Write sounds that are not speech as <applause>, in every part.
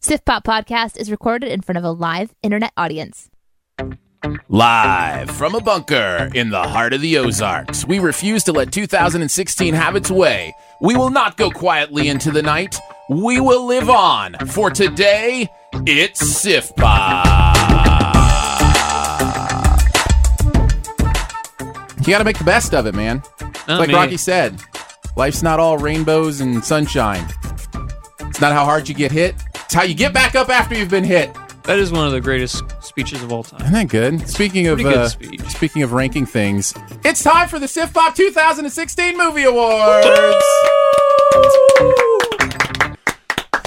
Sif Pop Podcast is recorded in front of a live internet audience. Live from a bunker in the heart of the Ozarks, we refuse to let 2016 have its way. We will not go quietly into the night. We will live on. For today, it's Sif Pop. You got to make the best of it, man. It's Not like me. Rocky said, life's not all rainbows and sunshine. It's not how hard you get hit, it's how you get back up after you've been hit. That is one of the greatest speeches of all time. Isn't that good? Speaking of Pretty good uh, speech. speaking of ranking things, it's time for the SIFBOP 2016 Movie Awards.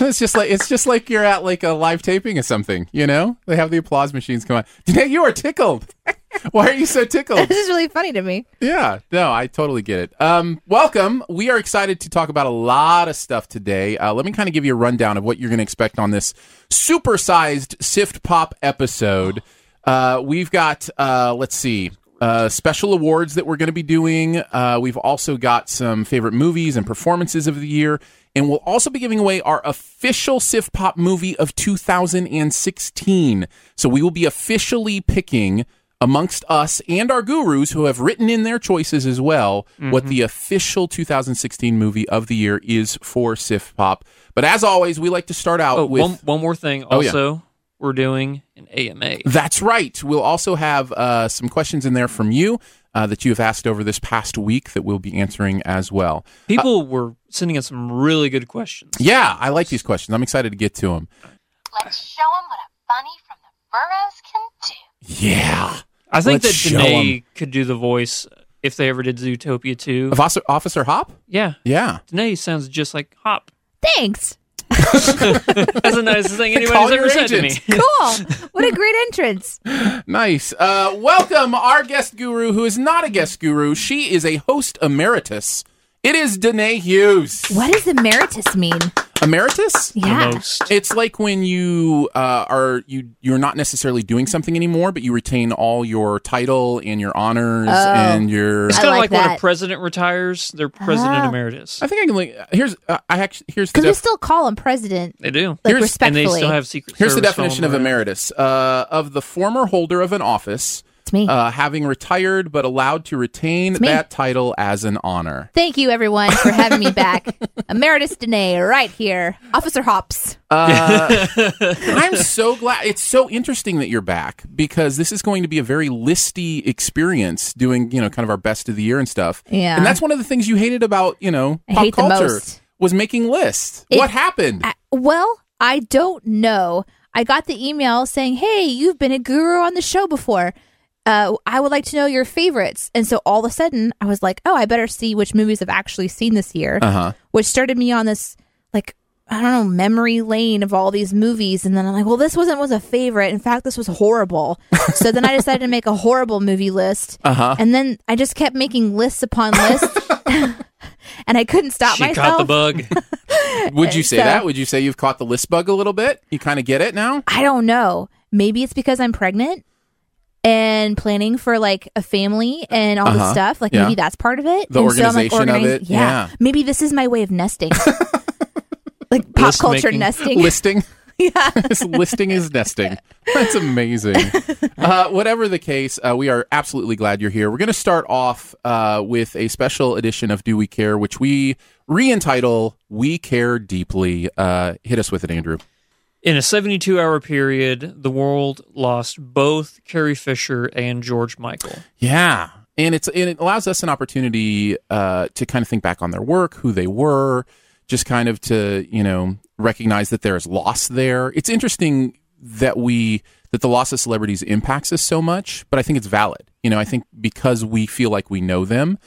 it's just like it's just like you're at like a live taping or something. You know, they have the applause machines come on. <laughs> Danae, you are tickled. <laughs> Why are you so tickled? <laughs> This is really funny to me. Yeah, no, I totally get it. Um, welcome. We are excited to talk about a lot of stuff today. Uh, let me kind of give you a rundown of what you're going to expect on this supersized Sift Pop episode. Uh, we've got, uh, let's see, uh, special awards that we're going to be doing. Uh, we've also got some favorite movies and performances of the year. And we'll also be giving away our official Sif Pop movie of 2016. So we will be officially picking amongst us and our gurus who have written in their choices as well what Mm-hmm. the official 2016 movie of the year is for Sif Pop. But as always, we like to start out Oh, with. one, one more thing. Oh, yeah. uh, Also, we're doing an AMA. That's right. We'll also have uh, some questions in there from you uh, that you have asked over this past week that we'll be answering as well. People were sending us some really good questions. Yeah, I like these questions. I'm excited to get to them. Let's show them what a bunny from the burrows can do. Yeah. I think Let's that show Danae could do the voice if they ever did Zootopia 2. Of Officer, Officer Hop? Yeah. Yeah. Danae sounds just like Hop. Thanks. That's the nicest <laughs> thing Call anybody's your ever said to me. agent. Cool. <laughs> what a great entrance. Nice. Uh, welcome our guest guru, who is not a guest guru. She is a host emeritus. It is Danae Hughes. What does emeritus mean? Emeritus? Yeah. The most. It's like when you uh, are you you're not necessarily doing something anymore, but you retain all your title and your honors Oh. and your. It's kind of like like, when that. a president retires, they're president Ah. emeritus. I think I can like here's uh, I actually here's the Because we def- still call him president, They do. like Here's- and they respectfully. still have secret here's the Service on definition of them. emeritus uh, of the former holder of an office. it's me. Uh, having retired but allowed to retain me. that title as an honor. Thank you, everyone, for having me <laughs> back. Emeritus Danae, right here. Officer Hops. Uh, I'm so glad. It's so interesting that you're back because this is going to be a very listy experience doing, you know, kind of our best of the year and stuff. Yeah. And that's one of the things you hated about, you know, I pop hate the culture most. was making lists. It- what happened? I- well, I don't know. I got the email saying, "Hey, you've been a guru on the show before. Uh, I would like to know your favorites." And so all of a sudden, I was like, "Oh, I better see which movies I've actually seen this year," Uh-huh. which started me on this like I don't know memory lane of all these movies. And then I'm like, "Well, this wasn't was a favorite. In fact, this was horrible." <laughs> so then I decided to make a horrible movie list, Uh-huh. and then I just kept making lists upon lists. <laughs> <laughs> And I couldn't stop She myself. caught the <laughs> bug. Would you say uh, so- that? Would you say you've caught the list bug a little bit? You kind of get it now? I don't know. Maybe it's because I'm pregnant and planning for like a family and all this Uh-huh. stuff. Like Yeah. maybe that's part of it. The And so I'm, organization of organized- it. Yeah. Yeah. Maybe this is my way of nesting. <laughs> like pop List culture making. nesting. Listing. <laughs> yeah. This listing is nesting. That's amazing. Uh, whatever the case, uh, we are absolutely glad you're here. We're going to start off uh, with a special edition of Do We Care, which we re entitle We Care Deeply. Uh, hit us with it, Andrew. In a 72 hour period, the world lost both Carrie Fisher and George Michael. Yeah. And it's and it allows us an opportunity uh, to kind of think back on their work, who they were, just kind of to, you know, recognize that there is loss there. It's interesting that we that the loss of celebrities impacts us so much, but I think it's valid. You know, I think because we feel like we know them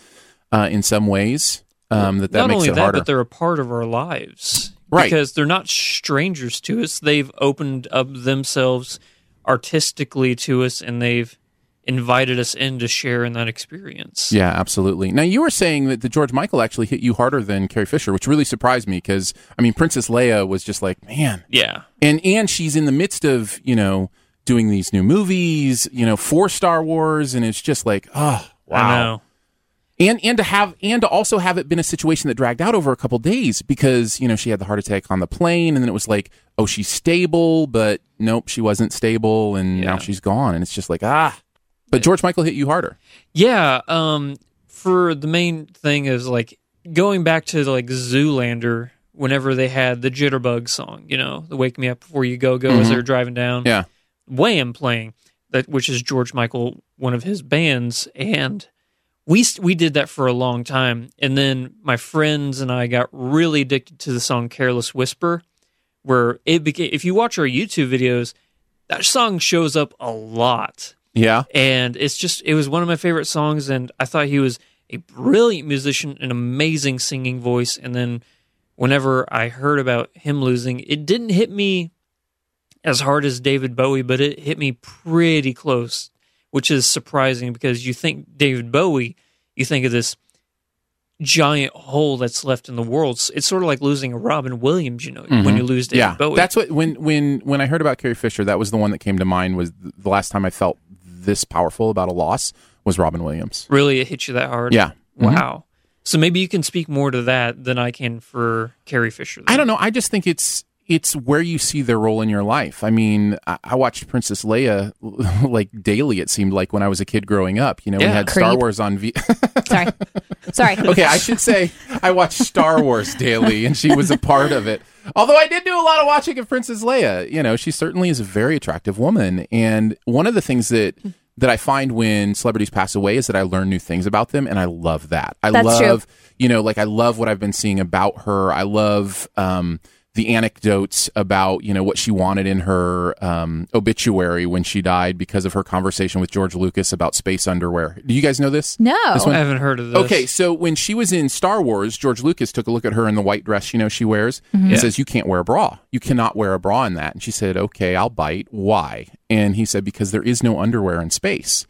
uh, in some ways, um, that that not makes only it that, harder. but they're a part of our lives. Right. Because they're not strangers to us. They've opened up themselves artistically to us and they've invited us in to share in that experience. Yeah, absolutely. Now you were saying that the George Michael actually hit you harder than Carrie Fisher, which really surprised me because I mean Princess Leia was just like, man, Yeah. and and she's in the midst of you know doing these new movies, you know, for Star Wars, and it's just like, oh I wow, know. and and to have and to also have it been a situation that dragged out over a couple days because you know she had the heart attack on the plane, and then it was like, oh, she's stable, but nope, she wasn't stable, and now Yeah. she's gone, and it's just like ah, but George Michael hit you harder. Yeah, um for the main thing is like going back to like Zoolander whenever they had the Jitterbug song, you know, the Wake Me Up Before You Go Go Mm-hmm. as they're driving down. Yeah. Wham playing that which is George Michael one of his bands and we st- we did that for a long time and then my friends and I got really addicted to the song Careless Whisper where it became if you watch our YouTube videos that song shows up a lot Yeah. and it's just it was one of my favorite songs and i thought he was a brilliant musician an amazing singing voice and then whenever i heard about him losing it didn't hit me as hard as david bowie but it hit me pretty close which is surprising because you think david bowie you think of this giant hole that's left in the world it's sort of like losing a robin williams you know when you lose david Mm-hmm. yeah, bowie that's what when when when I heard about Carrie Fisher, that was the one that came to mind. Was th- the last time I felt this powerful about a loss was Robin Williams. really it hit you that hard Yeah. Mhm. Wow. So maybe you can speak more to that than I can for Carrie Fisher. I don't know. I just think it's it's where you see their role in your life. I mean, I, I watched Princess Leia <laughs> like daily. It seemed like when I was a kid growing up. You know, we Yeah. had Star Creed. Wars on V. Sorry. Sorry. okay, I should say I watched Star Wars daily, and she was a part of it. Although I did do a lot of watching of Princess Leia. You know, she certainly is a very attractive woman, and one of the things that that I find when celebrities pass away is that I learn new things about them, and I love that. I That's true. love you know, like I love what I've been seeing about her. I love um, the anecdotes about you know what she wanted in her um, obituary when she died because of her conversation with George Lucas about space underwear. Do you guys know this? No. This I haven't heard of this. Okay, so when she was in Star Wars, George Lucas took a look at her in the white dress, you know, she wears, and Mm-hmm. Yeah. says, You can't wear a bra. You cannot wear a bra in that. And she said, Okay, I'll bite. Why? And he said, Because there is no underwear in space.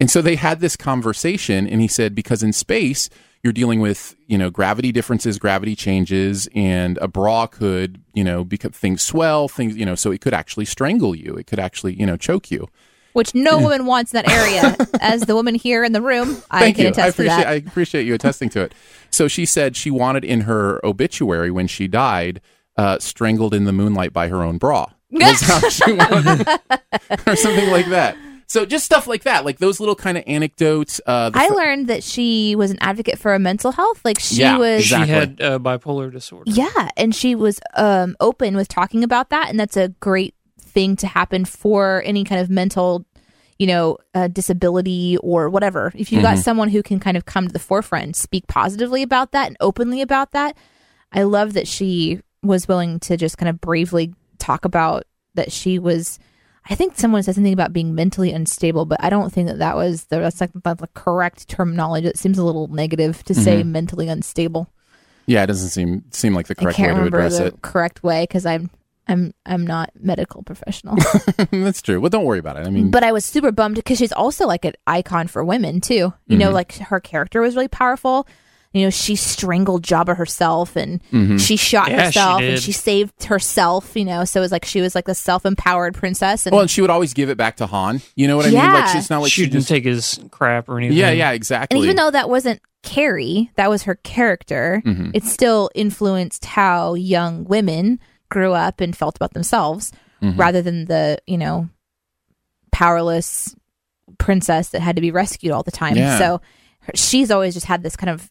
And so they had this conversation, and he said, Because in space, you're dealing with, you know, gravity differences, gravity changes, and a bra could, you know, because things swell, things, you know, so it could actually strangle you. It could actually, you know, choke you. Which no woman wants in that <laughs> area. As the woman here in the room, I Thank can you. I attest to appreciate, that. I appreciate you attesting to it. So she said she wanted in her obituary when she died, uh, strangled in the moonlight by her own bra. Was <laughs> how she wanted it. <laughs> or something like that. So just stuff like that, like those little kind of anecdotes. Uh, the I fr- learned that she was an advocate for a mental health. Like she Yeah, was exactly. She had uh, bipolar disorder. Yeah, and she was um open with talking about that and that's a great thing to happen for any kind of mental, you know, uh, disability or whatever. If you got someone who can kind of come to the forefront, and speak positively about that and openly about that. I love that she was willing to just kind of bravely talk about that she was I think someone said something about being mentally unstable, but I don't think that that was the, that's like the, the correct terminology. It seems a little negative to say mentally unstable. yeah, it doesn't seem seem like the correct I way can't to remember address the it. <laughs> correct way because I'm I'm I'm not medical <laughs> professional. That's true. Well, don't worry about it. I mean, but I was super bummed because she's also like an icon for women too. You know, Mm-hmm. like her character was really powerful. You know, she strangled Jabba herself and Mm-hmm. she shot Yeah, she herself and did. she saved herself. You know, so it was like she was like the self empowered princess. And well, and she would always give it back to Han. You know what I mean? Mm. Yeah. Like she's not like she, she, didn't just. take his crap or anything. yeah, yeah, exactly. and even though that wasn't Carrie, that was her character. Mm-hmm. It still influenced how young women grew up and felt about themselves, Mm-hmm. rather than the you know powerless princess that had to be rescued all the time. Yeah. So her, she's always just had this kind of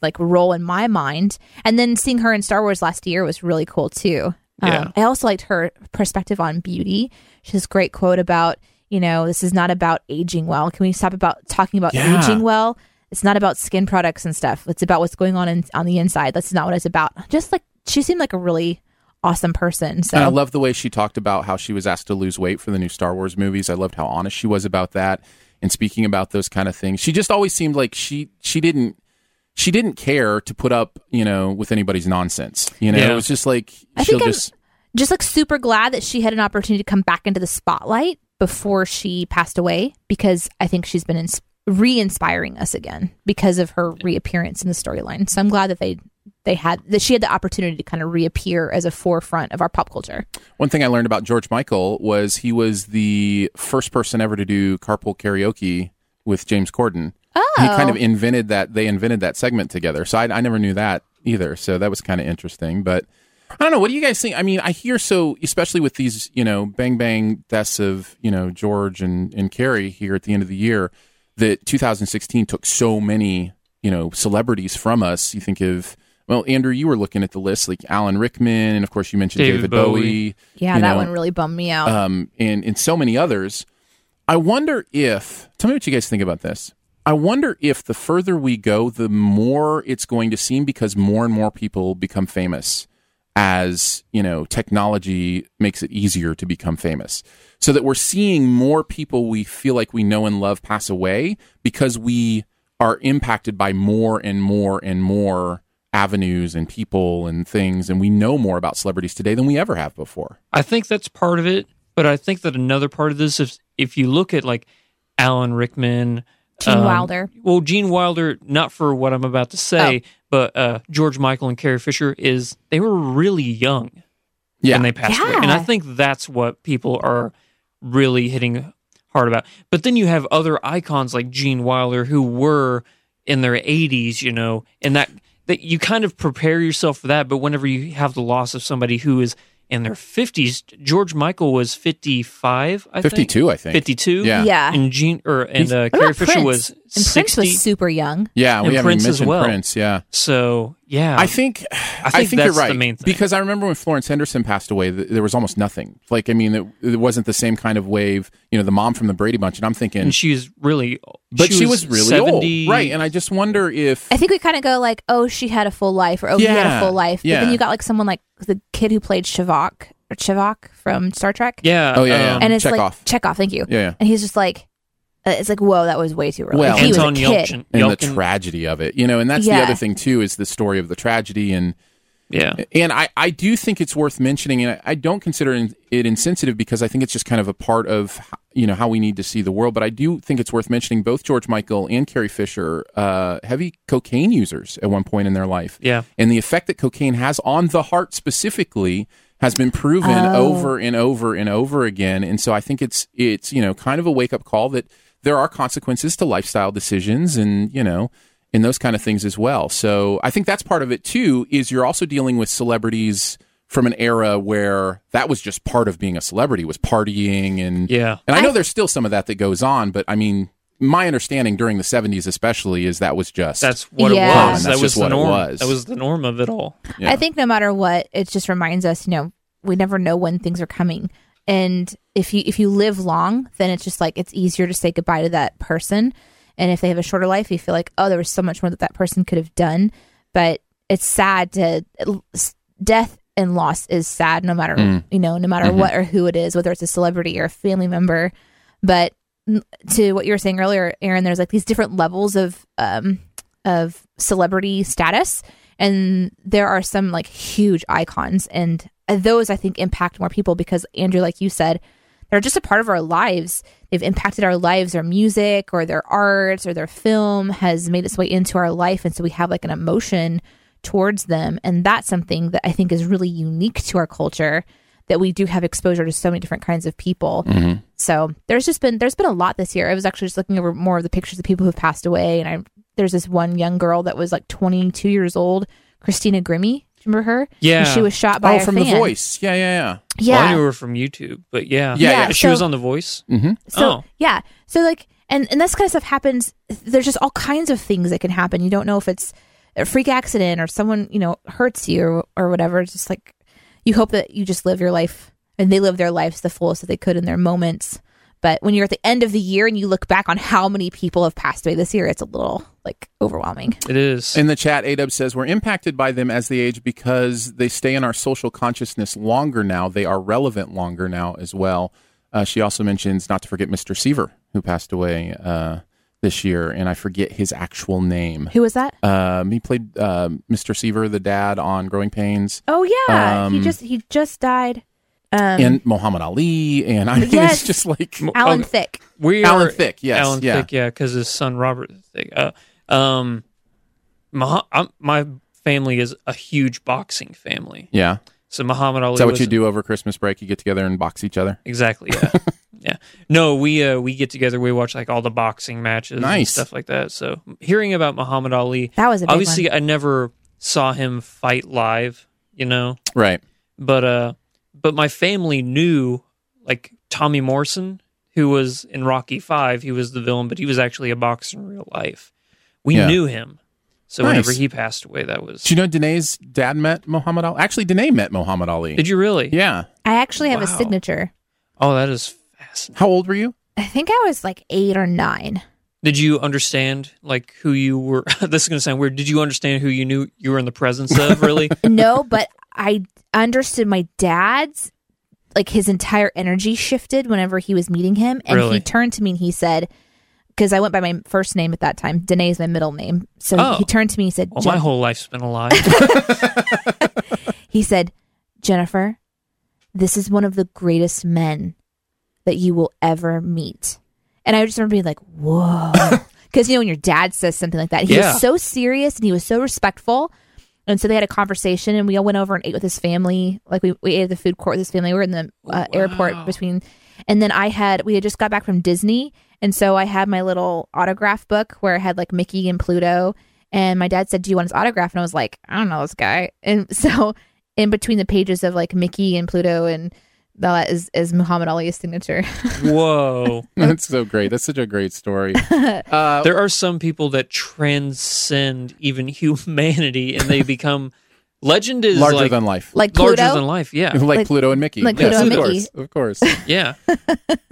like role in my mind. And then seeing her in Star Wars last year was really cool too. Um, Yeah. I also liked her perspective on beauty. She has a great quote about, you know, this is not about aging well. Can we stop about talking about Yeah. aging well? It's not about skin products and stuff. It's about what's going on in, on the inside. That's not what it's about. Just like she seemed like a really awesome person. So And I love the way she talked about how she was asked to lose weight for the new Star Wars movies. I loved how honest she was about that and speaking about those kind of things. She just always seemed like she she didn't she didn't care to put up, you know, with anybody's nonsense. You know, Yeah. it was just like I she'll think I'm- just just like super glad that she had an opportunity to come back into the spotlight before she passed away because I think she's been ins- re-inspiring us again because of her reappearance in the storyline. So I'm glad that they they had that she had the opportunity to kind of reappear as a forefront of our pop culture. One thing I learned about George Michael was he was the first person ever to do carpool karaoke with James Corden. Oh. He kind of invented that. They invented that segment together. So I, I never knew that either. So that was kind of interesting. But I don't know. What do you guys think? I mean, I hear so, especially with these, you know, bang bang deaths of, you know, George and, and Carrie here at the end of the year, that 2016 took so many, you know, celebrities from us. You think of, well, Andrew, you were looking at the list, like Alan Rickman, and of course you mentioned David, David Bowie Bowie. Yeah, you that know, one really bummed me out. um, and and so many others. I wonder if tell me what you guys think about this. I wonder if the further we go, the more it's going to seem because more and more people become famous as you know technology makes it easier to become famous so that we're seeing more people we feel like we know and love pass away because we are impacted by more and more and more avenues and people and things and we know more about celebrities today than we ever have before I think that's part of it, but I think that another part of this is if you look at like Alan Rickman, um, Gene um, Wilder. Oh. Well, Gene Wilder, not for what I'm about to say, but uh, George Michael and Carrie Fisher is they were really young yeah when they passed away, and Yeah. I think that's what people are really hitting hard about. But then you have other icons like Gene Wilder who were in their 80s, you know, and that that you kind of prepare yourself for that. But whenever you have the loss of somebody who is in their 50s, George Michael was 55, I think. 52, I think. 52. Yeah. Yeah. And Gene or and uh, What Carrie about Fisher Prince? was and 60. Prince was super young. Yeah, we And haven't Prince even as mentioned well. Prince. Yeah, so, yeah. I think I think, think you're that's the right main thing. because I remember when Florence Henderson passed away, th- there was almost nothing. Like I mean, it, it wasn't the same kind of wave. You know, the mom from the Brady Bunch, and I'm thinking, and she was really but she, was, really 70, old, right? And I just wonder if I think we kind of go like, oh, she had a full life, or oh, he had Yeah, a full life. But yeah. then you got like someone like the kid who played Chivok or Chivok from Star Trek. yeah. Oh, yeah, yeah. um, and it's Chekhov. like Chekhov. Thank you. Yeah, yeah. And he's just like, uh, it's like, whoa, that was way too early. Well, he was Anton a kid. Yelchin. and the Yelchin. tragedy of it, you know, and that's Yeah. the other thing too is the story of the tragedy and yeah. And I, I do think it's worth mentioning, and I, I don't consider in- it insensitive because I think it's just kind of a part of you know how we need to see the world. But I do think it's worth mentioning both George Michael and Carrie Fisher, uh, heavy cocaine users at one point in their life. Yeah. and the effect that cocaine has on the heart specifically has been proven Oh. over and over and over again. And so I think it's it's you know kind of a wake up call that there are consequences to lifestyle decisions, and you know and those kind of things as well. So I think that's part of it too. Is you're also dealing with celebrities from an era where that was just part of being a celebrity was partying and Yeah. And I know there's still some of that that goes on, but I mean, my understanding during the 70s especially is that was just That's what Yeah. it was. And that's that was just the what it norm. was. That was the norm of it all. Yeah. I think no matter what, it just reminds us, you know, we never know when things are coming. And if you if you live long, then it's just like it's easier to say goodbye to that person. And if they have a shorter life, you feel like, oh, there was so much more that that person could have done. But it's sad to death and loss is sad, no matter you know, no matter what or who it is, whether it's a celebrity or a family member. But n- to what you were saying earlier, Aaron, there's like these different levels of um, of celebrity status and there are some like huge icons and uh, those i think impact more people because andrew like you said they're just a part of our lives they've impacted our lives their music or their arts or their film has made its way into our life and so we have like an emotion towards them and that's something that i think is really unique to our culture that we do have exposure to so many different kinds of people so there's just been there's been a lot this year. I was actually just looking over more of the pictures of people who've passed away, and I there's this one young girl that was like 22 years old, Christina Grimmie. Remember her? Yeah. And she was shot by oh a from fan. The Voice. Yeah, yeah, Yeah. Well, I knew her from YouTube, but yeah, Yeah, yeah. She So- was on The Voice. yeah. hmm So Oh. yeah. So like and and this kind of stuff happens. There's just all kinds of things that can happen. You don't know if it's a freak accident or someone you know hurts you or, or whatever. It's just like you hope that you just live your life and they live their lives the fullest that they could in their moments. But when you're at the end of the year and you look back on how many people have passed away this year, it's a little like overwhelming. It is. In the chat, Adub says we're impacted by them as they age because they stay in our social consciousness longer now. They are relevant longer now as well. Uh, she also mentions not to forget Mr. Seaver, who passed away uh, this year, and I forget his actual name. Who was that? Um, he played uh, Mr. Seaver, the dad on Growing Pains, Oh yeah, he Um, just he just died. Um, and Muhammad Ali, and I <laughs> mean, Yes. it's just like Alan Oh, Thick. We Alan are, Thicke, yes, Alan yeah. Thicke, yeah, because his son Robert Thicke. Uh, um, Mah- I'm, my family is a huge boxing family, yeah. so Muhammad Ali. Is that what was- you do over Christmas break? You get together and box each other. Exactly. <laughs> Yeah. yeah. No, we uh, we get together. We watch like all the boxing matches, and Nice. stuff like that. So hearing about Muhammad Ali, That was a big obviously one. I never saw him fight live. You know, Right. but uh, but my family knew like Tommy Morrison, who was in Rocky Five. He was the villain, but he was actually a boxer in real life. We Yeah. knew him. So Nice. whenever he passed away, that was. Do you know Danae's dad met Muhammad Ali? Actually, Danae met Muhammad Ali. Did you really? Yeah. I actually have a Wow. signature. Oh, that is fascinating. How old were you? I think I was like eight or nine. Did you understand like who you were? <laughs> this is going to sound weird. Did you understand who you knew you were in the presence <laughs> of? Really? no, but I understood my dad's like his entire energy shifted whenever he was meeting him, and Really? he turned to me and he said, "Because I went by my first name at that time. Danae is my middle name." So Oh. he turned to me and said, Well, "Jen-" my whole life's been <laughs> a lie. "He said, Jennifer, this is one of the greatest men that you will ever meet." And I just remember being like, "Whoa." Because, you know, when your dad says something like that, he Yeah. was so serious and he was so respectful. And so they had a conversation, and we all went over and ate with his family. Like we, we ate at the food court with his family. We were in the uh, airport between, and then I had we had just got back from Disney, and so I had my little autograph book where I had like Mickey and Pluto. And my dad said, "Do you want his autograph?" And I was like, "I don't know this guy." <laughs> And so, in between the pages of like Mickey and Pluto and all that is is Muhammad Ali's signature. Whoa! <laughs> That's so great. That's such a great <laughs> story. Uh, There are some people that transcend even <laughs> humanity, and they become legend is larger like, than life. like larger Pluto, than life. Yeah, <laughs> Like, like- Pluto and Mickey. like yes, Pluto of and Mickey. course. <laughs> Of course. yeah.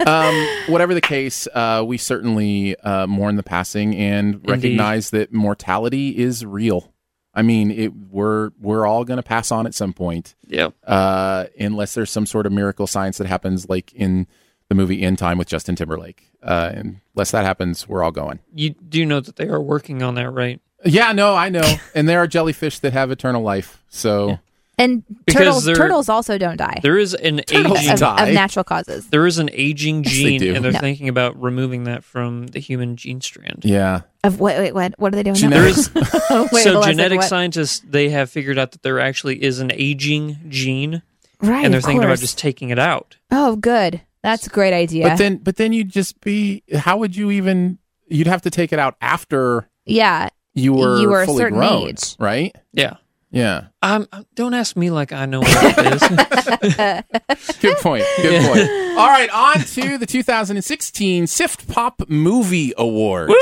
um, whatever the case, uh, we certainly uh, mourn the passing and recognize that mortality is real. I mean, it, we're we're all going to pass on at some point, Yeah. uh, unless there's some sort of miracle science that happens, like in the movie End Time with Justin Timberlake. Uh, and unless that happens, we're all <laughs> going. You do know that they are working on that, right? Yeah, no, I know. and there are jellyfish that have eternal life. So. and Because turtles they're- turtles also don't die There is an Turtles aging. of, of die. natural causes. There is an aging Yes, they gene, do. and they're No. thinking about removing that from the human gene strand. Yeah. Of what? Wait, what? What are they doing? She now? never- There <laughs> <laughs> is- Wait, hold so on a second, genetic what? scientists they have figured out that there actually is an aging gene, right? and they're of thinking about course. just taking it out. Oh, good. That's a great idea. But then but then you'd just be how would you even you'd have to take it out after yeah, you were, You were a fully certain grown, age. right? Yeah. Yeah. Um, don't ask me like I know <laughs> what <laughs> it is. Good point. Good point. All right, on to the 2016 Sift Pop Movie Awards.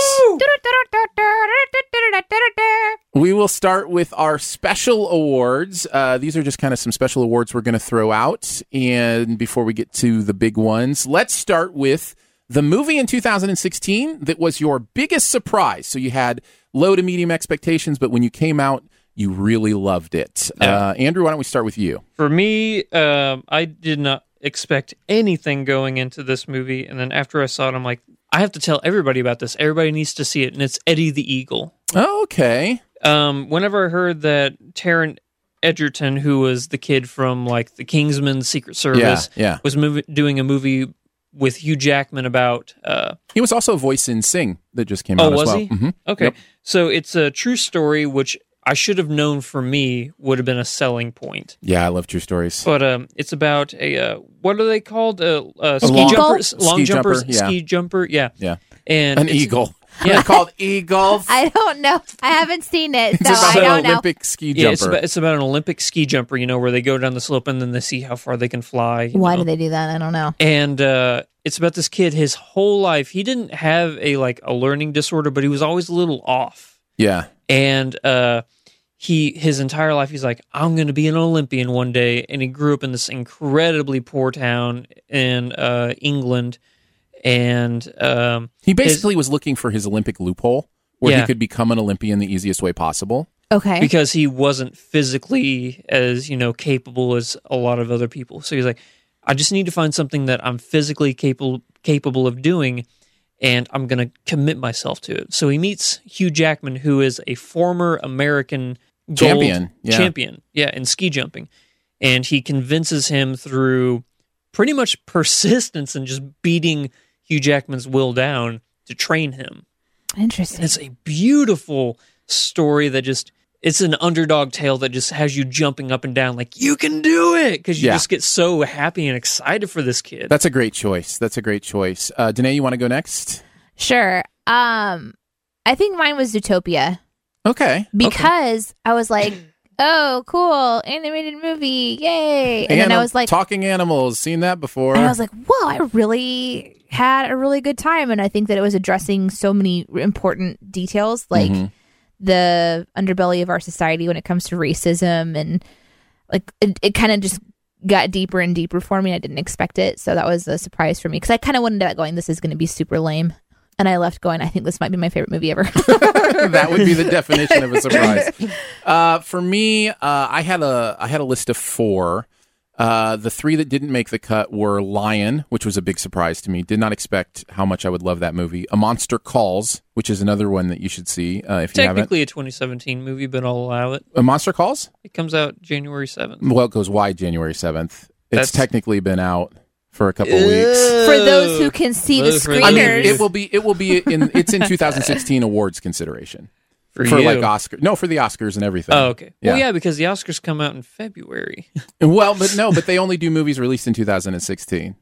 We will start with our special awards. Uh, these are just kind of some special awards we're going to throw out. And before we get to the big ones, let's start with the movie in 2016 that was your biggest surprise. So you had low to medium expectations, but when you came out, you really loved it. Uh, Andrew, why don't we start with you? For me, um, I did not expect anything going into this movie, and then after I saw it, I'm like, I have to tell everybody about this. Everybody needs to see it, and it's Eddie the Eagle. Oh, okay. Um, whenever I heard that Taryn Edgerton, who was the kid from like the Kingsman Secret Service, yeah. was mov- doing a movie with Hugh Jackman about uh, He was also a voice in Sing that just came Oh, out was as well. he? Mhm. Okay. Yep. So it's a true story, which I should have known for me would have been a selling point. Yeah, I love true stories. But um, it's about a uh, what are they called? Uh, uh, ski long- jumpers, Ski long jumper, jumpers, yeah. ski jumper. Yeah, Yeah. and An it's- eagle. <laughs> Yeah, called eagle. <laughs> I don't know. I haven't seen <laughs> it, so it's about I don't an know. Olympic ski jumper. Yeah, it's about, it's about an Olympic ski jumper. You know where they go down the slope and then they see how far they can fly. you Why know. do they do that? I don't know. and uh, it's about this kid. His whole life, he didn't have a like a learning disorder, but he was always a little off. yeah. and uh, he his entire life he's like i'm going to be an olympian one day and he grew up in this incredibly poor town in uh, england and um, He basically was looking for his Olympic loophole where he Yeah. could become an Olympian the easiest way possible. Okay. because he wasn't physically as you know capable as a lot of other people so he's like i just need to find something that i'm physically capable capable of doing and i'm going to commit myself to it so he meets hugh jackman who is a former american gold Champion, yeah. champion yeah in ski jumping and he convinces him through pretty much persistence and just beating hugh jackman's will down to train him and Interesting. it's a beautiful story that just it's an underdog tale that just has you jumping up and down like you can do it because you Yeah. just get so happy and excited for this kid. That's a great choice. That's a great choice. Uh, Danae, you want to go next? Sure. Um, I think mine was Zootopia Okay. because I was like, <clears throat> oh, cool, animated movie, yay! And then I Anim- was like, talking animals. Seen that before. and I was like, whoa, I really had a really good time, and I think that it was addressing so many r- important details, like Mhm. the underbelly of our society when it comes to racism, and like it, it kind of just got deeper and deeper for me. I didn't expect it, so that was a surprise for me because I kind of went into that going, this is going to be super lame, and I left going, I think this might be my favorite movie ever. <laughs> <laughs> that would be the definition of a surprise. Uh, for me, uh, I had a I had a list of four. Uh, the three that didn't make the cut were Lion, which was a big surprise to me. Did not expect how much I would love that movie. A Monster Calls, which is another one that you should see uh, if you haven't. Technically a 2017 movie, but I'll allow it. A Monster Calls? It comes out January 7th. Well, it goes wide January seventh. It's That's- technically been out for a couple weeks. For those who can see the Those for I mean, Wieners. it will be it will be in <laughs> it's in 2016 awards consideration for, for you. like Oscar. No, for the Oscars and everything. Oh, okay. Yeah. Well, yeah, because the Oscars come out in February. <laughs> Well, but no, but they only do movies released in 2016.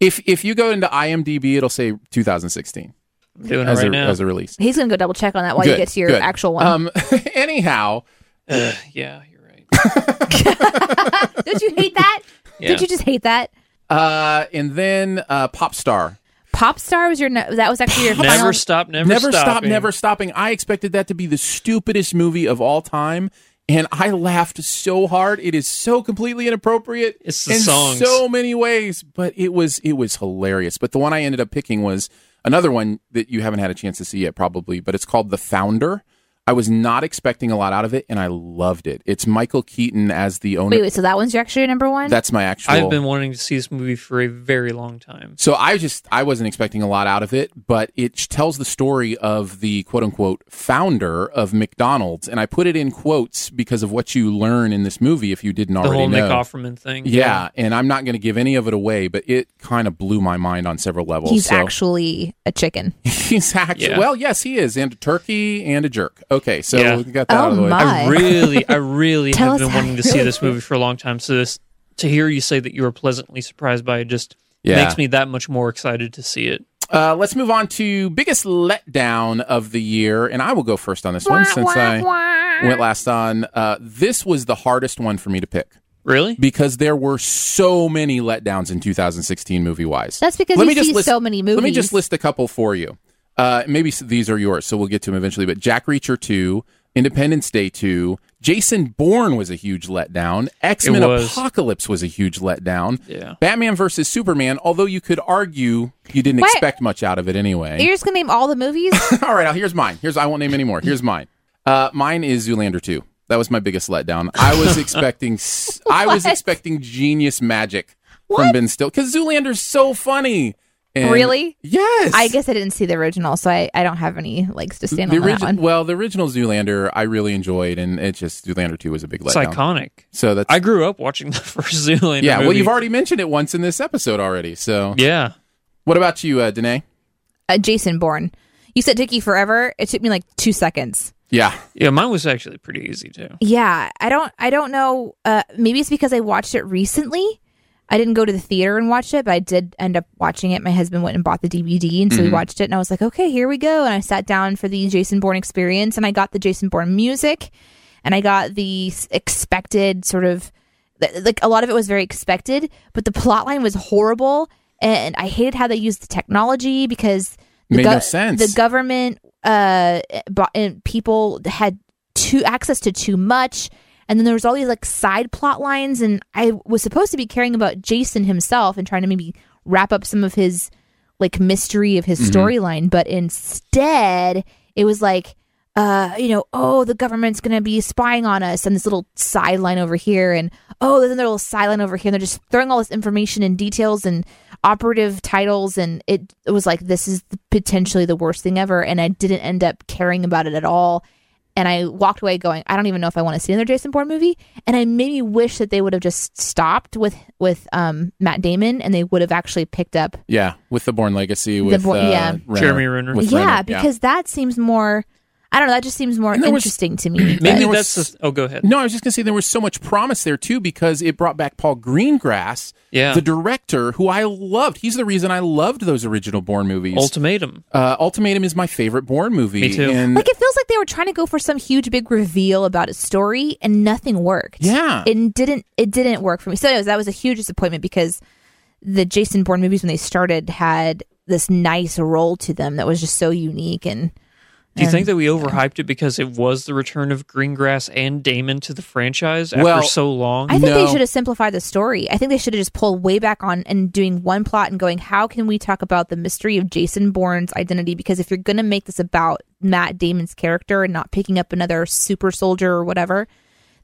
If if you go into IMDb, it'll say 2016 I'm doing it as right a now. as a release. He's gonna go double check on that while you Good, get to your good. actual one. Um, <laughs> anyhow, Ugh, yeah, you're right. <laughs> Did you hate that? Yeah. Did you just hate that? uh, and then uh, pop star. Pop star was your no- that was actually your never final- stop, never, Never stop, stopping. never stopping. I expected that to be the stupidest movie of all time, and I laughed so hard. It is so completely inappropriate It's the in songs. so many ways, but it was it was hilarious. But the one I ended up picking was another one that you haven't had a chance to see yet, probably. But it's called The Founder. I was not expecting a lot out of it, and I loved it. It's Michael Keaton as the owner. Wait, wait. So that one's your actually your number one. That's my actual. I've been wanting to see this movie for a very long time. So I just I wasn't expecting a lot out of it, but it sh- tells the story of the quote unquote founder of McDonald's, and I put it in quotes because of what you learn in this movie if you didn't The already whole know. Nick Offerman thing. yeah, and I'm not going to give any of it away, but it kind of blew my mind on several levels. He's so. actually a chicken. <laughs> he's actually Yeah. well, yes, he is, and a turkey and a jerk. Okay, so Yeah. we got that out of the Oh, way. my. I really, <laughs> I really Tell have us been how wanting you to see really this movie for a long time. So this, to hear you say that you were pleasantly surprised by it, just Yeah. makes me that much more excited to see it. Uh, let's move on to biggest letdown of the year, and I will go first on this one since I went last on. Uh, this was the hardest one for me to pick. Really? because there were so many letdowns in 2016 movie wise. That's because you see so many Let me movies. just list a couple for you. Uh, maybe s- these are yours, so we'll get to them eventually. But Jack Reacher 2, Independence Day 2, Jason Bourne was a huge letdown. X Men It was. Apocalypse was a huge letdown. Yeah. Batman versus Superman, although you could argue you didn't What? expect much out of it anyway. You're just gonna name all the <laughs> movies. All right, now here's mine. Here's I won't name any more. Here's mine. Uh, mine is Zoolander two. That was my biggest letdown. <laughs> I was expecting s- I was expecting genius magic from Ben Still because Zoolander's so funny. And- Really? Yes. I guess I didn't see the original, so I, I don't have any legs to stand the on that original. one. Well, the original Zoolander I really enjoyed, and it just Zoolander two was a big It's letdown. iconic. So that's I grew up watching <laughs> the first Zoolander. yeah. Well, movie. you've already mentioned it once in this episode already. So Yeah. what about you, uh, Danae? Uh, Jason Bourne. You said Dickie forever. It took me like two seconds. Yeah. Yeah, mine was actually pretty easy too. Yeah, I don't I don't know. Uh, maybe it's because I watched it recently. I didn't go to the theater and watch it, but I did end up watching it. My husband went and bought the DVD, and so we watched it. And I was like, okay, here we go. And I sat down for the Jason Bourne experience, and I got the Jason Bourne music, and I got the s- expected sort of th- like a lot of it was very expected, but the plot line was horrible, and I hated how they used the technology because the Made no sense. The government uh, bo- and people had. too access to too much. And then there was all these like side plot lines, and I was supposed to be caring about Jason himself and trying to maybe wrap up some of his like mystery of his storyline, but instead it was like, uh, you know, oh, the government's gonna be spying on us, and this little sideline over here, and oh, there's another little sideline over here, and they're just throwing all this information and details and operative titles, and it, it was like this is potentially the worst thing ever, and I didn't end up caring about it at all. And I walked away going, I don't even know if I want to see another Jason Bourne movie. And I maybe wish that they would have just stopped with with um, Matt Damon, and they would have actually picked up Yeah, with the Born Legacy with Bourne- uh, yeah. Renner. Jeremy Renner. With yeah, Renner, because that seems more. I don't know. That just seems more And there was- interesting to me. Maybe Maybe there but- was- that's the, oh, go ahead. No, I was just going to say there was so much promise there too because it brought back Paul Greengrass, Yeah. the director who I loved. He's the reason I loved those original Bourne movies. Ultimatum. uh, Ultimatum is my favorite Bourne movie. Me too. And like it feels like they were trying to go for some huge big reveal about his story, and nothing worked. Yeah. it didn't. It didn't work for me. So anyways, that was a huge disappointment because the Jason Bourne movies when they started had this nice role to them that was just so unique and. Do you and- think that we overhyped it because it was the return of Greengrass and Damon to the franchise after Well, so long? I think No. they should have simplified the story. I think they should have just pulled way back on and doing one plot and going, how can we talk about the mystery of Jason Bourne's identity? Because if you're going to make this about Matt Damon's character and not picking up another super soldier or whatever,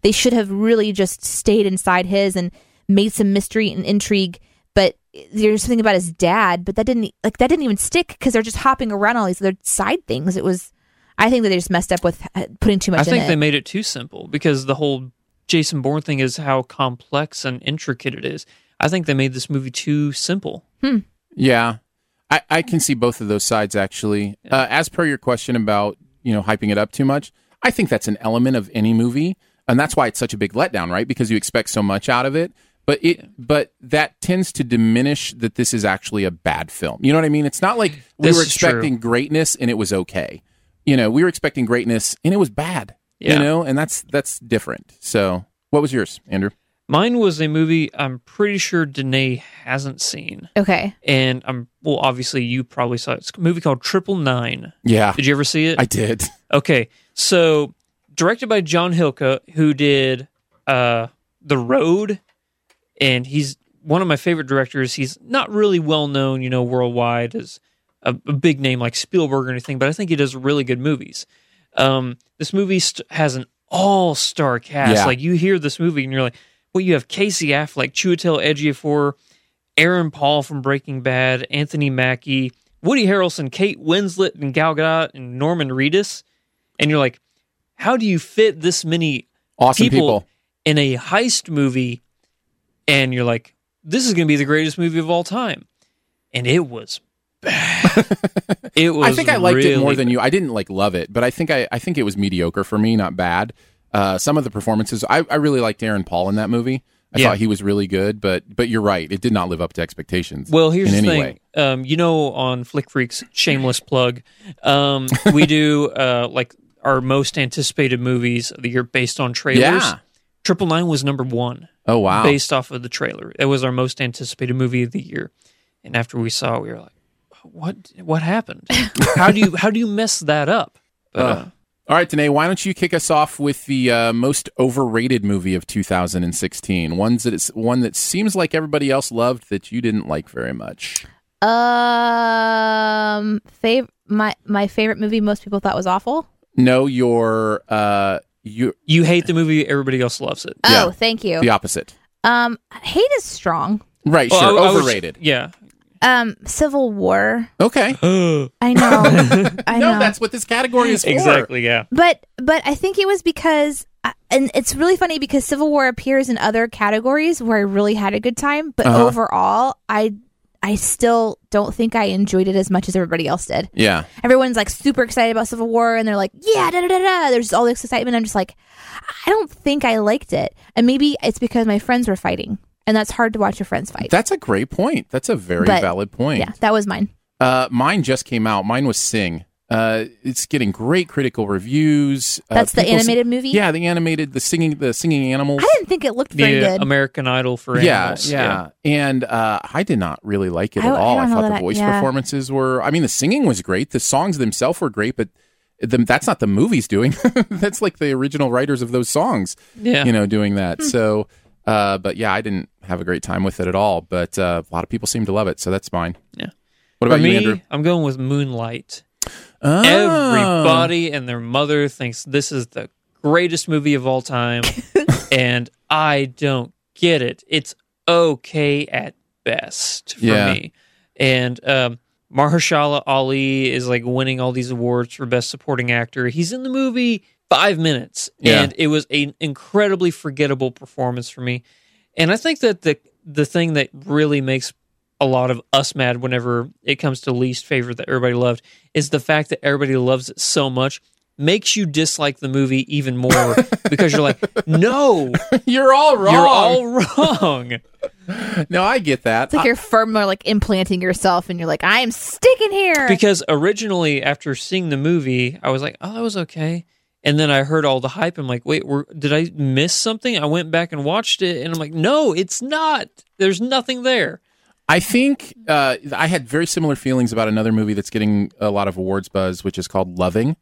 they should have really just stayed inside his and made some mystery and intrigue. But there's something about his dad, but that didn't like that didn't even stick because they're just hopping around all these other side things. It was, I think that they just messed up with uh, putting too much. I think in they it. made it too simple because the whole Jason Bourne thing is how complex and intricate it is. I think they made this movie too simple. Yeah, I, I can see both of those sides actually. Uh, as per your question about you know hyping it up too much, I think that's an element of any movie, and that's why it's such a big letdown, right? Because you expect so much out of it, but it but that tends to diminish that this is actually a bad film. You know what I mean? It's not like we This were is true. expecting greatness and it was okay. You know, we were expecting greatness and it was bad. You Yeah. know, and that's that's different. So, what was yours, Andrew? Mine was a movie I'm pretty sure Danae hasn't seen. okay. And I'm, well, obviously you probably saw it. It's a movie called Triple Nine. Yeah, Did you ever see it? I did. Okay, so directed by John Hilka, who did uh, The Road, and he's one of my favorite directors. He's not really well known, you know, worldwide as a, a big name like Spielberg or anything, but I think he does really good movies. Um, this movie st- has an all-star cast. Yeah. Like you hear this movie and you're like, well, you have Casey Affleck, Chiwetel Ejiofor, Aaron Paul from Breaking Bad, Anthony Mackie, Woody Harrelson, Kate Winslet, and Gal Gadot, and Norman Reedus, and you're like, how do you fit this many Awesome people. in a heist movie? And you're like, this is going to be the greatest movie of all time, and it was <laughs> bad. it was. I think I liked it more really than you. I didn't like love it, but I think I, I think it was mediocre for me, not bad. Uh, some of the performances, I, I really liked Aaron Paul in that movie. I Yeah. thought he was really good, but but you're right, it did not live up to expectations. Well, here's in any the thing. way. Um, you know, on Flick Freaks, shameless plug, um, we do uh, like our most anticipated movies of the year based on trailers. Yeah. Triple Nine was number one Oh wow, based off of the trailer. It was our most anticipated movie of the year, and after we saw, it, we were like, "What? What <laughs> happened? how do you how do you mess that up?" But, uh, Ugh. all right, Danae, why don't you kick us off with the uh, most overrated movie of 2016? Ones that it's one that seems like everybody else loved that you didn't like very much. Um, fav- my my favorite movie most people thought was awful. No, your uh, you you hate the movie, everybody else loves it. Yeah. Oh, thank you. the opposite, Um, hate is strong. right? Well, I- sure, I was- overrated. yeah. Um, Civil War. <gasps> okay, I <laughs> know. I no, know. that's what this category is for. Exactly. Yeah. but but I think it was because, I- and it's really funny because Civil War appears in other categories where I really had a good time, but Uh-huh. overall, I I still don't think I enjoyed it as much as everybody else did. Yeah. everyone's like super excited about Civil War and they're like, yeah, da da da da. There's all this excitement. I'm just like, I don't think I liked it. And maybe it's because my friends were fighting and that's hard to watch your friends fight. That's a great point. That's a very But- valid point. yeah, that was mine. Uh, mine just came out. Mine was Sing. Uh, it's getting great critical reviews. Uh, That's the people animated movie? Yeah, the animated, the singing, the singing animals. I didn't think it looked The very good. American Idol for yeah, animals. yeah, and uh, I did not really like it I- at I all. I, don't know thought that the I- voice yeah. performances were. I mean, the singing was great. The songs themselves were great, but the, that's not the movies doing. <laughs> that's like the original writers of those songs, Yeah. Hmm. you know, doing that. So, uh, but yeah, I didn't have a great time with it at all. But uh, a lot of people seem to love it, so that's fine. Yeah. What about For you, me, Andrew? I'm going with Moonlight. Oh. Everybody and their mother thinks this is the greatest movie of all time, and I don't get it. It's okay at best for Yeah. me. And um, Mahershala Ali is like winning all these awards for best supporting actor. He's in the movie five minutes, Yeah. and it was an incredibly forgettable performance for me. And I think that the the thing that really makes a lot of us mad whenever it comes to least favorite that everybody loved is the fact that everybody loves it so much makes you dislike the movie <laughs> even more because you're like, no, Oh, You're all wrong. you're all wrong. no, I get that. It's like you're firm or like implanting yourself, and you're like, I am sticking here. <laughs> Because originally, after seeing the movie, I was like, "Oh, that was okay," and then I heard all the hype. I'm like, "Wait, were, did I miss something?" I went back and watched it, and I'm like, "No, it's not. There's nothing there." I think uh, I had very similar feelings about another movie that's getting a lot of awards buzz, which is called Loving.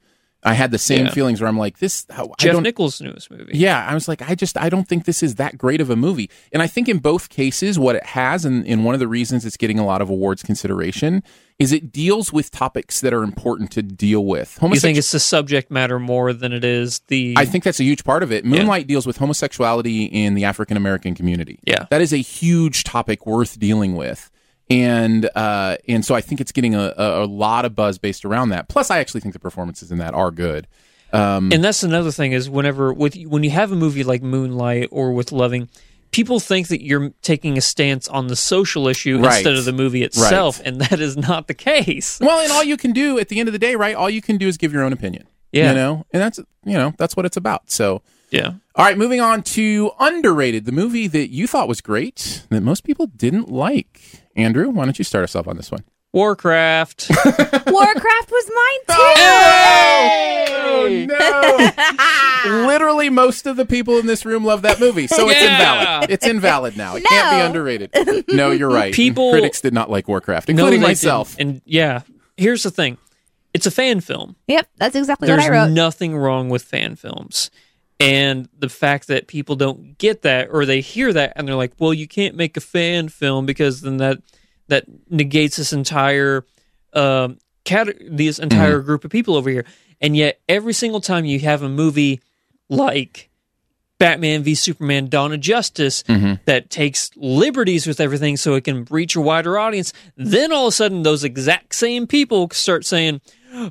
I had the same Yeah. feelings where I'm like, this. How, I Jeff don't, Nichols' newest movie. yeah, I was like, I just I don't think this is that great of a movie. And I think in both cases, what it has, and, and one of the reasons it's getting a lot of awards consideration, is it deals with topics that are important to deal with. you think Homosexuality. it's the subject matter more than it is the? I think that's a huge part of it. Moonlight deals with homosexuality in the African American community. Yeah. that is a huge topic worth dealing with, and uh, and so I think it's getting a, a, a lot of buzz based around that. Plus, I actually think the performances in that are good. and that's another thing is whenever with when you have a movie like Moonlight or with Loving. People think that you're taking a stance on the social issue Right. instead of the movie itself, and that is not the case. Well, and all you can do at the end of the day, right? All you can do is give your own opinion. Yeah. you know, and that's you know that's what it's about. So. Yeah. All right, moving on to underrated, the movie that you thought was great that most people didn't like. Andrew, why don't you start us off on this one? Warcraft. Warcraft was <laughs> mine too. <laughs> Oh, no. Literally, most of the people in this room love that movie, so it's Yeah. invalid. It's invalid now. It can't be No. underrated. No, you're right. People- critics did not like Warcraft, No, including they myself. didn't. And yeah, here's the thing: it's a fan film. Yep, that's exactly There's what I wrote. nothing wrong with fan films, and the fact that people don't get that or they hear that and they're like, "Well, you can't make a fan film because then that that negates this entire um, cate- this entire Mm-hmm. group of people over here." And yet, every single time you have a movie like Batman v Superman Dawn of Justice that takes liberties with everything so it can reach a wider audience. Then all of a sudden, those exact same people start saying,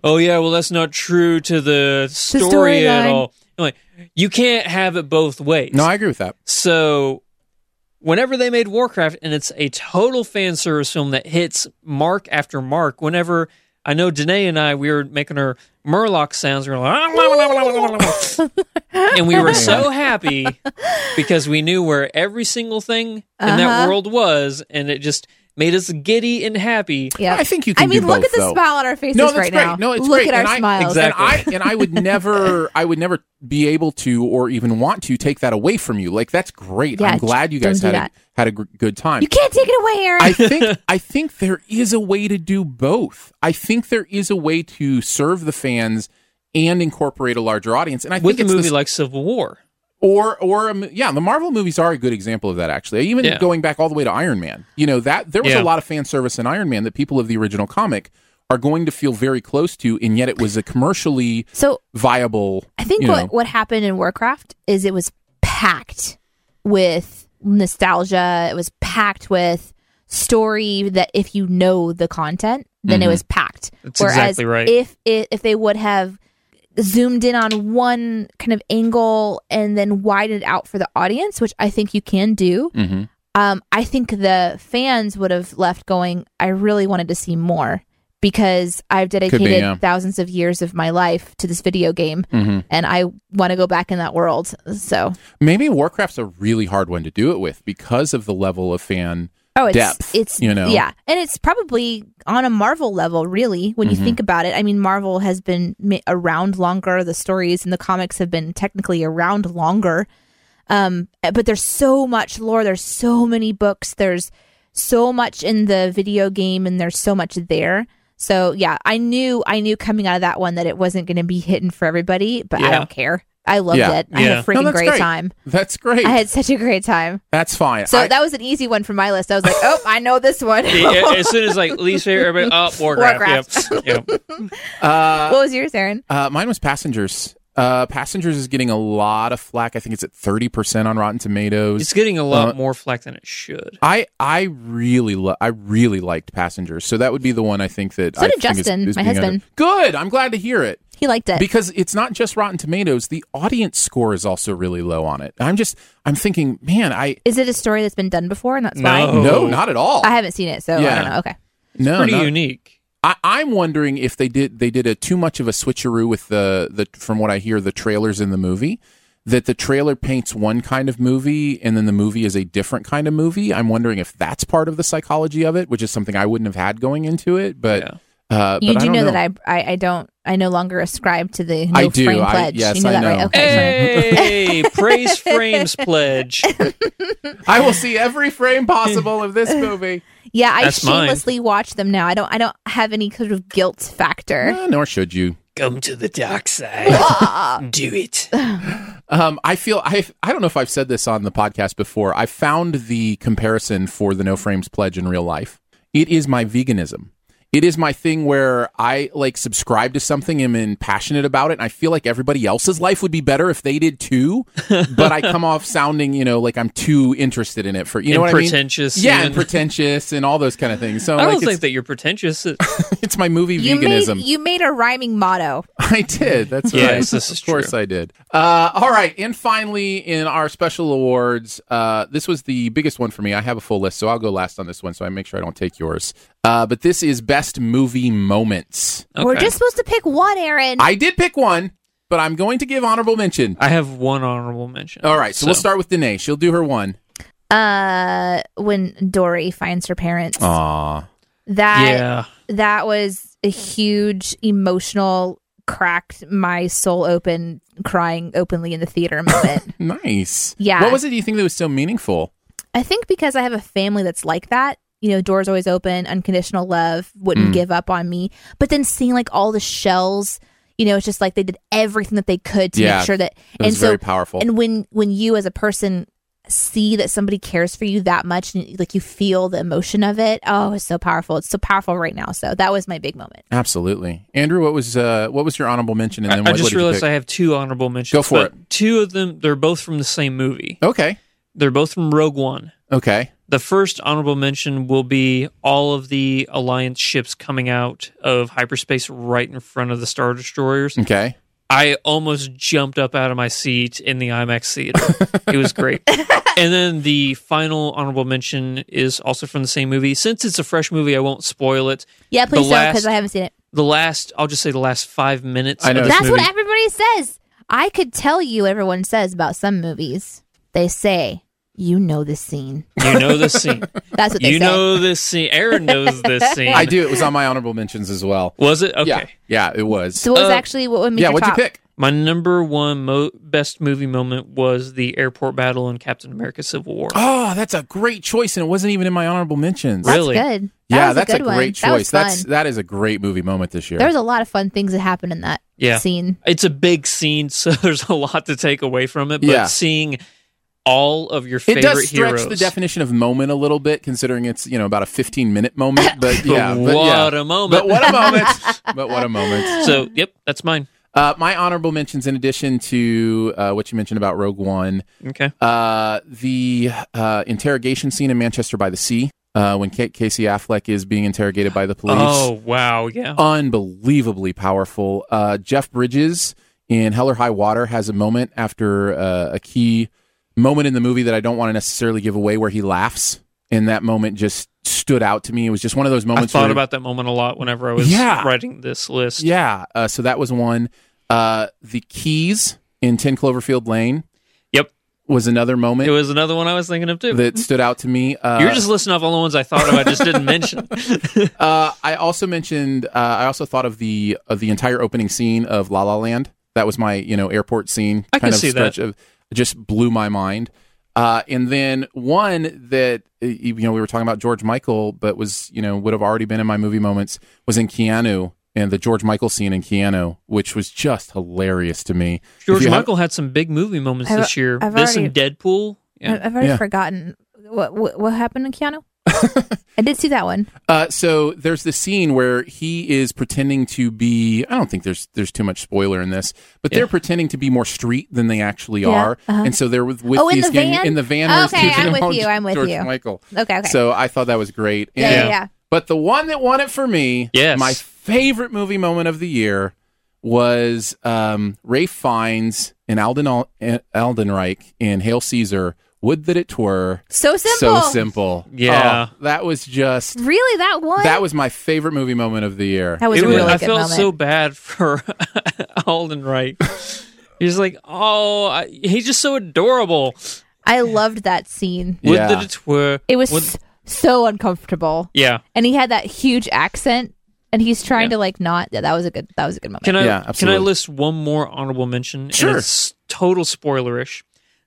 Oh, yeah, well, that's not true to the story at storyline. all. I'm like, you can't have it both ways. No, I agree with that. So, whenever they made Warcraft, and it's a total fan service film that hits mark after mark, whenever I know Danae and I, we were making our Murloc sounds, we were "Ah, like, and we <laughs> were so happy because we knew where every single thing in that Uh-huh. world was, and it just made us giddy and happy. Yep. I think you can I mean, do look both, at the though. smile on our faces No, that's right great. now. No, it's look great. at our and I, smiles. And I and I would <laughs> never, I would never be able to, or even want to, take that away from you. Like that's great. Yeah, I'm glad you guys don't had do a, that. had a gr- good time. You can't take it away, Aaron. I think I think there is a way to do both. I think there is a way to serve the fans and incorporate a larger audience. And I With a think it's movie the, like Civil War, or or um, yeah, the Marvel movies are a good example of that. Actually, even Yeah. going back all the way to Iron Man, you know that there was Yeah. a lot of fan service in Iron Man that people of the original comic are going to feel very close to, and yet it was a commercially so viable. I think you what, know. what happened in Warcraft is it was packed with nostalgia. It was packed with story that if you know the content, then it was packed. Mm-hmm. That's exactly right. If it, if they would have zoomed in on one kind of angle and then widened it out for the audience, which I think you can do, Mm-hmm. Mhm. um, I think the fans would have left going, I really wanted to see more because I've dedicated yeah. thousands of years of my life to this video game and I want to go back in that world. So, Maybe Warcraft's a really hard one to do it with because of the level of fan. oh, it's, Depth, it's, you know? yeah. And it's probably on a Marvel level, really, when Mm-hmm. you think about it. I mean, Marvel has been ma- around longer. The stories and the comics have been technically around longer. Um, but there's so much lore. There's so many books. There's so much in the video game and there's so much there So yeah, I knew I knew coming out of that one that it wasn't going to be hitting for everybody, but I Yeah. don't care. I loved Yeah. it. I had Yeah. a freaking that's great, time. That's great. I had such a great time. that's fine. So I- that was an easy one from my list. I was like, oh, I know this <laughs> one. <laughs> Yeah, <laughs> as soon as like least favorite, everybody, oh, Warcraft. Warcraft. Yep. Yep. uh, what was yours, Aaron? Uh, mine was Passengers. Uh, Passengers is getting a lot of flack. I think it's at thirty percent on Rotten Tomatoes. It's getting a lot Uh, more flack than it should. I I really lo- I really liked Passengers, so that would be the one I think that. So I did think Justin, my being husband. under- Good. I'm glad to hear it He liked it. because it's not just Rotten Tomatoes. The audience score is also really low on it. I'm just I'm thinking, man, I Is it a story that's been done before, and that's No. why no, not at all. I haven't seen it, so I Yeah. don't know. Okay, no, Oh. Pretty not- unique. I, I'm wondering if they did they did a too much of a switcheroo with the the from what I hear the trailers in the movie that the trailer paints one kind of movie and then the movie is a different kind of movie. I'm wondering if that's part of the psychology of it, which is something I wouldn't have had going into it. But uh, you but do I don't know, know that I, I I don't I no longer ascribe to the no I do. frame I- pledge. yes, you know I that know. right? Okay. Eh, Hey, praise <laughs> frames pledge. I will see every frame possible <laughs> of this movie. Yeah, I That's mine. shamelessly watch them now. I don't I don't have any kind of guilt factor. Eh, nor should you. Come to the dark side. Do it. Um, I feel I I don't know if I've said this on the podcast before. I found the comparison for the No Frames pledge in real life. It is my veganism. It is my thing where I like subscribe to something and am passionate about it. And I feel like everybody else's life would be better if they did <laughs> too. But I come off sounding, you know, like I'm too interested in it for you know And what I pretentious mean? Yeah, and and- pretentious and all those kind of things. So I don't like, think it's, that you're pretentious. It- it's my movie You veganism. made you made a rhyming motto. <laughs> I did. That's Yes, right. this is of course true. I did. Uh, all right. And finally, in our special awards, uh, this was the biggest one for me. I have a full list, so I'll go last on this one, so I make sure I don't take yours. Uh, but this is Best Movie Moments. We're Okay. just supposed to pick one, Aaron. I did pick one, but I'm going to give honorable mention. I have one honorable mention. All right. So, we'll start with Danae. She'll do her one. uh when Dory finds her parents. Aw. That Yeah. that was a huge emotional cracked my soul open crying openly in the <coughs> theater moment. Nice. Yeah. What was it you think that was so meaningful? I think because I have a family that's like that, you know, doors always open, unconditional love, Mm. wouldn't give up on me. But then seeing like all the shells, you know, it's just like they did everything that they could to Yeah. make sure that It was very powerful. and when when you as a person see that somebody cares for you that much and like you feel the emotion of it, oh, it's so powerful. It's so powerful right now. So that was my big moment. Absolutely. Andrew, what was uh, what was your honorable mention? And I, then I what, what just did you realized I pick? have two honorable mentions. Go for but Two of them, they're both from the same movie. Okay. They're both from Rogue One. Okay. The first honorable mention will be all of the Alliance ships coming out of hyperspace right in front of the Star Destroyers. Okay. I almost jumped up out of my seat in the IMAX theater. it was great. And then the final honorable mention is also from the same movie. Since it's a fresh movie, I won't spoil it. Yeah, The please don't last- because I haven't seen it. The last, I'll just say the last five minutes. I of know. this That's movie. what everybody says. I could tell you what everyone says about some movies. They say, you know this scene. You know this <laughs> scene. That's what they you say. know this scene. Aaron knows this scene. I do. It was on my honorable mentions as well. Was it okay? Yeah, yeah, it was. so what was Uh, actually what would make yeah, your what'd top? you pick? My number one mo- best movie moment was the airport battle in Captain America: Civil War. Oh, that's a great choice, and it wasn't even in my honorable mentions. That's Really? good. That yeah, was that's a, a, good one. great That was choice. That's fun. that is a great movie moment this year. there was a lot of fun things that happened in that Yeah. scene. It's a big scene, <laughs> so there's a lot to take away from it. But Yeah. seeing all of your it favorite does stretch heroes, the definition of moment a little bit, considering it's you know about a 15 minute moment. <laughs> But <laughs> But yeah, but what yeah. a moment! But <laughs> what a moment! but what a moment! so, yep, that's mine. Uh, my honorable mentions, in addition to uh, what you mentioned about Rogue One, Okay, Uh, the uh, interrogation scene in Manchester by the Sea uh, when Kate Casey Affleck is being interrogated by the police. Oh wow, yeah. Unbelievably powerful. Uh, Jeff Bridges in Hell or High Water has a moment after uh, a key moment in the movie that I don't want to necessarily give away where he laughs. And that moment just stood out to me. It was just one of those I moments. thought where- about that moment a lot whenever I was Yeah. writing this list. Yeah. Uh, so that was one. Uh, the keys in 10 Cloverfield Lane Yep, was another it moment was another one I was thinking of too. that stood out to me. Uh, You're just listing off all the ones I thought of. I just <laughs> didn't mention. Uh, I also mentioned. Uh, I also thought of the of the entire opening scene of La La Land. That was my you know airport scene. I can kind of see that. stretch Of, just blew my mind. Uh, and then one that uh, you know we were talking about George Michael, but was you know would have already been in my movie moments was in Keanu and the George Michael scene in Keanu, which was just hilarious to me. If George you have- Michael had some big movie moments I've- this year. I've this already- and Deadpool. I- Yeah. I've already Yeah. forgotten what, what what happened to Keanu. I did see that one. Uh, so there's this scene where he is pretending to be. I don't think there's there's too much spoiler in this, but Yeah. they're pretending to be more street than they actually Yeah, are, uh-huh. and so they're with, with Oh, in these the gang- van? in the van. where he's Okay, teaching I'm them with all you, I'm with George you. Michael. Okay, okay. So I thought that was great. yeah, And- yeah, yeah. But the one that won it for me, Yes. my favorite movie moment of the year was um, Rafe Fiennes and Alden Al- Aldenreich in Hail Caesar. Would that it were So simple. so simple. Yeah. Oh, that was just Really, that one? that was my favorite movie moment of the year. That was It a was- really I good felt moment. so bad <laughs> for Alden Wright. He's like, oh, I, he's just so adorable. I loved that scene. Would Yeah. that it were. It was would- s- so uncomfortable, yeah. and he had that huge accent, and he's trying Yeah. to like not. Yeah, that was a good. That was a good moment. Can I Yeah, can I absolutely. list one more honorable mention? Sure. And it's total spoilerish.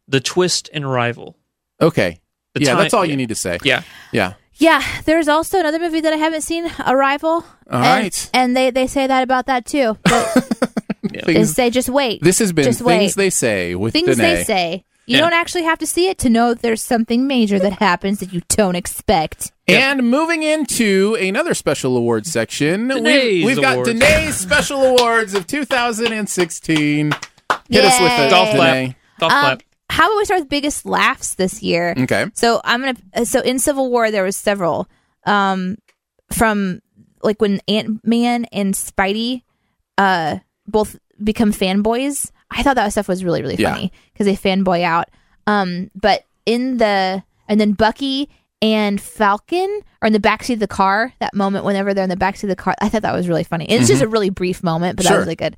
The twist and rival. Okay. The yeah, time- that's all you need to say. Yeah. Yeah. yeah, there's also another movie that I haven't seen, Arrival. All and, right. and they they say that about that too. <laughs> That is Things, they just wait. this has been just wait. things they say with things they Danae. say. You Yeah. don't actually have to see it to know there's something major that happens that you don't expect. And moving into another special awards section, we've, Danae's we've got awards. Danae's special awards of 2016. Hit us with Yay. it, Golf Danae. clap. Golf Um, clap. how about we start with biggest laughs this year? Okay. So I'm gonna. uh, So in Civil War, there was several. Um, from like when Ant Man and Spidey, uh, both become fanboys. I thought that stuff was really really Yeah. funny because they fanboy out. Um, but in the and then Bucky and Falcon are in the backseat of the car. That moment whenever they're in the backseat of the car, I thought that was really funny. And Mm-hmm. it's just a really brief moment, but that Sure. was really good.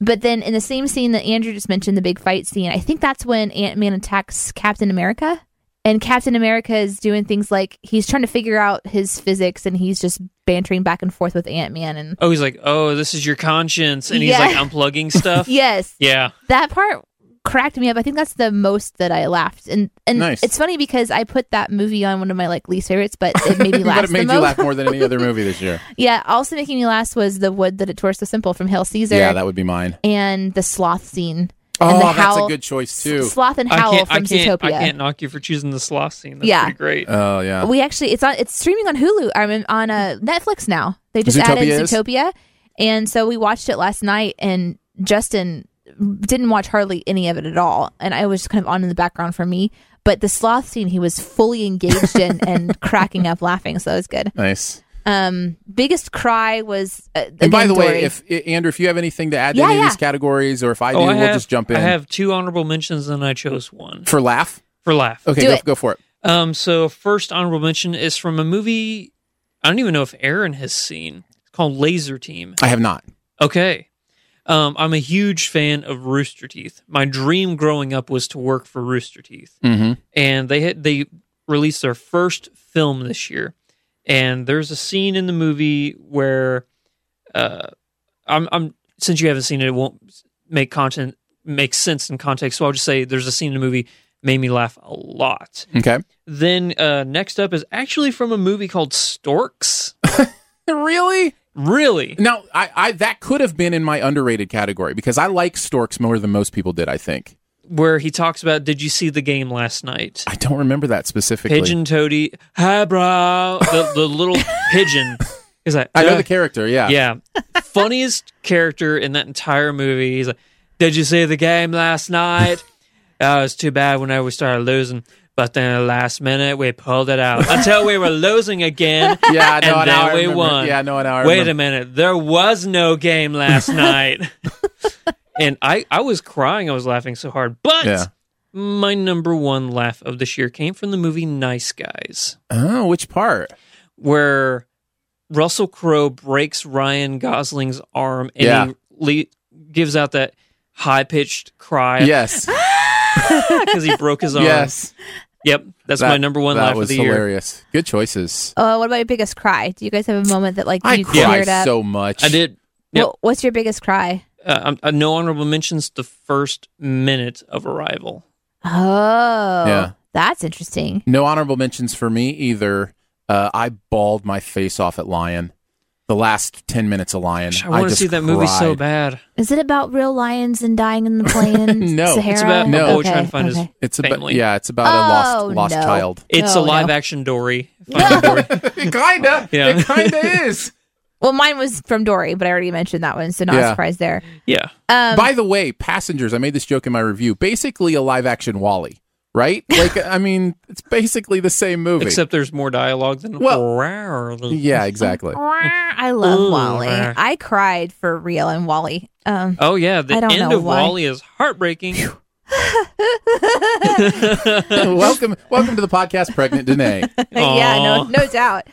But then in the same scene that Andrew just mentioned, the big fight scene, I think that's when Ant Man attacks Captain America. And Captain America is doing things like he's trying to figure out his physics and he's just bantering back and forth with Ant Man. And Oh, he's like, oh, this is your conscience, and he's Yeah. like unplugging <laughs> stuff. yes, Yeah. that part cracked me up. I think that's the most that I laughed. And and Nice. it's funny because I put that movie on one of my like least favorites, but it made me laugh. but it the made <laughs> you most. laugh more than any other movie <laughs> this year. Yeah, also making me laugh was the wood that it tore so simple from Hail Caesar Yeah, that would be mine. and the sloth scene. Oh, and the that's howl, a good choice too. Sloth and I Howl can't, from I can't, I Zootopia. can't knock you for choosing the sloth scene. That's Yeah. pretty great. Oh yeah. We actually, it's on. It's streaming on Hulu. I mean, on uh, Netflix now. They just Zootopia added is? Zootopia, and so we watched it last night. And Justin didn't watch hardly any of it at all, and I was kind of on in the background for me. But the sloth scene, he was fully engaged <laughs> in and cracking up, laughing. So it was good. nice. Um, biggest cry was. Uh, And by again, the Dory. way, if I- Andrew, if you have anything to add to Yeah, any of yeah. these categories, or if I do, oh, I we'll have, just jump in I have two honorable mentions, and I chose one for laugh. for laugh. Okay, Do go, it. go for it. Um, so first honorable mention is from a movie I don't even know if Aaron has seen. It's called Laser Team. I have not. Okay. Um, I'm a huge fan of Rooster Teeth. My dream growing up was to work for Rooster Teeth, Mm-hmm. and they had, they released their first film this year. And there's a scene in the movie where, uh, I'm, I'm since you haven't seen it, it won't make content make sense in context. So I'll just say there's a scene in the movie made me laugh a lot. Okay. Then uh, next up is actually from a movie called Storks. Really? Really? Now, I, I that could have been in my underrated category because I like storks more than most people did. I think Where he talks about, did you see the game last night? I don't remember that specifically. Pigeon Toady, hi bro. The, <laughs> the little pigeon is like, I know "Uh, the character. Yeah. yeah, funniest character in that entire movie. He's like, did you see the game <laughs> last night? oh, it's too bad whenever we started losing, but then at the last minute we pulled it out until we were losing again. <laughs> Yeah. No. and now I then we remember. won. Yeah. No. Now I Wait remember. a minute. There was no game <laughs> last night. and I, I was crying. I was laughing so hard. But Yeah. my number one laugh of this year came from the movie Nice Guys, Oh, which part? where Russell Crowe breaks Ryan Gosling's arm and Yeah. he le- gives out that high pitched cry <laughs> Yes. because he broke his arm. yes. Yep. That's That- my number one That laugh was of the year. hilarious. Good choices. oh, what about your biggest cry? Do you guys have a moment that like I you cry teared up? so much. I did. Yep. What- what's your biggest cry? Uh, um, uh, no honorable mentions the first minute of Arrival. Oh, Yeah. That's interesting. No honorable mentions for me either. Uh, I bawled my face off at Lion. The last ten minutes of Lion. Gosh, I want to just see that movie so cried. bad. Is it about real lions and dying <laughs> in the plain? No. Sahara? It's about No. boy trying to find his- It's about Family. yeah, it's about a Oh, lost lost no. <laughs> child. It's No, a no. live action Dory. <laughs> it kinda, <laughs> Yeah. it kinda <laughs> is. Well, mine was from Dory, but I already mentioned that one, so not Yeah. surprised there. Yeah. Um, By the way, passengers. I made this joke in my review. Basically, a live action Wally, <laughs> right? Like, I mean, it's basically the same movie. Except there's more dialogue than Well- yeah, exactly. <laughs> I love Ooh, Wally. uh. I cried for real in Wally. Um, <laughs> Oh yeah, the I don't end know of why. Wally is heartbreaking. welcome, welcome to the podcast, <laughs> pregnant Danae. yeah, no, Aw. no doubt.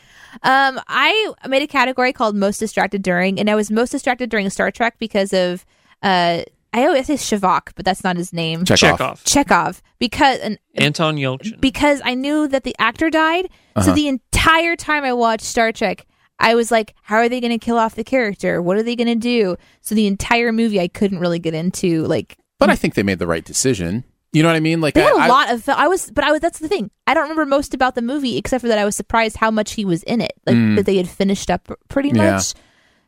Um, I made a category called most distracted during, and I was most distracted during Star Trek because of uh, I always say Shavak, but that's not his name. Check, Chekhov. off. Chekhov, because and Anton Yelchin. because I knew that the actor died. So Uh-huh. the entire time I watched Star Trek, I was like, how are they going to kill off the character? What are they going to do? So the entire movie, I couldn't really get into. Like, But I think they made the right decision. You know what I mean? Like, they had a I- I- lot of. fil- I was, but I was. That's the thing. I don't remember most about the movie except for that I was surprised how much he was in it. Like that they had finished up pretty Mm. Yeah. much.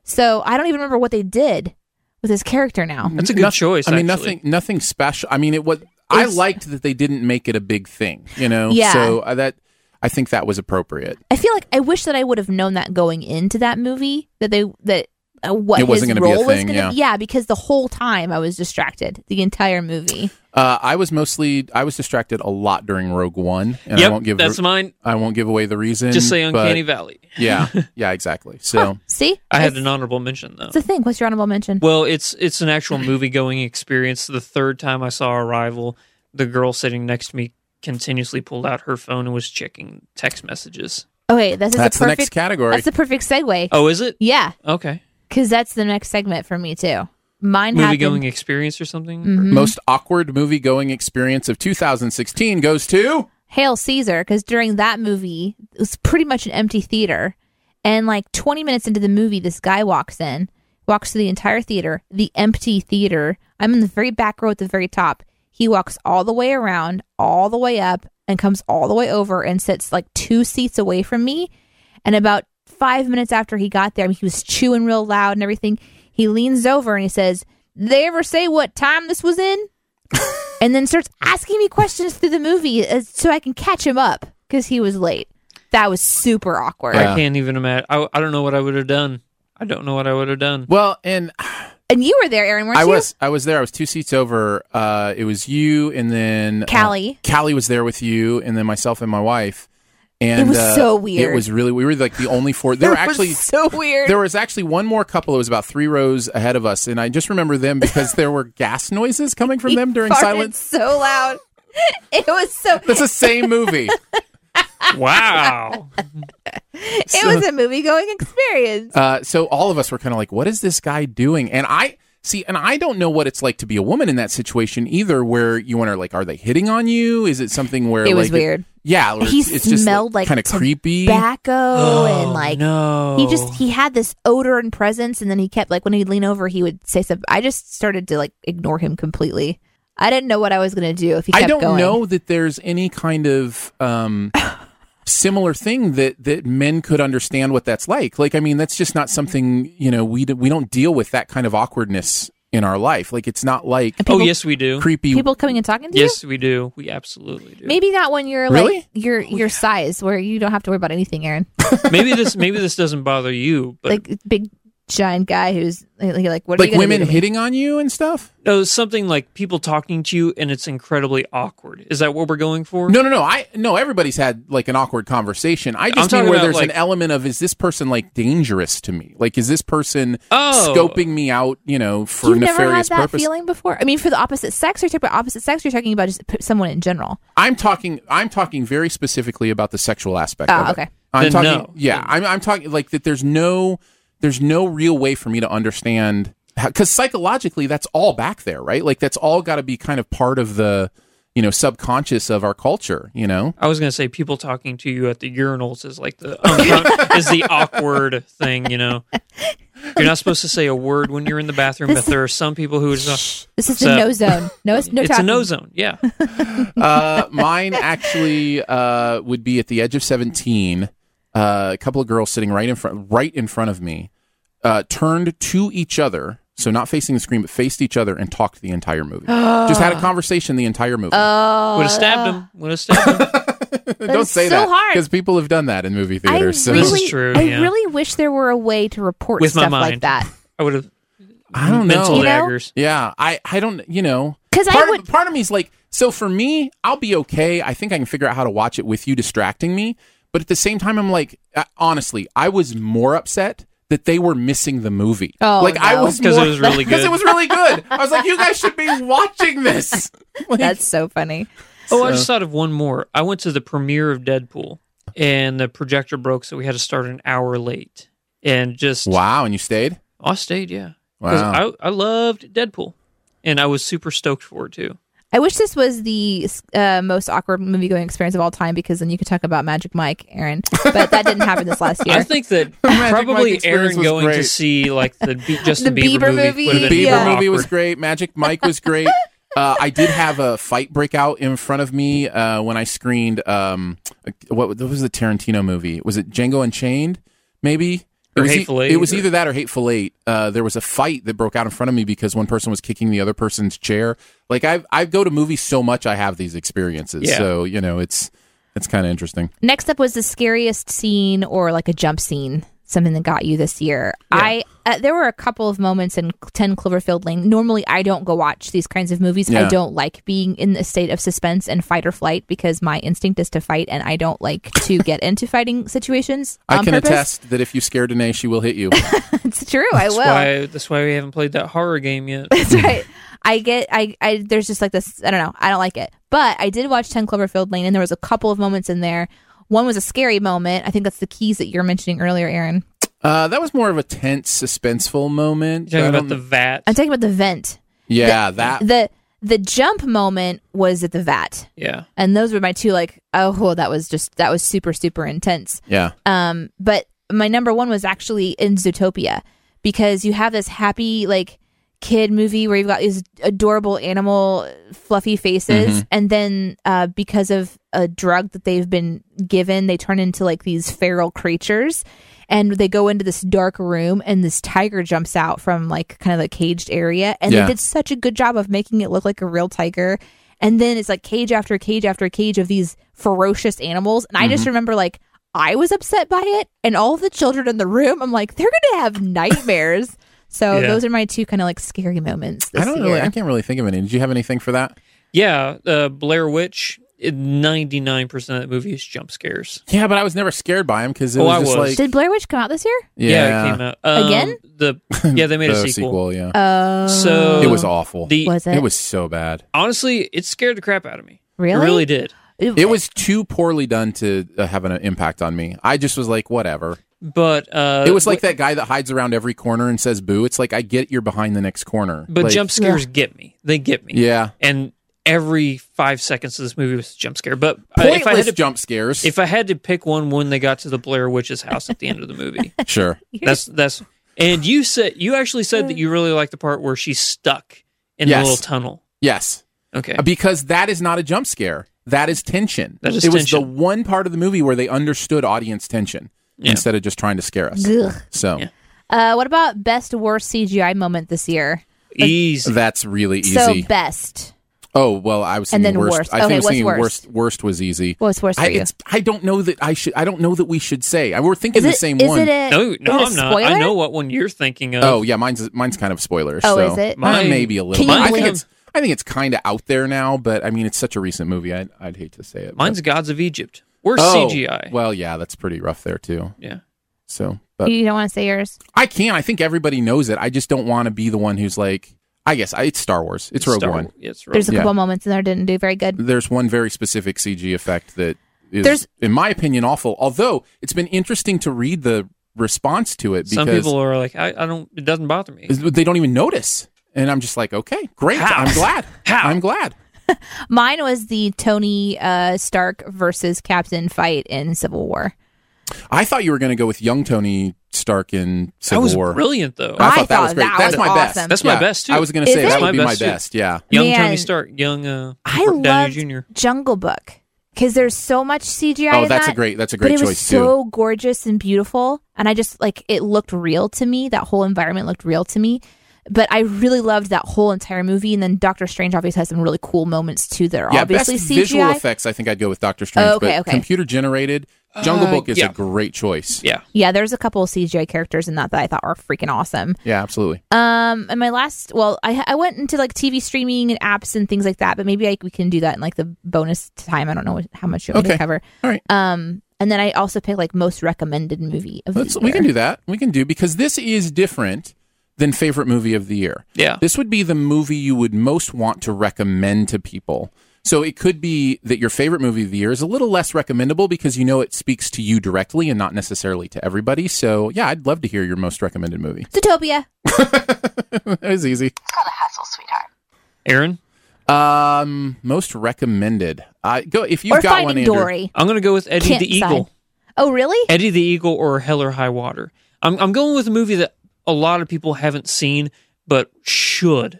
So I don't even remember what they did with his character now. That's a good Noth- choice. I mean, actually. nothing, nothing special. I mean, it was. I It's- liked that they didn't make it a big thing. You know, Yeah. So uh, that I think that was appropriate. I feel like I wish that I would have known that going into that movie that they that uh, what It wasn't his gonna be a role was thing, going to yeah. be. Yeah, because the whole time I was distracted the entire movie. Uh, I was mostly I was distracted a lot during Rogue One, and Yep, I won't give that's mine. I won't give away the reason. Just say but- Uncanny Valley. <laughs> yeah, yeah, exactly. So See, I had It's- an honorable mention though. It's the thing. What's your honorable mention? Well, it's it's an actual movie going experience. The third time I saw Arrival, the girl sitting next to me continuously pulled out her phone and was checking text messages. Okay, this is that's a the perfect. next category. that's the perfect segue. Oh, is it? Yeah, Okay. because that's the next segment for me too. Mine Movie happened- going experience or <laughs> something? Most awkward movie going experience of 2016 goes to Hail Caesar because during that movie it was pretty much an empty theater, and like 20 minutes into the movie, this guy walks in, walks through the entire theater, the empty theater. I'm in the very back row at the very top. He walks all the way around, all the way up, and comes all the way over and sits like two seats away from me. And about five minutes after he got there, I mean, he was chewing real loud and everything. He leans over and he says, "Did they ever say what time this was in?" and then starts asking me questions through the movie uh, so I can catch him up because he was late. That was super awkward. Yeah. I can't even imagine. I, I don't know what I would have done. I don't know what I would <laughs> have done. well, and And you were there, Aaron, weren't I you? was I was there. I was two seats over. Uh, it was you, and then uh, <laughs> Callie. Callie was there with you, and then myself and my wife. And was uh, so weird. It was really. We were like the only four. There were <laughs> It was actually so weird. <laughs> There was actually one more couple that was about three rows ahead of us, and I just remember them because <laughs> there were gas noises coming from them during Farted <laughs> silence. so loud. It was <laughs> so. That's the same movie. wow. It was a movie going experience. Uh, so all of us were kind of like, "What is this guy doing?" And I see, and I don't know what it's like to be a woman in that situation either, where you wonder, like, are they hitting on you? Is it something where It was like, weird. yeah, or he Oh, it's, it's just smelled like kind of creepy. tobacco and like Oh, no. he just he had this odor and presence, and then he kept like when he'd lean over, he would say something. I just started to like ignore him completely. I didn't know what I was going to do if he kept I don't going. know that there's any kind of um, similar thing that that men could understand what that's like. Like, I mean, that's just not something you know we d- we don't deal with that kind of awkwardness in our life. Like, it's not like oh, yes, we do. creepy. People coming and talking to you. Yes, we do. We absolutely do. Maybe not when you're like Really? your your size, where you don't have to worry about anything, Aaron. <laughs> maybe this maybe this doesn't bother you, but like big giant guy who's like, like what? Are you gonna like do women to me? hitting on you and stuff. no, something like people talking to you and it's incredibly awkward. Is that what we're going for? No, no, no. I no. Everybody's had like an awkward conversation. I I'm just mean talking where about, there's an like- element of is this person like dangerous to me? Like, is this person Oh. scoping me out? You know, for You've never had nefarious that purposes? feeling before. I mean, for the opposite sex, you're talking about opposite sex. You're talking about just p- someone in general. I'm talking. I'm talking very specifically about the sexual aspect. Oh, of it. okay. I'm Then talking. no. Yeah, I'm, I'm talking like that. There's no. There's no real way for me to understand because psychologically, that's all back there, right? Like that's all got to be kind of part of the, you know, subconscious of our culture. You know. I was gonna say people talking <laughs> to you at the uncon is like the uncon- is the awkward thing, you know. You're not supposed to say a word when you're in the bathroom, but there are some people who just. This is So- the no zone. <laughs> No, no talking. it's a no zone. Yeah. uh, mine actually uh, would be at the age of 17 uh, a couple of girls sitting right in front right in front of me uh, turned to each other so not facing the screen but faced each other and talked the entire <gasps> movie just had a conversation the entire movie Oh, Uh, Would have stabbed him. Would have stabbed <laughs> him. don't is say so that hard. because people have done that in movie I theaters so really, This is true, I yeah. really wish there were a way to report With my stuff like <laughs> mind. that. I would have. I don't know. mental You know? daggers. yeah I, I don't you know 'Cause I part, would- of, part of me is like so for me I'll be okay I think I can figure out how to watch it with you distracting me but at the same time I'm like uh, honestly I was more upset that they were missing the movie Oh, like I no. was 'Cause it <laughs> was really because it good. was really good I was like you guys should be <laughs> watching this Like, That's so funny. Oh, I just thought of one more. I went to the premiere of Deadpool, and the projector broke, so we had to start an hour late. And just wow and you stayed I stayed, yeah. 'Cause Wow. I, I loved Deadpool, and I was super stoked for it too. I wish this was the uh, most awkward movie going experience of all time because then you could talk about Magic Mike, Aaron. But that didn't happen this <laughs> last year. I think that Mike probably experience Aaron was going to great. see like the <laughs> Be- Justin The Bieber, Bieber movie. movie, would have The been Bieber Yeah. movie was great. Magic Mike <laughs> was great. Uh, I did have a fight break out in front of me uh, when I screened. Um, what, what was the Tarantino movie? Was it Django Unchained? Maybe. it Or was, e- Hateful Eight it was or- either that or Hateful Eight. Uh, there was a fight that broke out in front of me because one person was kicking the other person's chair. Like I, I go to movies so much, I have these experiences. Yeah. So you know, it's it's kind of interesting. Next up was the scariest scene or like a jump scene, something that got you this year. I uh, there were a couple of moments in Ten Cloverfield Lane. Normally, I don't go watch these kinds of movies. Yeah. I don't like being in a state of suspense and fight or flight because my instinct is to fight, and I don't like to get into fighting situations. I on can purpose. attest that if you scare Danae, she will hit you. <laughs> It's true. I will. That's why, that's why we haven't played that horror <laughs> game yet. That's right. I get I, I there's just like this I don't know, I don't like it. But I did watch 10 Cloverfield Lane and there was a couple of moments in there. One was a scary moment. I think that's the keys that you're mentioning earlier, Aaron. uh, that was more of a tense, suspenseful moment. You're I talking don't- about the vat. I'm talking about the vent. yeah, that The the jump moment was at the vat. yeah. And those were my two like oh well, that was just that was super super intense. Yeah. Um, but my number one was actually in Zootopia because you have this happy like kid movie where you've got these adorable animal fluffy faces, and then uh, because of a drug that they've been given, they turn into like these feral creatures. And they go into this dark room, and this tiger jumps out from like kind of a caged area. And Yeah. they did such a good job of making it look like a real tiger. And then it's like cage after cage after cage of these ferocious animals. And I just remember like I was upset by it, and all of the children in the room. I'm like, they're gonna have nightmares. So Yeah. Oh, those are my two kind of like scary moments this I don't year. really. I can't really think of any. Did you have anything for that? Yeah. Uh, Blair Witch, 99% of that movie is jump scares. Yeah, but I was never scared by him because it Oh, was I just was. like Did Blair Witch come out this year? yeah, it came out. Um, Again? <laughs> The, yeah, they made a the sequel. Yeah, Oh, So it was awful. The, was it? it was so bad. honestly, it scared the crap out of me. Really? It really did. It was too poorly done to uh, have an impact on me. I just was like, whatever. But uh, it was like that guy that hides around every corner and says boo. It's like I get you're behind the next corner, But Like, jump scares get me. They get me. Uh, Yeah, And every five seconds of this movie was a jump scare. But uh, pointless if I had to jump scares. if I had to pick one when they got to the Blair Witch's house at the end of <laughs> the movie, sure. that's that's. And you said you actually said Uh. that you really like the part where she's stuck in Yes. the little tunnel. Yes, Okay. because that is not a jump scare. That is tension. That is it was tension. the one part of the movie where they understood audience tension Yeah. instead of just trying to scare us. Ugh. So. Yeah. Uh, what about best worst CGI moment this year? Easy. That's really easy. So best. oh well, I was And thinking then worst. worst. I Okay, think I was what's thinking worst? worst. Worst was easy. What was worst I, for you? it's- I don't know that I should. I don't know that we should say. I, we're thinking the it, same is one. it a No, is it a no, I'm not. I spoiler? know what one you're thinking of. oh yeah, mine's mine's kind of spoilerish. Oh, so. is it? Uh, Mine- maybe a little. Can you I think blame- it's. I think it's kind of out there now, but I mean, it's such a recent movie. I'd, I'd hate to say it. but- mine's Gods of Egypt. Worst Oh, CGI. Well, yeah, that's pretty rough there too. yeah. So, but You don't want to say yours. I can. I think everybody knows it. I just don't want to be the one who's like. I guess I, it's Star Wars. It's Rogue Star- Mm-hmm. One. yeah, It's Rogue There's a Yeah. couple moments in there didn't do very good. there's one very specific CG effect that is, There's- in my opinion, awful. Although it's been interesting to read the response to it Some because people are like, I, I don't. It doesn't bother me. they don't even notice. And I'm just like, okay, great. How? I'm glad. <laughs> How? I'm glad. Mine was the Tony uh, Stark versus Captain fight in Civil War. I thought you were going to go with young Tony Stark in That Civil was War. brilliant though. I, thought I that was thought great. that That's was my best. awesome. That's my Yeah. best, too. I was going to Is say it? that That's would be my my best, too. best. Yeah. Young Man. Tony Stark, young uh, I Robert Downey loved Jr. Jungle Book because there's so much CGI. Oh, in that's a that, great- that's a great but it was choice, so gorgeous and beautiful, and I just like it looked real to me. That whole environment looked real to me. But I really loved that whole entire movie, and then Doctor Strange obviously has some really cool moments too that are yeah, obviously best CGI. visual effects. I think I'd go with Doctor Strange, Oh, okay, but okay. computer generated. Jungle Uh, Book is yeah. a great choice. Yeah, Yeah, there's a couple of CGI characters in that that I thought were freaking awesome. Yeah, absolutely. Um, and my last, well, I I went into like TV streaming and apps and things like that, but maybe like we can do that in like the bonus time. I don't know what, how much you want me Okay. to cover. All right. Um, and then I also picked like most recommended movie of Let's the year. we can do that. We can do because this is different than favorite movie of the year. Yeah. This would be the movie you would most want to recommend to people. So it could be that your favorite movie of the year is a little less recommendable because you know it speaks to you directly and not necessarily to everybody. So yeah, I'd love to hear your most recommended movie. <laughs> Zootopia. that was easy. It's called a hustle, sweetheart. Aaron. Um, most recommended. I go if you've or got one. Finding Andrew. Dory. I'm gonna go with Eddie Can't the decide. Eagle. Oh, really? Eddie the Eagle or Hell or High Water. I'm I'm going with a movie that a lot of people haven't seen but should.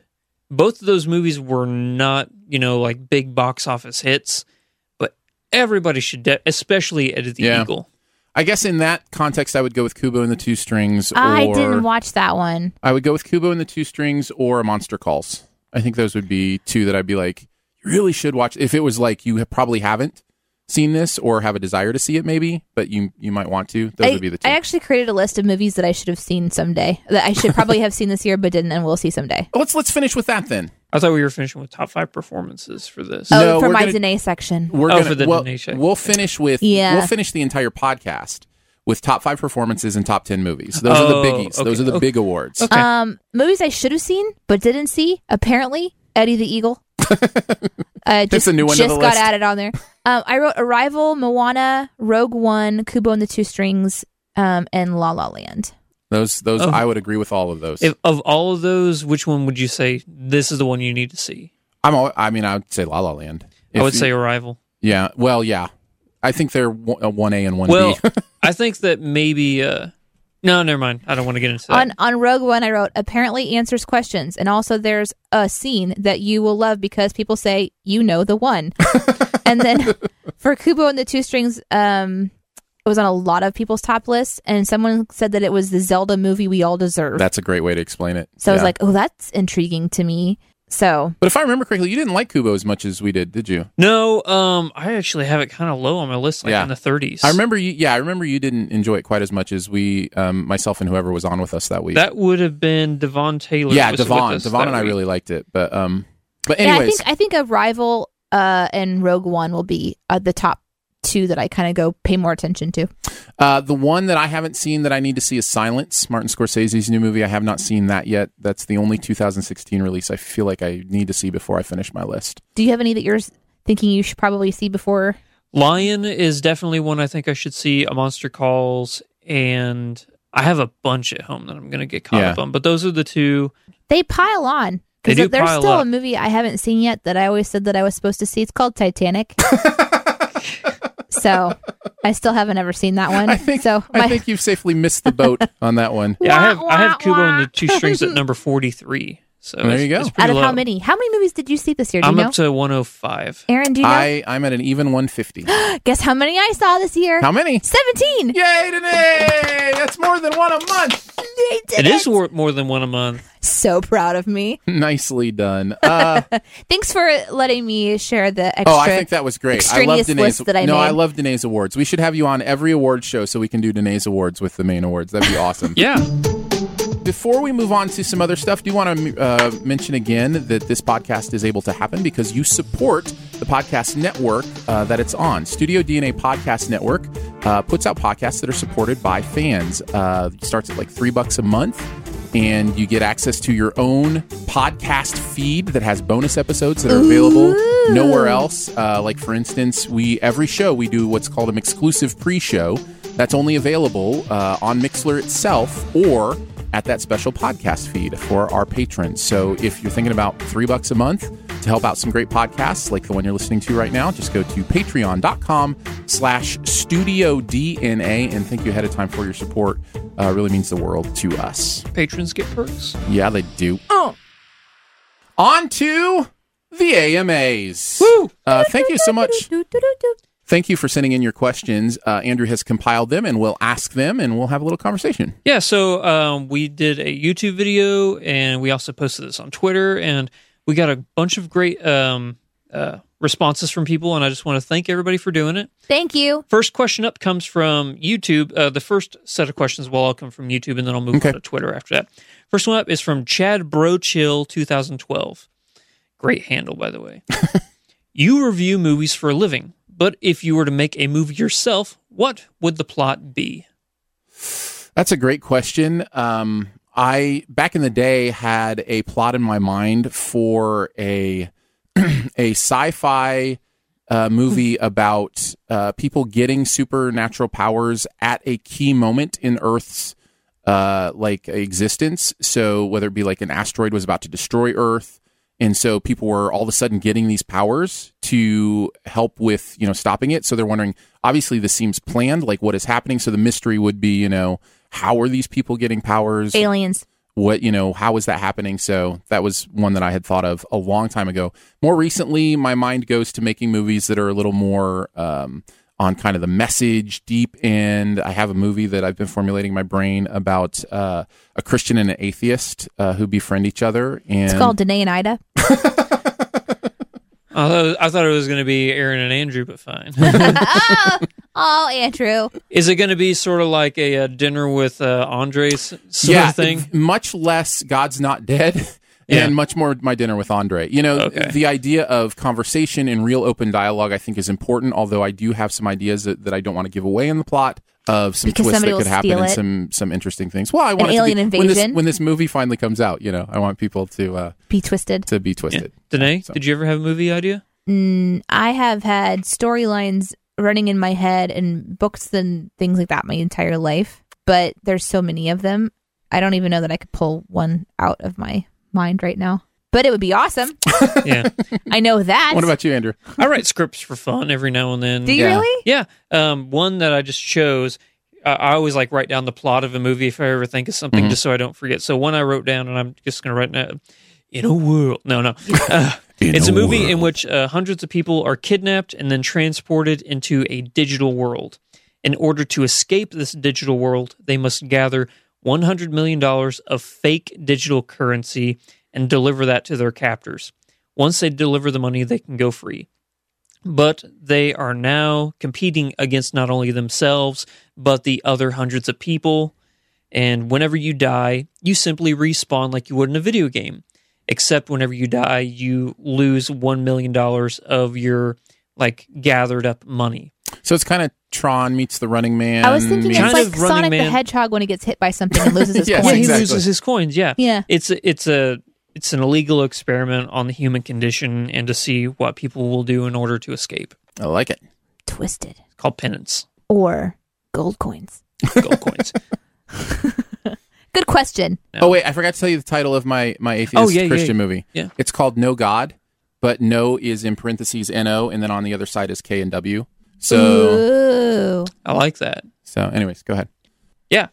Both of those movies were not you know like big box office hits, but everybody should, de- especially Eddie the Yeah. Eagle. I guess in that context, I would go with Kubo and the Two Strings. Or I didn't watch that one. I would go with Kubo and the Two Strings or Monster Calls. I think those would be two that I'd be like, you really should watch. If it was like you ha- probably haven't seen this or have a desire to see it, maybe, but you you might want to. Those I, would be the two. I actually created a list of movies that I should have seen someday that I should probably have seen this year, but didn't, and will see someday. let's let's finish with that then. I thought we were finishing with top five performances for this. No, oh, for we're my gonna- Danae section. We're Oh, gonna for the we'll, Dinesh. we'll finish with Yeah. we'll finish the entire podcast with top five performances and top ten movies. Those are Oh, the biggies. Those okay. are the Okay. big awards. Okay. Um, movies I should have seen but didn't see. Apparently, Eddie the <laughs> Eagle. uh, just, a new one to Just the got list. added on there. Um, I wrote Arrival, Moana, Rogue One, Kubo and the Two Strings, um, and La La Land. Those those Oh. I would agree with all of those. If, of all of those, which one would you say this is the one you need to see? I'm all, I mean I would say La La Land. I If would you- say Arrival. yeah. Well, yeah. I think they're uh, one A and one <laughs> Well, B. I think that maybe. Uh, no, never mind. I don't want to get into that. On on Rogue One, I wrote apparently answers questions, and also there's a scene that you will love because people say you know the <laughs> one. and then for Kubo and the Two Strings, um, it was on a lot of people's top lists, and someone said that it was the Zelda movie we all deserve. That's a great way to explain it. So I was Yeah. like, oh, that's intriguing to me. So but if I remember correctly, you didn't like Kubo as much as we did, did you? No, um, I actually have it kind of low on my list, like Yeah. in the 30s. I remember you. Yeah, I remember you didn't enjoy it quite as much as we, um, myself and whoever was on with us that week. that would have been Devon Taylor. yeah, was with Devon, us Devon, that and I week. really liked it. But um, but yeah, I anyways, think I think Arrival uh, and Rogue One will be uh, the top two that I kind of go pay more attention to. uh, the one that I haven't seen that I need to see is Silence, Martin Scorsese's new movie. I have not seen that yet. That's the only 2016 release I feel like I need to see before I finish my list. Do you have any that you're s- thinking you should probably see before? Lion is definitely one I think I should see. A Monster Calls, and I have a bunch at home that I'm going to get caught Yeah. up on. But those are the two. They pile on. They 'Cause do there's pile still up. a movie I haven't seen yet that I always said that I was supposed to see. It's called <laughs> Titanic. so I still haven't ever seen that one. I think so I think you've safely missed <laughs> the boat on that one. Yeah, I have Wah, I have wah, Kubo and the wah. Two Strings <laughs> at number 43. So There it's- you go. it's pretty out of how low. many? How many movies did you see this year? Do I'm you know? up to 105. Aaron, do you know? I I'm at an even 150. Guess how many I saw this year? How many? 17. Yay today! That's more than one a month. They did It is wor- more than one a month. So proud of me. Nicely done. <laughs> Uh, Thanks for letting me share the extra. oh, I think that was great. I love extraneous Danae's. list that I no, made. I love Danae's awards. We should have you on every award show so we can do Danae's awards with the main awards. That'd be awesome. Yeah. Before we move on to some other stuff, do want to uh, mention again that this podcast is able to happen because you support the podcast network uh, that it's on. Studio DNA Podcast Network uh, puts out podcasts that are supported by fans. Uh, it starts at like three bucks a month, and you get access to your own podcast feed that has bonus episodes that are available nowhere else. Uh, like for instance, we every show we do what's called an exclusive pre-show that's only available uh, on Mixler itself or at that special podcast feed for our patrons. So if you're thinking about three bucks a month to help out some great podcasts like the one you're listening to right now, just go to patreon.com slash studio DNA and thank you ahead of time for your support. Uh, really means the world to us. Patrons get perks. Yeah, they do. On to the AMAs. Woo! Uh, thank you so much. Do-do-do-do. Thank you for sending in your questions. Uh, Andrew has compiled them and we'll ask them and we'll have a little conversation. Yeah, so um, we did a YouTube video and we also posted this on Twitter and we got a bunch of great um, uh, responses from people and I just want to thank everybody for doing it. Thank you. First question up comes from YouTube. Uh, the first set of questions will all come from YouTube, and then I'll move Okay. on to Twitter after that. First one up is from Chad Brochill, 2012. Great handle, by the <laughs> way. you review movies for a living, but if you were to make a movie yourself, what would the plot be? That's a great question. Um, I back in the day had a plot in my mind for a a sci-fi uh, movie about uh, people getting supernatural powers at a key moment in Earth's uh, like existence. So whether it be like an asteroid was about to destroy Earth, and so people were all of a sudden getting these powers to help with you know stopping it. So they're wondering. Obviously, this seems planned. Like what is happening? So the mystery would be you know how are these people getting powers? Aliens. what you know how is that happening so that was one that i had thought of a long time ago more recently my mind goes to making movies that are a little more um, on kind of the message deep end i have a movie that i've been formulating in my brain about uh, a christian and an atheist uh, who befriend each other and It's called Danae and Ida. Although I thought it was going to be Aaron and Andrew, but <laughs> fine. Oh, Andrew. is it going to be sort of like a, uh dinner with uh, Andres sort yeah, of <laughs> thing? Much less God's Not Dead Yeah. and much more my dinner with Andre. You know, Okay. the idea of conversation and real open dialogue I think is important, although I do have some ideas that, that I don't want to give away in the plot of some Because twists that somebody will could happen steal and it. some some interesting things. Well, I want it to alien be- when this- When invasion. this, movie finally comes out, you know, I want people to uh, Be twisted. to be twisted. Danae, So- did you ever have a movie idea? Mm, I have had storylines running in my head and books and things like that my entire life, but there's so many of them. I don't even know that I could pull one out of my mind right now. But it would be awesome. <laughs> Yeah. I know that. What about you, Andrew? I write scripts for fun every now and then. Do you Yeah. really? Yeah. Um, one that I just chose. I, I always like write down the plot of a movie if I ever think of something, just so I don't forget. So one I wrote down, and I'm just going to write now. In a world, no, <laughs> no. Uh, it's a movie in which uh, hundreds of people are kidnapped and then transported into a digital world. In order to escape this digital world, they must gather one hundred million dollars of fake digital currency and deliver that to their captors. Once they deliver the money, they can go free but they are now competing against not only themselves but the other hundreds of people and whenever you die you simply respawn like you would in a video game except whenever you die you lose 1 million dollars of your like gathered up money So it's kind of Tron meets the Running Man. I was thinking meets- it's Kind like of Running Sonic the Man. Hedgehog when he gets hit by something and loses his <laughs> Yes, coins. yeah he exactly. loses his coins yeah Yeah. it's a, it's a it's an illegal experiment on the human condition and to see what people will do in order to escape I like it. Twisted. it's called penance Or gold coins. gold coins Good question. Oh wait, I forgot to tell you the title of my my atheist Oh, yeah, yeah, Christian yeah. movie. Yeah. it's called No God, but No is in parentheses N O, and then on the other side is K and W. So Ooh. i like that so, anyways, go ahead. Yeah.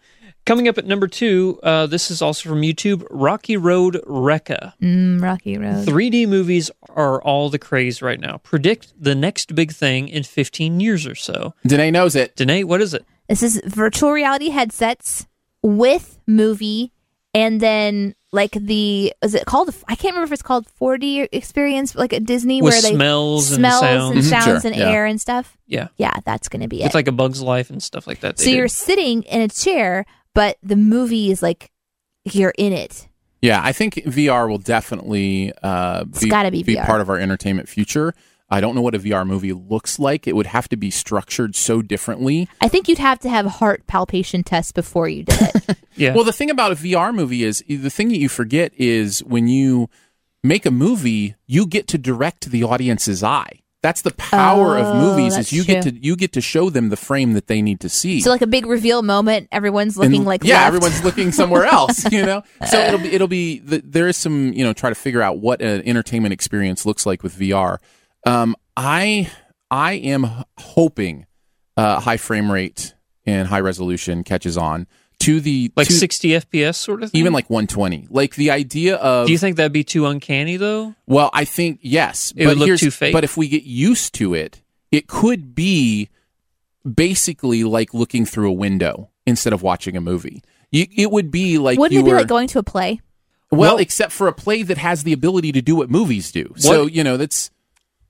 Coming up at number two, uh, this is also from YouTube Rocky Road Recca. Mm, Rocky Road. 3D movies are all the craze right now. Predict the next big thing in 15 years or so. Danae knows it. Danae, what is it? This is virtual reality headsets with movie, and then like the is it called? I can't remember if it's called 4D experience, but like at Disney With where they smells and smells sounds. Mhm, sounds sure, and yeah. air and stuff. Yeah. Yeah, that's gonna be it. It's like a bug's life and stuff like that. they so you're did. sitting in a chair, but the movie is like you're in it. Yeah, I think VR will definitely uh, It's gotta be VR. part of our entertainment future. I don't know what a VR movie looks like. It would have to be structured so differently. I think you'd have to have heart palpation tests before you did <laughs> it. yeah. Well, the thing about a VR movie is the thing that you forget is when you make a movie, you get to direct the audience's eye. That's the power Oh, of movies is that's you get true. to you get to show them the frame that they need to see. So like a big reveal moment, everyone's And- looking like yeah, left. everyone's looking <laughs> somewhere else, you know. So it'll be it'll be the, there is some you know try to figure out what an entertainment experience looks like with VR. Um, I I am h- hoping uh, high frame rate and high resolution catches on to the like to- 60 FPS sort of thing. even like 120. Like the idea of do you think that'd be too uncanny though? well, I think yes, It would look here's- too fake. But if we get used to it, it could be basically like looking through a window instead of watching a movie. You, it would be like Wouldn't you it be were, like going to a play? well, Well- except for a play that has the ability to do what movies do. So you know that's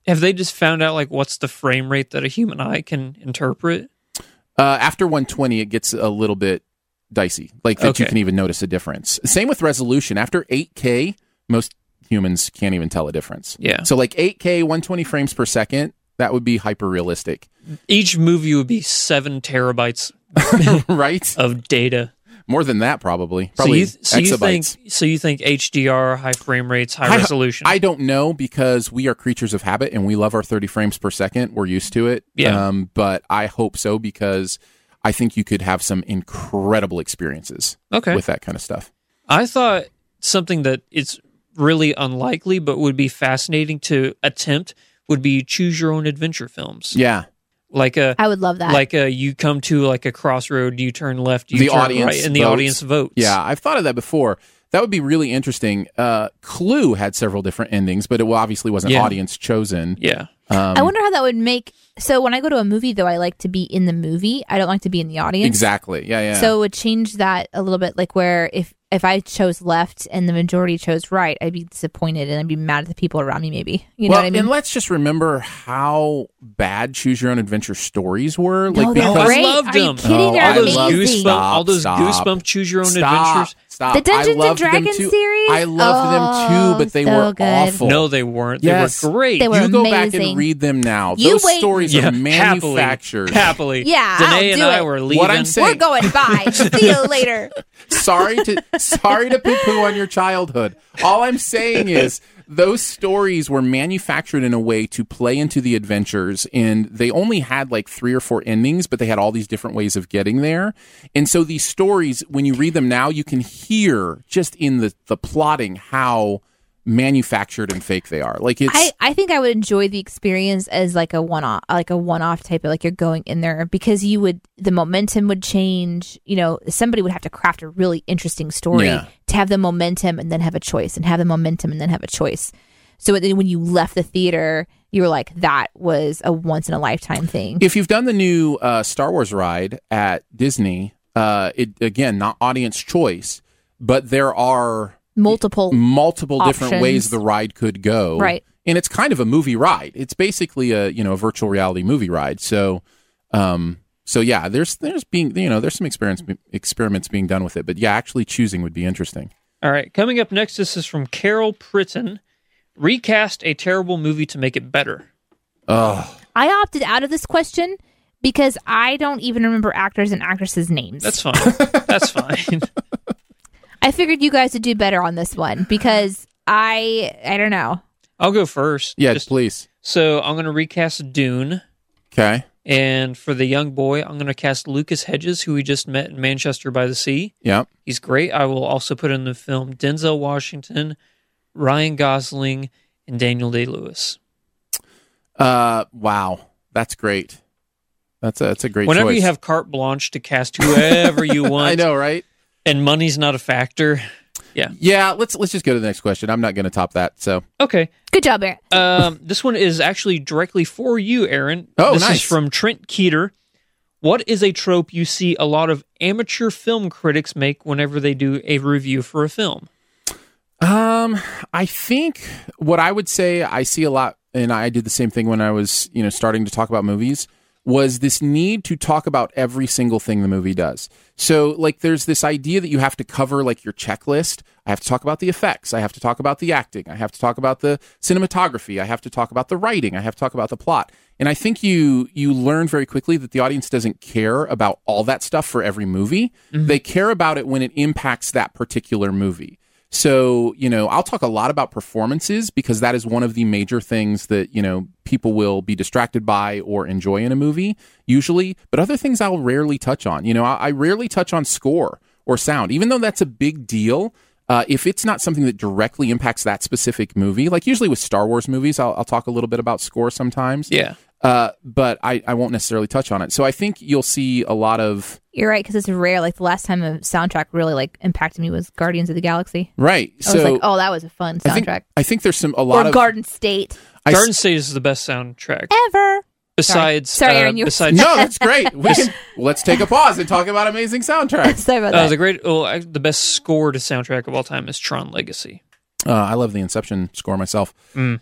Have they just found out like what's the frame rate that a human eye can interpret? uh, after 120, it gets a little bit dicey. Like that, you Okay. can even notice a difference. Same with resolution. After 8K, most humans can't even tell a difference. Yeah. So like 8K, 120 frames per second, that would be hyper <laughs> realistic, Each movie would be seven terabytes <laughs> right? of data. More than that, probably. Probably so you, so you think exabytes. so you think HDR, high frame rates, high I- resolution. I don't know because we are creatures of habit and we love our 30 frames per second. We're used to it. Yeah. Um, but I hope so because I think you could have some incredible experiences okay. with that kind of stuff. I thought something that it's really unlikely but would be fascinating to attempt would be choose your own adventure films. Yeah. Like uh, a I would love that. like a you come to like a crossroad, you turn left, you The turn audience right, and the votes. audience votes. Yeah. I've thought of that before. That would be really interesting. Uh, Clue had several different endings, but it obviously wasn't Yeah. audience chosen. Yeah. Um, I wonder how that would make. So when I go to a movie, though, I like to be in the movie. I don't like to be in the audience. exactly. Yeah. Yeah. So it would change that a little bit, like where if if I chose left and the majority chose right, I'd be disappointed and I'd be mad at the people around me. Maybe you know well, what I mean? and let's just remember how bad choose your own adventure stories were. No, they're because- Great. I loved Are you them. kidding? Oh, They're all those amazing. goosebump, Stop, all those stop. goosebump choose your own Stop, adventures. Stop. The Dungeons I and loved them Dragons too. series? I loved them Oh, too, but they so were good. awful. No, they weren't. yes. They were great. They were you go back amazing. and read them now. You Those wait- stories yeah, are manufactured. Happily. happily. Yeah, I'll Danae and do I it. were leaving. What I'm saying- We're <laughs> going by. See you later. sorry to sorry to poo poo on your childhood. All I'm saying is those stories were manufactured in a way to play into the adventures, and they only had like three or four endings, but they had all these different ways of getting there. And so these stories, when you read them now, you can hear just in the the plotting how manufactured and fake they are. Like it's I, I think I would enjoy the experience as like a one off like a one off type of like you're going in there because you would the momentum would change. You know, somebody would have to craft a really interesting story Yeah. to have the momentum and then have a choice and have the momentum and then have a choice. So then when you left the theater, you were like, that was a once in a lifetime thing. If you've done the new uh, Star Wars ride at Disney, uh, it again not audience choice, but there are Multiple multiple different Options. ways the ride could go. Right. and it's kind of a movie ride. It's basically a you know a virtual reality movie ride. So, um, so yeah, there's there's being you know there's some experience experiments being done with it, but yeah, actually choosing would be interesting. All right. Coming up next, this is from Carol Pritton. Recast a terrible movie to make it better. Oh, I opted out of this question because I don't even remember actors and actresses' names. <laughs> That's fine. That's fine. I figured you guys would do better on this one because I I don't know. I'll go first. yeah, Just- please. so I'm going to recast Dune. Okay. And for the young boy, I'm going to cast Lucas Hedges, who we just met in Manchester by the Sea. Yeah. He's great. I will also put in the film Denzel Washington, Ryan Gosling, and Daniel Day Lewis. Uh, wow, that's great. That's a that's a great. Whenever choice. you have carte blanche <laughs> to cast whoever you want, I know, right? and money's not a factor. Yeah, let's let's just go to the next question. I'm not going to top that. So Okay. Good job, Aaron. Um, this one is actually directly for you, Aaron. Oh, this is nice. from Trent Keeter. What is a trope you see a lot of amateur film critics make whenever they do a review for a film? Um, I think what I would say I see a lot, and I did the same thing when I was, you know, starting to talk about movies, was this need to talk about every single thing the movie does. So, like, there's this idea that you have to cover, like, your checklist. I have to talk about the effects. I have to talk about the acting. I have to talk about the cinematography. I have to talk about the writing. I have to talk about the plot. And I think you you learn very quickly that the audience doesn't care about all that stuff for every movie. They care about it when it impacts that particular movie. So, you know, I'll talk a lot about performances because that is one of the major things that, you know, people will be distracted by or enjoy in a movie usually. But other things I'll rarely touch on. You know, I, I rarely touch on score or sound, even though that's a big deal. Uh, if it's not something that directly impacts that specific movie, like usually with Star Wars movies, I'll, I'll talk a little bit about score sometimes. Yeah. Uh, but I, I won't necessarily touch on it. So I think you'll see a lot of You're right because it's rare. Like the last time a soundtrack really like impacted me was Guardians of the Galaxy. right. I so was like, oh, that was a fun I think soundtrack. I think there's some a lot Or of Garden State I s- Garden State is the best soundtrack. ever. <laughs> Besides, Eh, Sorry, uh, Aaron, you- <laughs> besides, no, that's great. We can, let's take a pause and talk about <laughs> amazing soundtracks. Sorry about uh, that. the great, well, I- the best score to soundtrack of all time is Tron Legacy. Uh, I love the Inception score myself.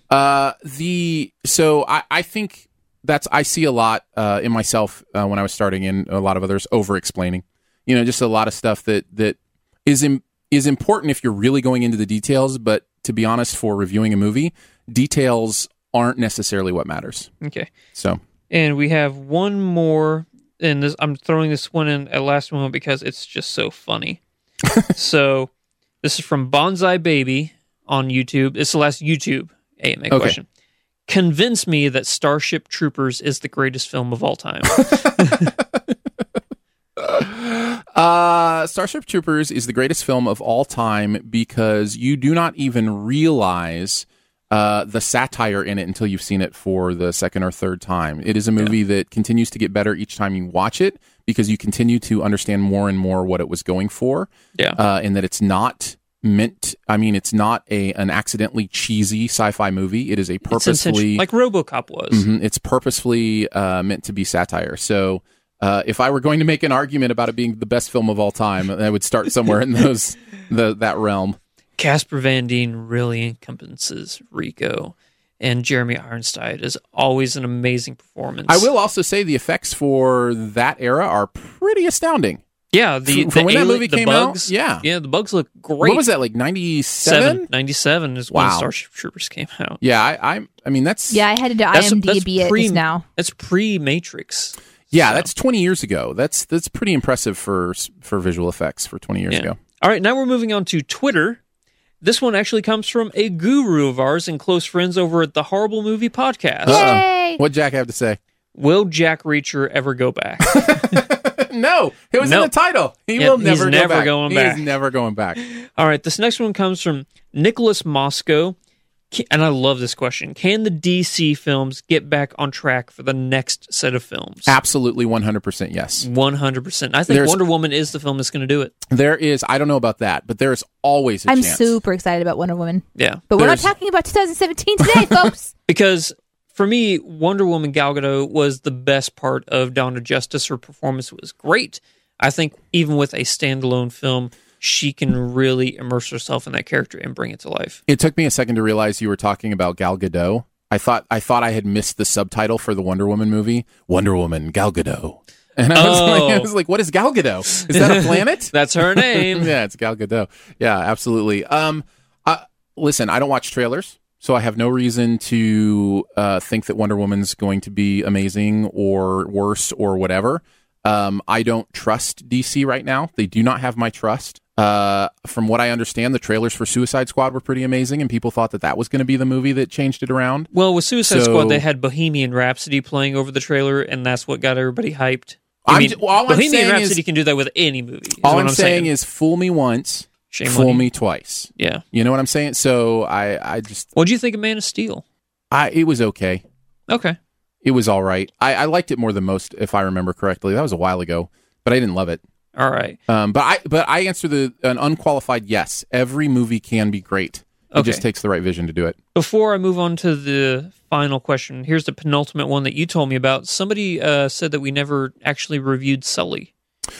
Uh, the so I, I think that's I see a lot uh, in myself uh, when I was starting, and a lot of others over explaining. You know, just a lot of stuff that that is Im- is important if you're really going into the details. But to be honest, for reviewing a movie, details aren't necessarily what matters. Okay. So And we have one more, and this, I'm throwing this one in at last moment because it's just <laughs> so funny. so, this is from Bonsai Baby on YouTube. It's the last YouTube AMA Okay. question. Convince me that Starship Troopers is the greatest film of all time. Uh, Starship Troopers is the greatest film of all time because you do not even realize uh, the satire in it until you've seen it for the second or third time. It is a movie that continues to get better each time you watch it because you continue to understand more and more what it was going for yeah. uh, in that it's not meant. I mean, it's not a an accidentally cheesy sci-fi movie. It is a It's <laughs> intentional- purposefully like RoboCop was. Mhm. It's purposefully uh, meant to be satire. So, uh, if I were going to make an argument about it being the best film of all time, I would start somewhere in those <laughs> the, that realm. Casper Van Dien really encompasses Rico, and Jeremy Ironside is always an amazing performance. I will also say the effects for that era are pretty astounding. Yeah, the, From- the from when that ali- movie the came out? bugs, Yeah. yeah, the bugs look great. What was that like ninety seven? 97 is Wow. when Starship Troopers came out. Yeah, I, I I mean that's yeah, I had to do That's- IMDb that's it pre- just now. That's pre Matrix. yeah So- that's twenty years ago. That's that's pretty impressive for s- for visual effects for twenty years Yeah. ago. All right, now we're moving on to Twitter. This one actually comes from a guru of ours and close friends over at the Horrible Movie Podcast. Uh-uh. Yay! What Jack have to say? <laughs> Will Jack Reacher ever go back? no, it was No. in the title. He Yeah, will he's never go never back. going He back. is never going back. All right, this next one comes from Nicholas Mosco. Ca- And I love this question. Can the DC films get back on track for the next set of films? Absolutely, one hundred percent yes. 100%. I think There's- Wonder Woman is the film that's going to do it. There is. I don't know about that, but there is always a I'm chance. super excited about Wonder Woman, Yeah. but we're not There's- talking about 2017 <laughs> today, folks. because for me, Wonder Woman Gal Gadot was the best part of Dawn of Justice. Her performance was great. I think even with a standalone film, she can really immerse herself in that character and bring it to life. It took me a second to realize you were talking about Gal Gadot. I thought I thought I had missed the subtitle for the Wonder Woman movie, Wonder Woman Gal Gadot. And I was, like, I Oh. was like, what is Gal Gadot? Is that a planet? That's her name. yeah, it's Gal Gadot. Yeah, absolutely. Um, I, listen, I don't watch trailers, so I have no reason to uh, think that Wonder Woman's going to be amazing or worse or whatever. Um, I don't trust DC right now. They do not have my trust. Uh, from what I understand, the trailers for Suicide Squad were pretty amazing, and people thought that that was going to be the movie that changed it around. Well, with Suicide So- Squad, they had Bohemian Rhapsody playing over the trailer, and that's what got everybody hyped. I I'm mean, ju- well, all I'm Bohemian saying Rhapsody is- can do that with any movie. is All what I'm, saying, is, fool me once, Shame on fool you. me twice. yeah. You know what I'm saying? So I, I just, What do you think of Man of Steel? I, it was okay. Okay, it was all right. I, I liked it more than most, if I remember correctly. That was a while ago, but I didn't love it. all right. Um, but I but I answer the an unqualified yes. Every movie can be great. It Okay. just takes the right vision to do it. Before I move on to the final question, here's the penultimate one that you told me about. Somebody uh, said that we never actually reviewed Sully.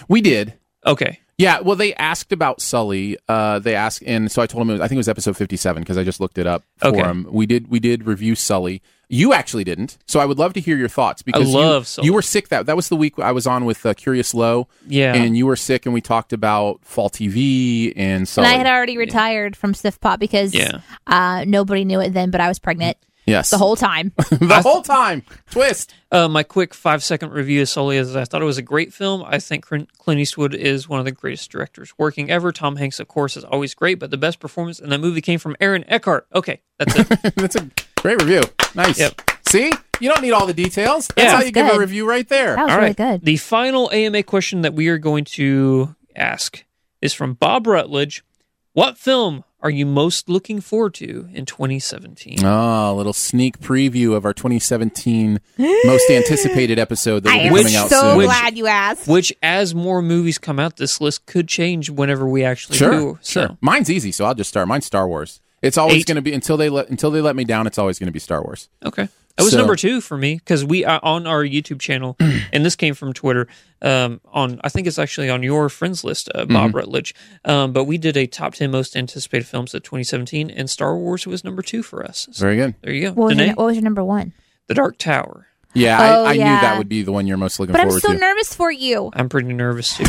We did. Okay. Yeah. Well, they asked about Sully. Uh, they asked, and so I told him. It was, I think it was episode fifty-seven because I just looked it up for Okay. him. We did. We did review Sully. You actually didn't. So I would love to hear your thoughts because you- love you, Sully. were sick that that was the week I was on with uh, Curious Low. Yeah. And you were sick, and we talked about Fall TV and Sully. And I had already retired from Stiff Pop because Yeah. uh, nobody knew it then, but I was pregnant. Yes. the whole time. <laughs> the whole time. Twist. Uh, my quick five second review is solely as I thought it was a great film. I think Clin- Clint Eastwood is one of the greatest directors working ever. Tom Hanks, of course, is always great, but the best performance in that movie came from Aaron Eckhart. Okay, that's it. That's a great review. Nice. Yep. See? You don't need all the details. That's Yeah. how you That's give a good. review right there. That was All really right. good. The final AMA question that we are going to ask is from Bob Rutledge. What film are you most looking forward to in 2017? Ah, a little sneak preview of our 2017 most anticipated episode that <gasps> I will be am Which- coming out so soon. Which- glad you asked. Which, as more movies come out, this list could change whenever we actually sure, do. sure. So, Mine's easy, so I'll just start. Mine's Star Wars. It's always Eight. going to be until they let until they let me down. It's always going to be Star Wars. okay. That was So- number two for me because we uh, on our YouTube channel, and this came from Twitter. Um, on I think it's actually on your friends list, uh, Bob Rutledge. Um, but we did a top ten most anticipated films of 2017, and Star Wars was number two for us. So Very good. there you go. What was, your, Danae? what was your number one? The Dark Tower. Yeah, Oh, I, I knew yeah. that would be the one you're most looking But I'm forward so to. nervous for you. I'm pretty nervous too.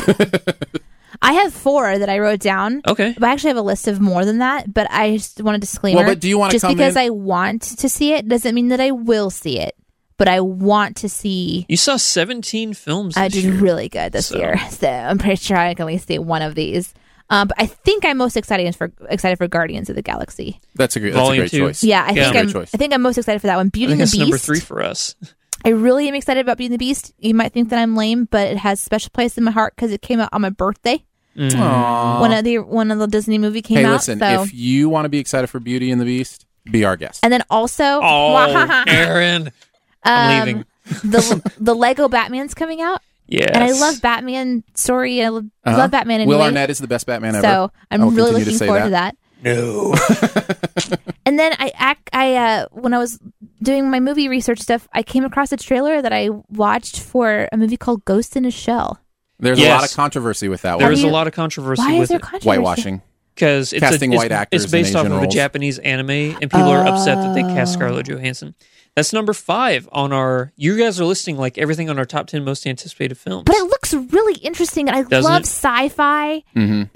I have four that I wrote down. Okay. But I actually have a list of more than that, but I just want to disclaimer. Well, but do you wanna just come because in- I want to see it doesn't mean that I will see it, but I want to see. You saw 17 films. I this did year. really good this So- year, <laughs> so I'm pretty sure I can only see one of these. Um, but I think I'm most excited for excited for Guardians of the Galaxy. that's a great, that's a Volume great two. choice. Yeah, I Yeah. think Great I'm. choice. I think I'm most excited for that one. I Beauty and think the that's Beast. number three <laughs> for us. I really am excited about Beauty and the Beast. You might think that I'm lame, but it has a special place in my heart because it came out on my birthday. Mm. Aw. One of the one of the Disney movie came Hey, out. listen, so. if you want to be excited for Beauty and the Beast, be our guest. and then also, <laughs> Oh, Aaron. I'm um, leaving. the the Lego Batman's coming out, Yes. and I love Batman story. I lo- Uh-huh. love Batman. Anyway. Will Arnett is the best Batman ever. So I will I'm really continue to looking say forward that. to that. No. And then I act. I uh, when I was doing my movie research stuff, I came across a trailer that I watched for a movie called Ghost in a Shell. There's a Yes. lot of controversy with that There one. is a you- lot of controversy Why is with there it controversy? Whitewashing. because it's Casting a, white it's, actors It's based in off Asian of a roles. Japanese anime, and people are upset that they cast Ah. Scarlett Johansson. That's number five on our. You guys are listing like everything on our top ten most anticipated films. But it looks really interesting, and I Doesn't love it? sci-fi and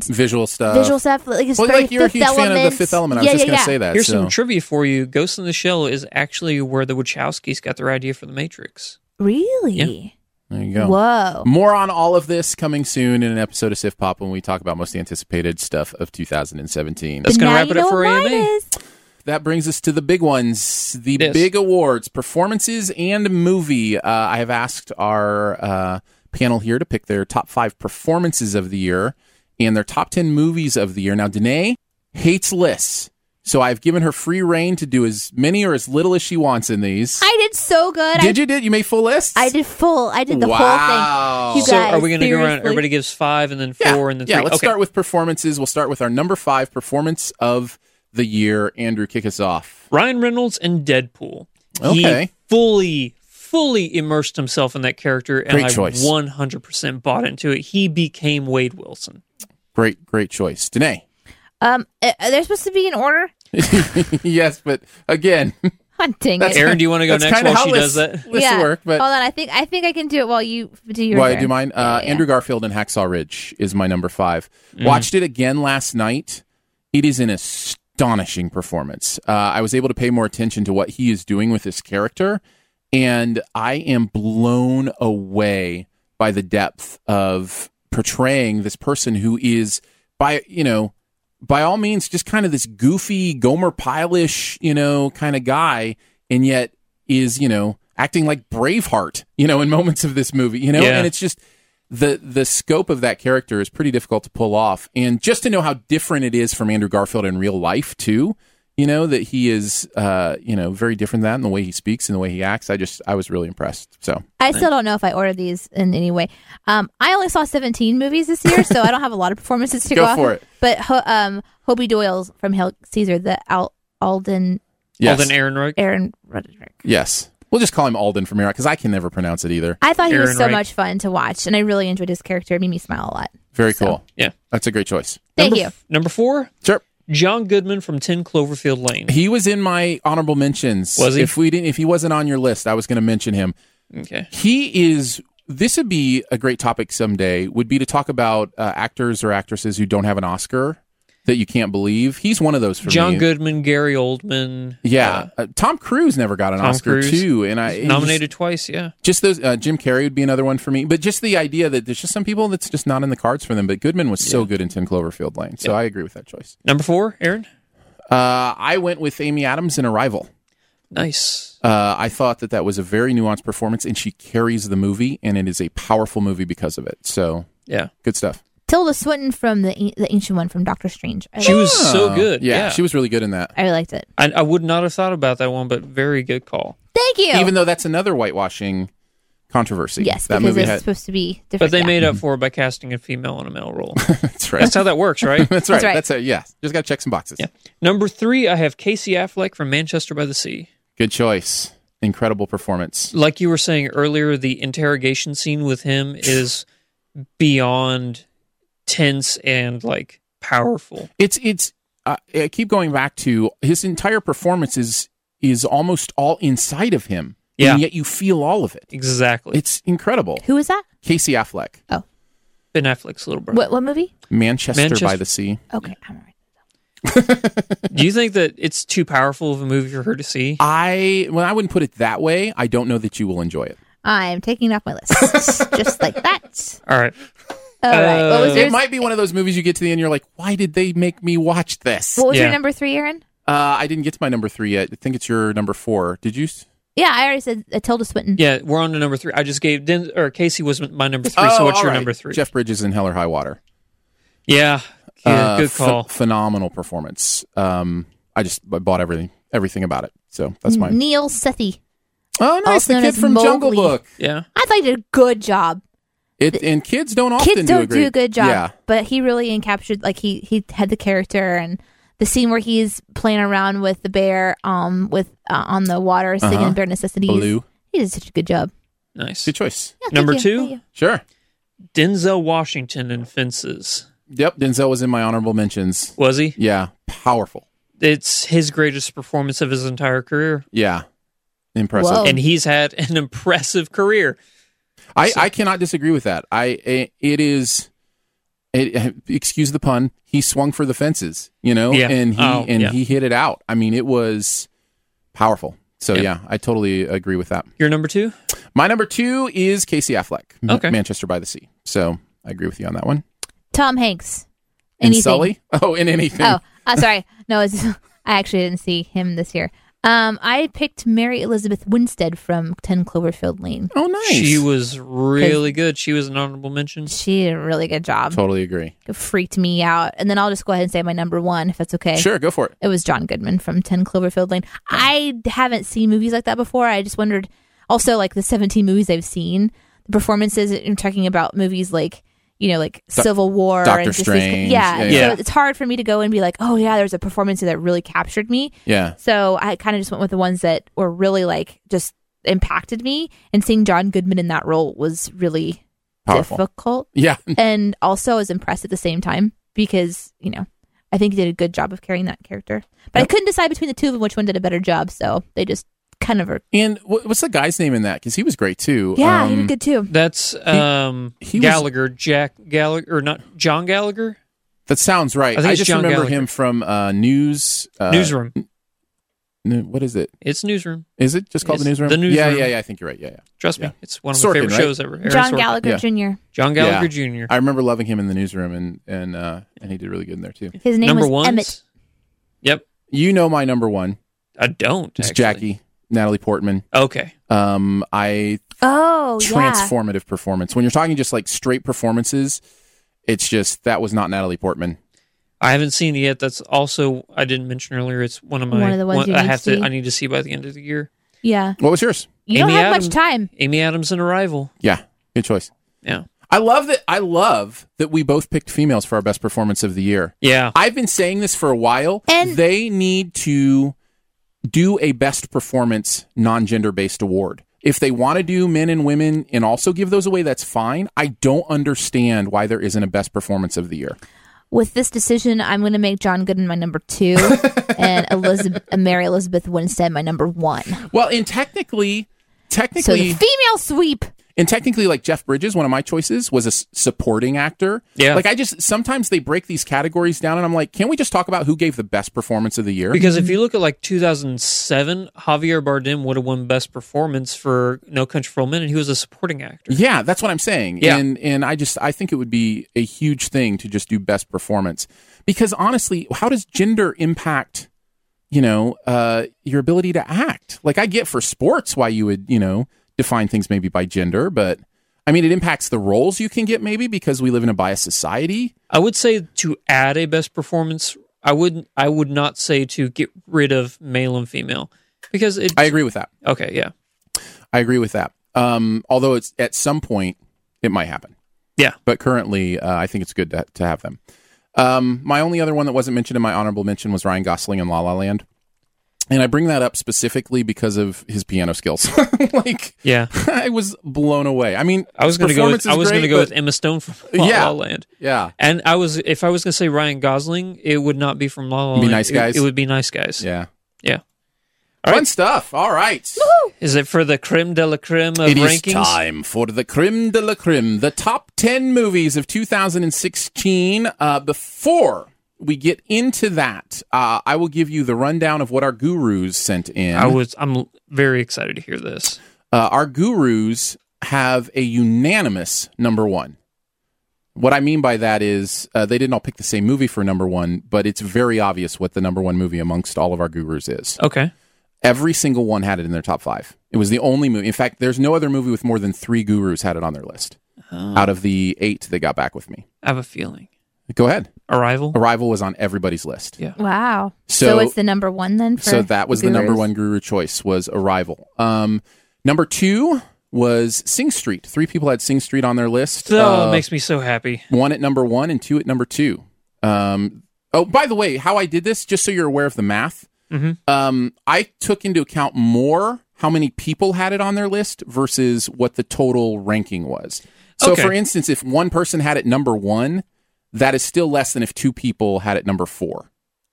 Mm-hmm. Visual stuff. visual stuff. Like, it's Well, very like you're a Fifth huge fan of the Fifth Element. I was yeah, just yeah, going to yeah. say that. Here's so. some trivia for you. Ghost in the Shell is actually where the Wachowskis got their idea for the Matrix. Really? there you go. Whoa. More on all of this coming soon in an episode of Sif Pop when we talk about most anticipated stuff of 2017. That's But gonna now wrap you it up know for what mine AMA. is. That brings us to the big ones, the Yes. big awards, performances, and movie. Uh, I have asked our uh, panel here to pick their top five performances of the year and their top 10 movies of the year. Now, Danae hates lists, so I've given her free reign to do as many or as little as she wants in these. I did so good. I did you did you made full lists? I did full. I did the Wow. whole thing. You so guys, are we going to go around? seriously. Everybody gives five, and then four, Yeah, and then three. yeah. Let's okay. start with performances. We'll start with our number five performance of the year. Andrew, kick us off. Ryan Reynolds in Deadpool. Okay. He fully, fully immersed himself in that character, and Great I choice. 100% bought into it. He became Wade Wilson. Great, great choice, Danae. <laughs> Um, uh, are they supposed to be in order? yes, but again, Oh, dang that's it. Aaron, do you wanna go that's next kinda while how she does lists- that? Lists work, but hold on. I think I think I can do it while you do your. Why turn. do mine? Uh, Yeah, yeah. Andrew Garfield and Hacksaw Ridge is my number five. Mm. Watched it again last night. It is an astonishing performance. Uh, I was able to pay more attention to what he is doing with this character, and I am blown away by the depth of portraying this person who is, by you know, by all means, just kind of this goofy Gomer Pyle-ish, you know, kind of guy, and yet is you know acting like Braveheart, you know, in moments of this movie, you know, Yeah. and it's just the the scope of that character is pretty difficult to pull off, and just to know how different it is from Andrew Garfield in real life too, you know, that he is, uh, you know, very different than that in the way he speaks and the way he acts. I just I was really impressed. So I still don't know if I ordered these in any way. Um, I only saw 17 movies this year, so I don't have a lot of performances to <laughs> Go go, off for of. it. But Ho- um, Hobie Doyle's from Hail Caesar, the Al- Alden yes, Alden Ehrenreich. Aaron Roderick. yes, we'll just call him Alden from here because I can never pronounce it either. I thought he was Aaron so Reich. much fun to watch, and I really enjoyed his character. It made me smile a lot. Very So- cool. Yeah. That's a great choice. Thank number, you. f- Number four, Sure. John Goodman from 10 Cloverfield Lane. He was in my honorable mentions. Was he? If we didn't, if he wasn't on your list, I was going to mention him. Okay. He is. This would be a great topic someday. Would be to talk about uh, actors or actresses who don't have an Oscar. that you can't believe. He's one of those for John me. Goodman, Gary Oldman. Yeah, uh, Tom Cruise never got an Tom Oscar Cruise. too, and I nominated twice, yeah. Just, just those. Uh, Jim Carrey would be another one for me, but just the idea that there's just some people that's just not in the cards for them. But Goodman was so good in Ten Cloverfield Lane, so I agree with that choice. Number four, Aaron. Uh, I went with Amy Adams in Arrival. Nice. Uh, I thought that that was a very nuanced performance, and she carries the movie, and it is a powerful movie because of it. So Yeah. good stuff. Tilda Swinton from the an- the ancient one from Doctor Strange. I, She was so Uh, good. Yeah, Yeah. she was really good in that. I really liked it. I, I would not have thought about that one, but very good call. Thank you. Even though that's another whitewashing controversy. yes, that because movie it's had. supposed to be different. But they yeah. made up for it by casting a female in a male role. <laughs> That's right. That's how that <laughs> works, right? That's right. That's right. That's it. Yeah, just got to check some boxes. Yeah. Number three, I have Casey Affleck from Manchester by the Sea. Good choice. Incredible performance. Like you were saying earlier, the interrogation scene with him is beyond tense and like powerful. It's it's. Uh, I keep going back to his entire performance is is almost all inside of him. Yeah. And yet you feel all of it. Exactly. It's incredible. Who was that? Casey Affleck, Ben Affleck's little brother. What what movie? Manchester, by Manchester- the Sea. Okay, I'm all right. Do you think that it's too powerful of a movie for her to see? I well, I wouldn't put it that way. I don't know that you will enjoy it. I'm taking it off my <laughs> list just like that. All right. All right. What was Uh, your It might be one of those movies you get to the end, you're like, why did they make me watch this? what was Yeah. your number three, Aaron? Uh, I didn't get to my number three yet. I think it's your number four. Did you? s- Yeah, I already said uh, Tilda Swinton. Yeah, we're on to number three. I just gave Den- or Casey was my number three. so Oh, what's all your right. number three? Jeff Bridges in Hell or High Water. Yeah, good, Uh, good ph- call. phenomenal performance. Um, I just I bought everything everything about it. So that's mine. Neil Sethi. oh, nice. Mm-hmm. also The known kid as from Jungle Mowgli. Book. yeah, I thought he did a good job. It and kids don't often Kids do don't a great, do a good job, Yeah. but he really encaptured like he he had the character and the scene where he's playing around with the bear um with uh, on the water singing Uh-huh. bear necessities. Baloo. He did such a good job. nice. Good choice. Yeah, thank Number you, two? thank you. Sure. Denzel Washington in Fences Yep. Denzel was in my honorable mentions. was he? Yeah. Powerful. It's his greatest performance of his entire career, Yeah. Impressive. Whoa. Oh. and he's had an <laughs> impressive career. I, I cannot disagree with that. I i- it is, it, <laughs> excuse the pun. He swung for the fences, you know, Yeah. and he Oh, and yeah. he hit it out. I mean, it was powerful. So Yeah. yeah, I totally agree with that. Your number two? My number two is Casey Affleck, M- Okay. Manchester by the Sea. So I agree with you on that one. Tom Hanks. And Anything. Sully, <laughs> oh, in anything. Oh, uh, sorry. <laughs> No, it's, I actually didn't see him this year. Um, I picked Mary Elizabeth Winstead from Ten Cloverfield Lane. Oh, nice. She was really good. She was an honorable mention. She did a really good job. totally agree. It freaked me out. And then I'll just go ahead and say my number one, if that's okay. Sure, go for it. It was John Goodman from 10 Cloverfield Lane. I haven't seen movies like that before. I just wondered also like the 17 movies I've seen, the performances I'm talking about movies like you know, like Civil War, Doctor and just these- Strange. yeah. Yeah, and yeah. So it's hard for me to go and be like, oh yeah, there's a performance that really captured me. Yeah, So I kind of just went with the ones that were really like just impacted me. And seeing John Goodman in that role was really powerful. difficult Yeah, and also I was impressed at the same time because you know I think he did a good job of carrying that character. But I couldn't decide between the two of them which one did a better job, so they just kind of are. and wh- what's the guy's name in that? Because he was great too. Yeah, he Um, did good too. That's um, he was- Gallagher, Jack Gallagher, or not John Gallagher? That sounds right. I I, think it's just John remember Gallagher. him from uh, News. Uh, newsroom. n- what is it? It's newsroom. Is it just called It's the newsroom? the Yeah, Newsroom. yeah, yeah. I think you're right. Yeah, yeah. Trust Yeah. me, it's one of Sorkin, my favorite right? shows ever. Aaron John Sorkin. Gallagher Jr. John Gallagher Jr. I remember loving him in the newsroom, and and uh, and he did really good in there too. His name number was one. Emmett. Yep, You know my number one. I don't. It's actually. Jackie Natalie Portman. Okay, Um, I Oh yeah, transformative performance. When you're talking just like straight performances, it's just that was not Natalie Portman. I haven't seen it yet. That's also I didn't mention earlier. It's one of my One of the ones you I need have to to, see. I need to see by the end of the year. yeah. What was yours? You don't Amy have Adams- much time. Amy Adams and Arrival. Yeah, good choice. Yeah, I love that. I love that we both picked females for our best performance of the year. yeah. I've been saying this for a while. And- they need to do a best performance non gender based award. If they want to do men and women and also give those away, that's fine. I don't understand why there isn't a best performance of the year. With this decision, I'm going to make John Gooden my number <laughs> two, and Elizabeth, Mary Elizabeth Winstead my number one. Well, and technically, So the technically, female sweep. And technically, like Jeff Bridges, one of my choices was a s- supporting actor. Yeah. Like I just sometimes they break these categories down, and I'm like, can we just talk about who gave the best performance of the year? Because if you look at like 2007, Javier Bardem would have won Best Performance for No Country for Old Men, and he was a supporting actor. Yeah, that's what I'm saying. Yeah. And and I just I think it would be a huge thing to just do best performance because honestly, how does gender impact you know uh your ability to act? Like I get for sports why you would, you know, define things maybe by gender, but I mean it impacts the roles you can get maybe because we live in a biased society. I would say to add a Best Performance, I would I would not say to get rid of male and female because it. I agree with that. Okay, yeah, I agree with that. Um although it's at some point it might happen. yeah. but currently uh, I think it's good to, to have them. Um, my only other one that wasn't mentioned in my honorable mention was Ryan Gosling in La La Land. And I bring that up specifically because of his piano skills. <laughs> like, Yeah. <laughs> I was blown away. I mean, I was going to go. performance With, is I was going to great, go but- with Emma Stone from La Yeah. La Land. Yeah. And I was, if I was going to say Ryan Gosling, it would not be from La La Be Land. Nice It- Guys? It, would be Nice Guys. Yeah. Yeah. Fun stuff. All right. Is it for the creme de la creme of It is rankings? time for the creme de la creme, the top 10 movies of 2016. Uh, before we get into that, uh, I will give you the rundown of what our gurus sent in. I was. I'm very excited to hear this. uh, our gurus have a unanimous number one. What I mean by that is uh, they didn't all pick the same movie for number one, but it's very obvious what the number one movie amongst all of our gurus is. Okay. Every single one had it in their top five. It was the only movie. In fact, there's no other movie with more than three gurus had it on their list Oh. out of the eight that got back with me. I have a feeling. Go ahead. Arrival. Arrival was on everybody's list. Yeah. Wow. So- So, it's the number one then. For so that was the number gurus? one guru choice was Arrival. Um, number two was Sing Street. Three people had Sing Street on their list. So Uh, it makes me so happy. one at number one and two at number two. Um, oh, by the way, how I did this, just so you're aware of the math, Mhm. um, I took into account more how many people had it on their list versus what the total ranking was. So, Okay. for instance, if one person had it number one, that is still less than if two people had it number four.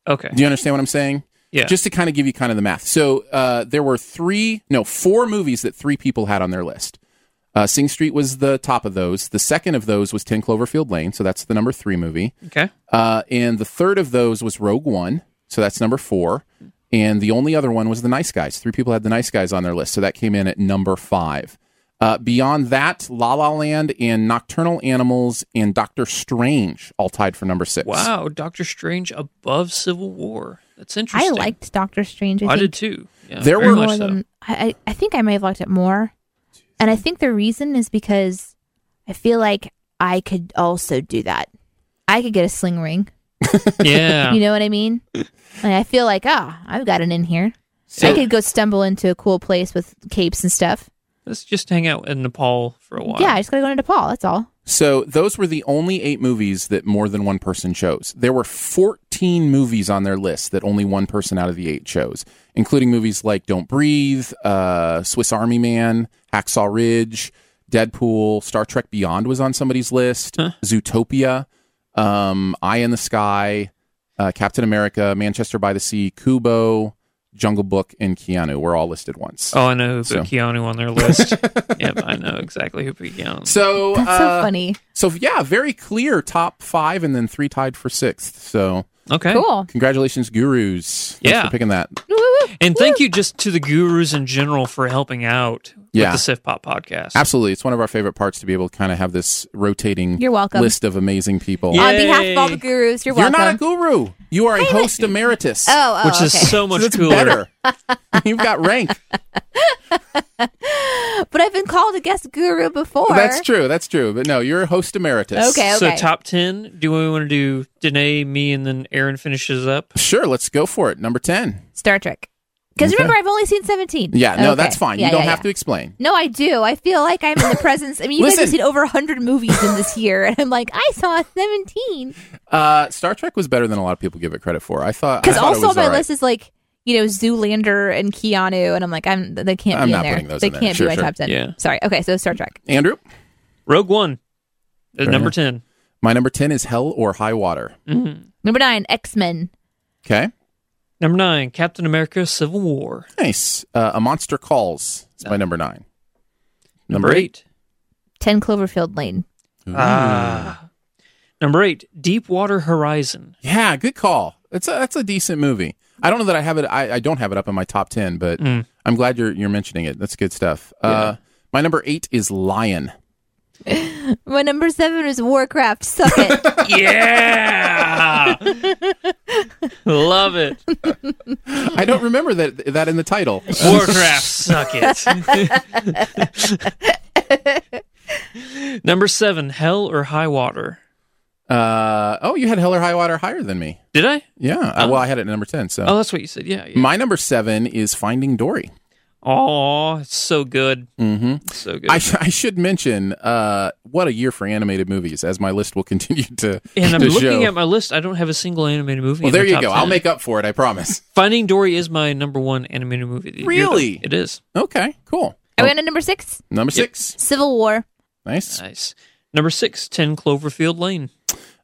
Okay. Do you understand what I'm saying? Yeah. Just to kind of give you kind of the math. So uh, there were three, no, four movies that three people had on their list. Uh, Sing Street was the top of those. The second of those was 10 Cloverfield Lane. So that's the number three movie. okay. Uh, and the third of those was Rogue One. So that's number four. And the only other one was The Nice Guys. Three people had The Nice Guys on their list. So that came in at number five. Uh, beyond that, La La Land and Nocturnal Animals and Doctor Strange all tied for number six. Wow. Doctor Strange above Civil War. That's I interesting. liked Doctor Strange. I, I think did too. Yeah, There very were- much more <laughs> so. than I, I I think I may have liked it more, and I think the reason is because I feel like I could also do that. I could get a sling ring. yeah. You know what I mean? And I feel like ah, I've got it in here. So- I could go stumble into a cool place with capes and stuff. Let's just hang out in Nepal for a while. Yeah, I just gotta go into Paul. That's all. So those were the only eight movies that more than one person chose. There were 14 movies on their list that only one person out of the eight chose, including movies like Don't Breathe, uh, Swiss Army Man, Hacksaw Ridge, Deadpool, Star Trek Beyond was on somebody's list, Zootopia, um, Eye in the Sky, uh, Captain America, Manchester by the Sea, Kubo, Jungle Book, and Keanu were all listed once. Oh, I know who put So- Keanu on their <laughs> list. yep, I know exactly who put Keanu. So That's uh, so funny. So yeah, very clear top five, and then three tied for sixth. So Okay. Cool. congratulations, gurus! Thanks Yeah. for picking that. And thank you just to the gurus in general for helping out Yeah. with the Sif Pop podcast. Absolutely, it's one of our favorite parts to be able to kind of have this rotating. You're welcome. List of amazing people. Yeah. On behalf of all Yay. the gurus, you're, You're welcome. not a guru. You are a host emeritus. oh, oh, Which is okay. so much That's cooler. <laughs> better. You've got rank. <laughs> But I've been called a guest guru before. That's true. That's true. But no, you're a host emeritus. Okay, So okay. top ten. Do we want to do Danae, me, and then Aaron finishes up? Sure, let's go for it. Number ten. Star Trek. Because Okay. remember, I've only seen 17. Yeah, no, Okay. that's fine. Yeah, you don't yeah, have yeah. to explain. No, I do. I feel like I'm <laughs> in the presence. I mean, you guys have Listen. seen over 100 movies in this year, and I'm like, I saw 17. Uh, Star Trek was better than a lot of people give it credit for. I thought Because I thought it also was on my all right. list is like, you know, Zoolander and Keanu, and I'm like, I'm they can't I'm be not in there. putting those they in there. can't Sure, be my sure. top 10. Yeah. Sorry. Okay, so Star Trek. Andrew, Rogue One, at Fair number enough. ten. my number ten is Hell or High Water. Number nine, X Men. Okay. Number nine, Captain America: Civil War. Nice. Uh, a Monster Calls is my number nine. Number eight, 10 Cloverfield Lane. Ah. Number eight, Deepwater Horizon. Yeah, good call. It's a that's a decent movie. I don't know that I have it. I, I don't have it up in my top ten, but I'm glad you're you're mentioning it. That's good stuff. Uh, my number eight is Lion. <laughs> My number seven is Warcraft. Suck <laughs> it. Yeah. <laughs> Love it. I don't remember that that in the title. Warcraft. Suck <laughs> it. Number seven, Hell or High Water. Uh, oh, you had Hell or High Water higher than me. Did I? Yeah. Uh, well, I had it at number ten. So Oh, that's what you said. Yeah. yeah. my number seven is Finding Dory. Oh, it's so good. Mm-hmm. So good. I, sh- I should mention uh, what a year for animated movies, as my list will <laughs> continue to. and I'm to looking show. at my list. I don't have a single animated movie. Well, in there the you top go. I'll 10. make up for it. I promise. <laughs> Finding Dory is my number one animated movie. of the year, though. Really? It is. Okay. Cool. Are we on to number six? Number six. Civil War. Nice. Nice. Number six, 10 Cloverfield Lane.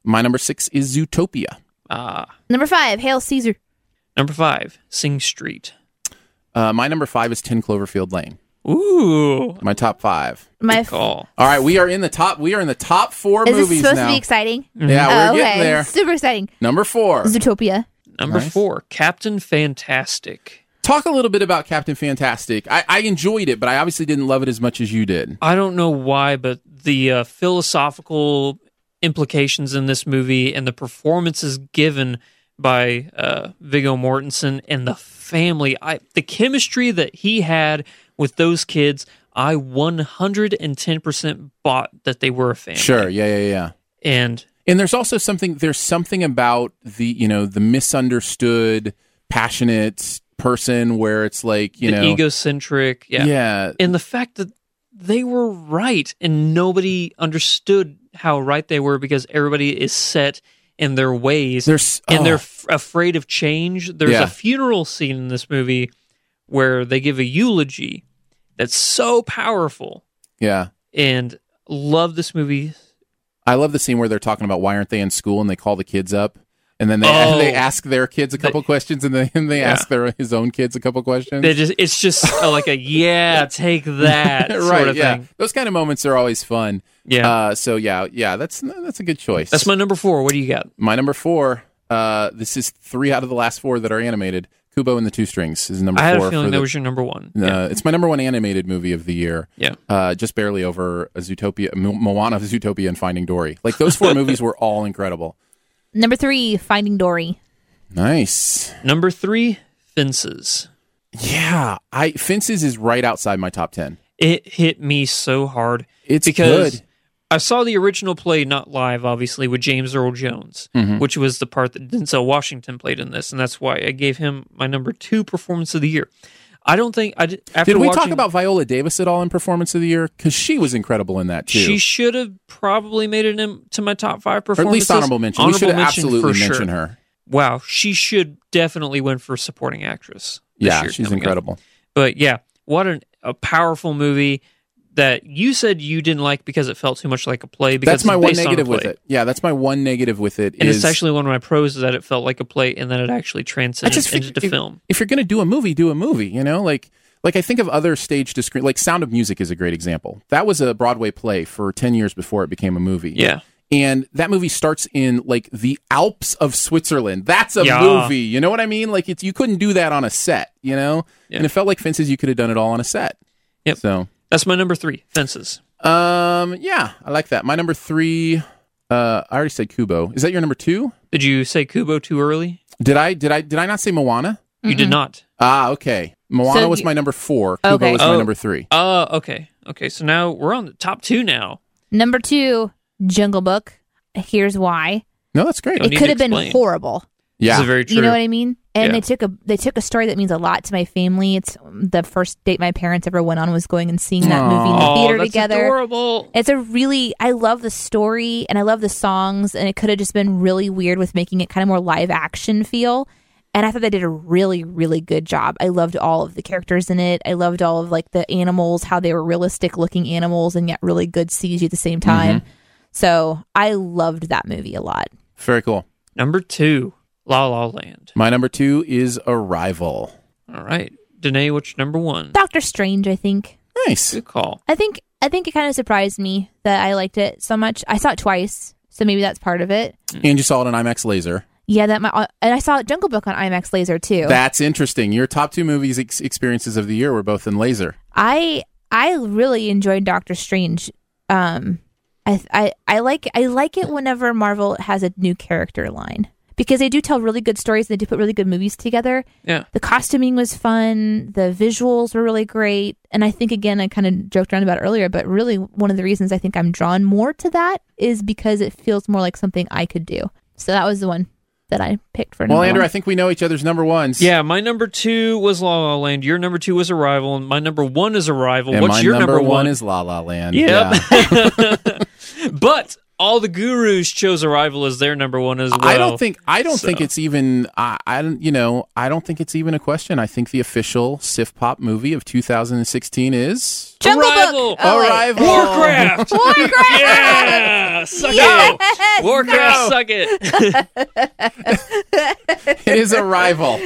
My number six is Zootopia. Ah. Number five, Hail Caesar. Number five, Sing Street. Uh, my number five is 10 Cloverfield Lane. Ooh. My top five. My f- Call. All right, we are in the top. We are in the top four is this movies supposed now. to be exciting? Mm-hmm. Yeah, we're oh, okay. getting there. Super exciting. Number four. Zootopia. Number Nice. four, Captain Fantastic. Talk a little bit about Captain Fantastic. I, I enjoyed it, but I obviously didn't love it as much as you did. I don't know why, but the uh, philosophical implications in this movie and the performances given by uh, Viggo Mortensen and the family, I the chemistry that he had with those kids, I 110% bought that they were a family. Sure. Yeah, yeah, yeah. And And there's also something there's something about the, you know, the misunderstood, passionate person where it's like, you the know, egocentric. Yeah. yeah. And the fact that they were right and nobody understood how right they were because everybody is set in their ways. There's and oh. they're f- afraid of change. There's Yeah. a funeral scene in this movie where they give a eulogy that's so powerful, yeah. and love this movie. I love the scene where they're talking about why aren't they in school and they call the kids up and then they <laughs> Oh. they ask their kids a couple questions and then and they Yeah. ask their his own kids a couple questions. They just it's just a- <laughs> like a yeah, take that right, sort of yeah. thing. Those kind of moments are always fun. Yeah, Uh, so yeah, yeah, that's that's a good choice. that's my number four. What do you got? my number 4. Uh, this is 3 out of the last 4 that are animated. Kubo and the Two Strings is number I had 4 a feeling for that the- was your number one. uh, yeah. it's my number 1 animated movie of the year. yeah. Uh, just barely over Zootopia, Mo- Moana, Zootopia, and Finding Dory. Like those <laughs> four movies were all incredible. Number three, Finding Dory. Nice. Number three, fences. Yeah, I fences is right outside my top ten. It hit me so hard. It's because good. I saw the original play, not live, obviously, with James Earl Jones, Mm-hmm. which was the part that Denzel Washington played in this, and that's why I gave him my number two performance of the year. I don't think I did. After Did we talk watching- about Viola Davis at all in Performance of the Year? Because she was incredible in that too. She should have probably made it in, to my top five or at performances. least honorable mention. we should Honorable have mention absolutely for sure. mention her. Wow, she should definitely win for supporting actress. this Yeah, year she's coming up. incredible. But yeah, what an, a powerful movie that you said you didn't like because it felt too much like a play. Because That's my it's one based on a negative with play. it. Yeah, that's my one negative with it. And is- it's actually one of my pros is that it felt like a play and then it actually I transcended just fig- into if, film. If you're gonna do a movie, do a movie. You know, like like I think of other stage to screen. Like Sound of Music is a great example. That was a Broadway play for ten years before it became a movie. Yeah. and that movie starts in like the Alps of Switzerland. That's a Yeah. movie. You know what I mean? Like it's you couldn't do that on a set, you know? Yeah. And it felt like fences you could have done it all on a set. Yep. So That's my number three, Fences. um yeah, I like that. My number three, uh I already said Kubo. Is that your number two? Did you say Kubo too early? Did I did I did I not say Moana? You did not. Ah, okay. Moana So was you- my number four. Kubo Okay. was my Oh. number three. Uh, okay. Okay. So now we're on the top two now. Number two, Jungle Book. Here's why. No, that's great. Don't need it to could have been explain. horrible. Yeah. This is very true. You know what I mean? And Yeah. they took a they took a story that means a lot to my family. It's the first date my parents ever went on was going and seeing that movie in the oh, theater that's together. adorable. It's a really I love the story and I love the songs and it could have just been really weird with making it kind of more live action feel. And I thought they did a really really good job. I loved all of the characters in it. I loved all of like the animals, how they were realistic looking animals and yet really good CG at the same time. So, I loved that movie a lot. Very cool. Number two, La La Land. My number two is Arrival. All right. Danae, what's your number one? Doctor Strange, I think. Nice. Good call. I think I think it kind of surprised me that I liked it so much. I saw it twice, so maybe that's part of it. And you saw it on IMAX Laser. Yeah, that my uh, and I saw Jungle Book on IMAX Laser too. That's interesting. Your top two movies ex- experiences of the year were both in Laser. I I really enjoyed Doctor Strange. Um, I, I I like I like it whenever Marvel has a new character line because they do tell really good stories and they do put really good movies together. Yeah. The costuming was fun. The visuals were really great. And I think, again, I kind of joked around about it earlier, but really one of the reasons I think I'm drawn more to that is because it feels more like something I could do. So that was the one that I picked for. Well, number Andrew, one. I think we know each other's number ones. Yeah, my number two was La La Land. Your number two was Arrival, and my number one is Arrival. And What's my your number, one? one? is La La Land. Yep. Yeah. <laughs> but all the gurus chose Arrival as their number one as well. I don't think I don't so- think it's even I, I don't you know I don't think it's even a question. I think the official Sif Pop movie of 2016 is Jungle Arrival. Book. Oh, wait. <laughs> Arrival. Warcraft. Warcraft! yeah, suck Yes! it. Warcraft, No. suck it. <laughs> It is Arrival.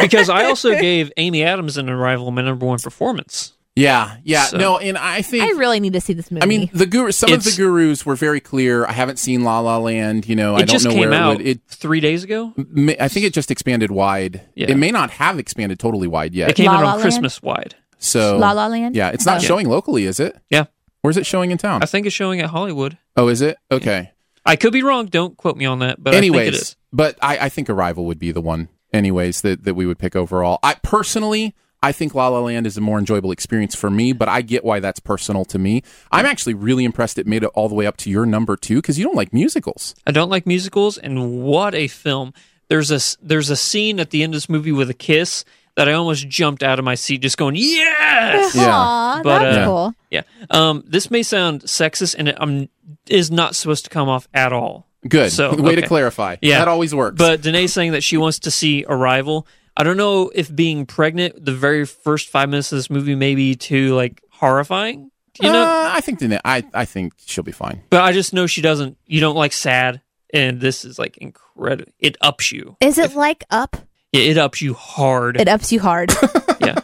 because I also gave Amy Adams in Arrival my number one performance. Yeah, yeah. So- No, and I think I really need to see this movie. I mean, the guru. Some of It's- the gurus were very clear. I haven't seen La La Land. You know, I it don't just know came where out it would. It, Mm. three days ago. may- I think it just expanded wide. Yeah. It may not have expanded totally wide yet. It came La out La on Land? Christmas wide. so La La Land? Yeah, it's not Oh. showing locally, is it? Yeah, Where's it showing in town? I think it's showing at Hollywood. oh, is it? Okay. I could be wrong. Don't quote me on that. But Anyways, I think it is. but I, I think Arrival would be the one. Anyways, that that we would pick overall. I personally. I think La La Land is a more enjoyable experience for me, but I get why that's personal to me. I'm actually really impressed it made it all the way up to your number two because you don't like musicals. I don't like musicals, and what a film! There's a s- there's a scene at the end of this movie with a kiss that I almost jumped out of my seat, just going yes. Yeah. <laughs> Aw, But, that's uh, cool. Yeah. Um, this may sound sexist, and it um, is not supposed to come off at all. Good. <laughs> So, Way to okay. clarify. Yeah. That always works. But Danae's saying that she wants to see Arrival. I don't know if being pregnant the very first five minutes of this movie may be too like horrifying. You know, Uh, I think Dana- I I think she'll be fine. <laughs> but I just know she doesn't. You don't like sad, and this is like incredible. It ups you. Is it like up? It, it ups you hard. It ups you <laughs> hard. yeah.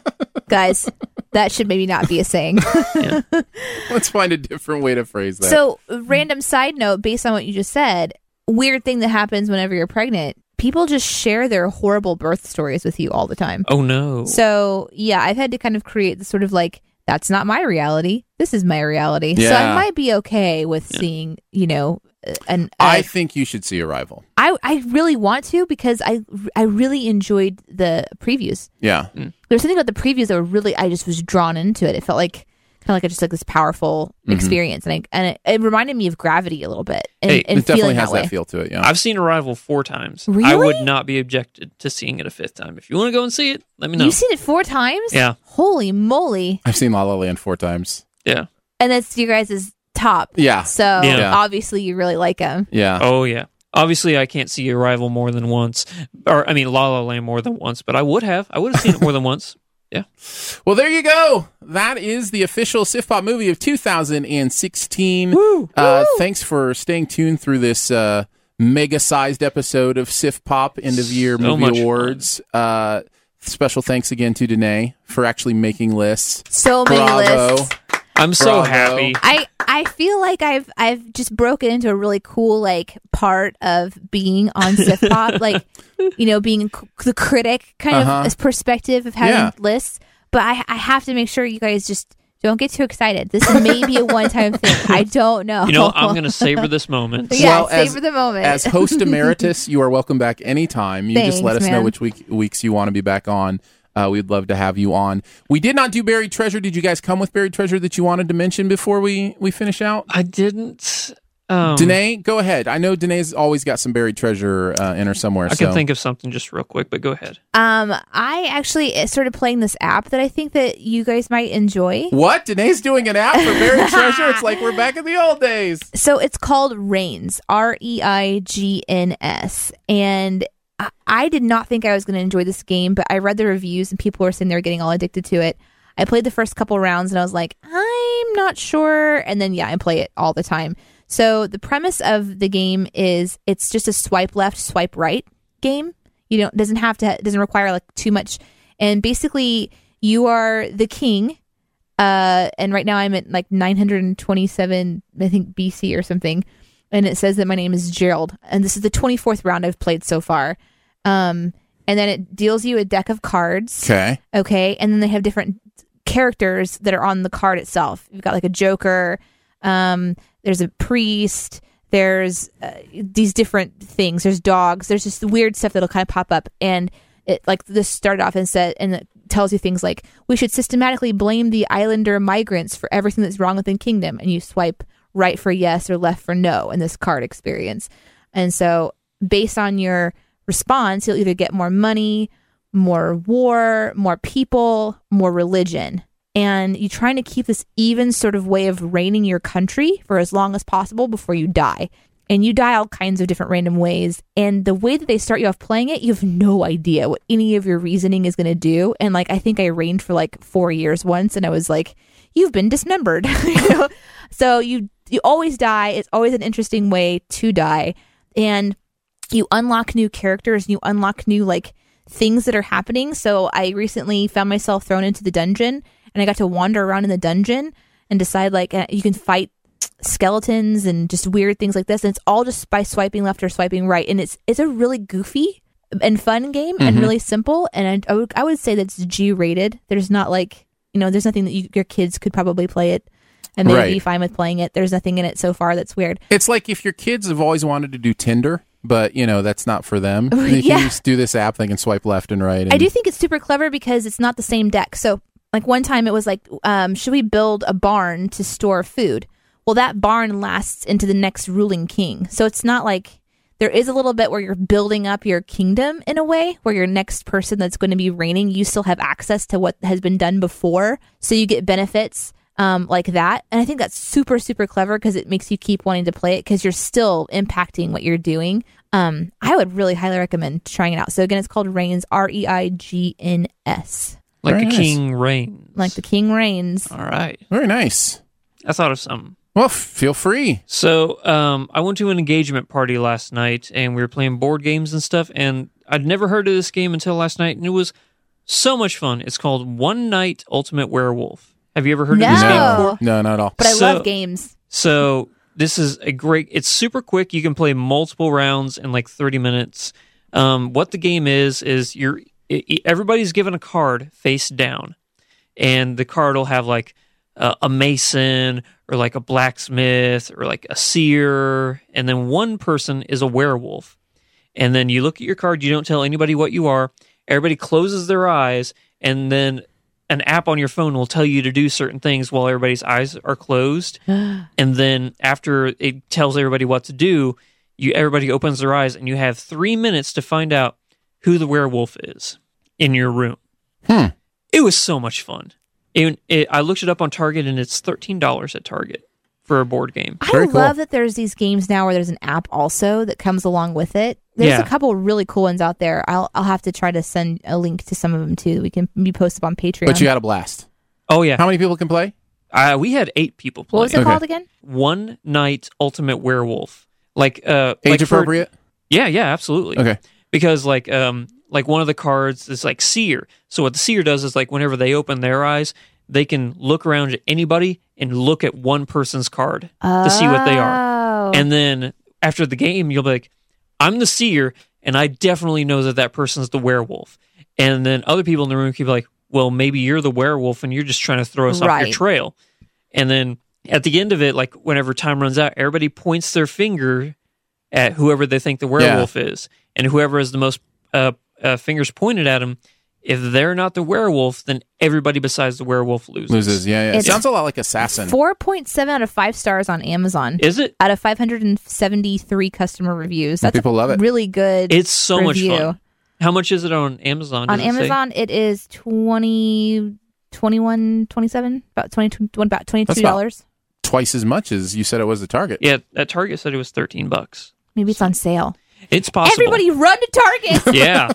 Guys, that should maybe not be a <laughs> saying. Let's find a different way to phrase that. So, random side note based on what you just said, weird thing that happens whenever you're pregnant, people just share their horrible birth stories with you all the time. Oh no. So, yeah, I've had to kind of create this sort of like, that's not my reality. This is my reality. So, Yeah. I might be okay with seeing, you know, uh, an. I I, think you should see Arrival. I, I really want to because I, I really enjoyed the previews. Yeah. There's something about the previews that were really I just was drawn into it. It felt like kind of like a, just like this powerful Mm-hmm. experience, and I, and it, it reminded me of Gravity a little bit. And, Hey, and it definitely feeling has that, that, way. feel to it. Yeah. I've seen Arrival four times. I Really? would not be objected to seeing it a fifth time. If you want to go and see it, let me know. You've seen it four times. Yeah. Holy moly! I've seen La La Land four times. yeah. And that's your guys' top. Yeah. So Yeah. obviously you really like them. Yeah. Oh yeah. Obviously, I can't see Arrival more than once, or I mean, La La Land more than once. But I would have. I would have seen it more than <laughs> once. Yeah. Well, there you go. That is the official Sif Pop movie of 2016. Uh, thanks for staying tuned through this uh, mega sized episode of Sif Pop End of Year So much Movie Awards. Uh, special thanks again to Danae for actually making lists. So many Bravo. lists. I'm so Bravo. happy. I I feel like I've I've just broken into a really cool like part of being on <laughs> Sif Pop, like you know, being c- the critic kind Uh-huh. of perspective of having Yeah. lists. But I I have to make sure you guys just don't get too excited. This may <laughs> be a one time thing. I don't know. You know, I'm gonna savor this moment. yeah, Well, as- savor the moment. As host <laughs> emeritus, you are welcome back anytime. You Thanks, just let us know man. which week, weeks you want to be back on. Uh, we'd love to have you on. We did not do buried treasure. Did you guys come with buried treasure that you wanted to mention before we we finish out? I didn't. Um, Danae, go ahead. I know Danae's always got some buried treasure uh, in her somewhere. I so. can think of something just real quick, but go ahead. um, I actually eh, started playing this app that I think that you guys might enjoy. What Danae's doing an app for <laughs> buried treasure? It's like we're back in the old days. So it's called Rains, R E I G N S. And I- I did not think I was going to enjoy this game, but I read the reviews and people were saying they were getting all addicted to it. I played the first couple rounds and I was like, I'm not sure. And then, yeah, I play it all the time. So the premise of the game is it's just a swipe left, swipe right game. You don't doesn't have to doesn't require like too much. And basically, you are the king Uh, and right now I'm at like 927, I think BC or something. And it says that my name is Gerald. And this is the 24th round I've played so far. Um, and then it deals you a deck of cards. Okay. Okay. And then they have different characters that are on the card itself. You've got like a Joker, um, there's a priest, there's uh, these different things. There's dogs, there's just weird stuff that'll kind of pop up. And it like this started off and said, and it tells you things like, we should systematically blame the islander migrants for everything that's wrong within kingdom. And you swipe right for yes or left for no in this card experience. And so based on your response, you'll either get more money, more war, more people, more religion. And you're trying to keep this even sort of way of reigning your country for as long as possible before you die. And you die all kinds of different random ways. And the way that they start you off playing it, you have no idea what any of your reasoning is going to do. And like, I think I reigned for like four years once, and I was like, "You've been dismembered." <laughs> you know? So you you always die. It's always an interesting way to die. And you unlock new characters and you unlock new like things that are happening. So I recently found myself thrown into the dungeon and I got to wander around in the dungeon and decide like uh, you can fight skeletons and just weird things like this and it's all just by swiping left or swiping right and it's it's a really goofy and fun game and really simple and I, I, would, I would say that's G rated. There's not like, you know, there's nothing that you, your kids could probably play it and they'd Right. be fine with playing it. There's nothing in it so far that's weird. It's like if your kids have always wanted to do Tinder, but you know that's not for <laughs> them. They Yeah. can just do this app. They can swipe left and right. And I do think it's super clever because it's not the same deck. So, like one time it was like, um, should we build a barn to store food? Well, that barn lasts into the next ruling king. So it's not like there is a little bit where you're building up your kingdom in a way where your next person that's going to be reigning, you still have access to what has been done before. So you get benefits um, like that. And I think that's super, super clever because it makes you keep wanting to play it because you're still impacting what you're doing. Um, I would really highly recommend trying it out. So again, it's called Reigns, R E I G N S, Like Very the nice. king reigns. like the king reigns. All right. very nice. I thought of something. Well, f- feel free. So um, I went to an engagement party last night, and we were playing board games and stuff. And I'd never heard of this game until last night, and it was so much fun. It's called One Night Ultimate Werewolf. Have you ever heard of this game No. before? no, not at all. But I So- love games. So this is a great. It's super quick. You can play multiple rounds in like thirty minutes. Um, what the game is is you're i- i- everybody's given a card face down, and the card will have like uh, a mason or like a blacksmith or like a seer, and then one person is a werewolf. And then you look at your card. You don't tell anybody what you are. Everybody closes their eyes, and then an app on your phone will tell you to do certain things while everybody's eyes are closed and then after it tells everybody what to do, you everybody opens their eyes and you have three minutes to find out who the werewolf is in your room. Hmm. It was so much fun. It, it, I looked it up on Target and it's thirteen dollars at Target for a board game. I Very love cool. that there's these games now where there's an app also that comes along with it. There's Yeah. a couple really cool ones out there. I'll I'll have to try to send a link to some of them too. that We can be posted on Patreon. But you had a blast. Oh yeah, How many people can play? uh, we had eight people what play. was it Okay. called again? One night ultimate werewolf, like uh, Age like for- appropriate. yeah, yeah, absolutely. okay. because like um like one of the cards is like seer so what the seer does is like whenever they open their eyes they can look around at anybody and look at one person's card to see what they are Oh. and then after the game you'll be like i'm the seer and i definitely know that that person's the werewolf and then other people in the room keep like well maybe you're the werewolf and you're just trying to throw us off Right. your trail and then at the end of it like whenever time runs out everybody points their finger at whoever they think the werewolf is, and whoever has the most uh, uh, fingers pointed at them. If they're not the werewolf, then everybody besides the werewolf loses. Loses. Yeah, yeah. It's- Sounds a lot like Assassin. 4.7 out of 5 stars on Amazon. Is it? out of 573 customer reviews. That's People a love it. Really good. It's so Review. much fun. How much is it on Amazon? on Does it say? Amazon. It is 20 21 27 about 22 about 22 dollars. Twice as much as you said it was the target. Yeah, at Target said it was thirteen bucks. Maybe it's on sale. It's possible. Everybody run to <laughs> Target. yeah.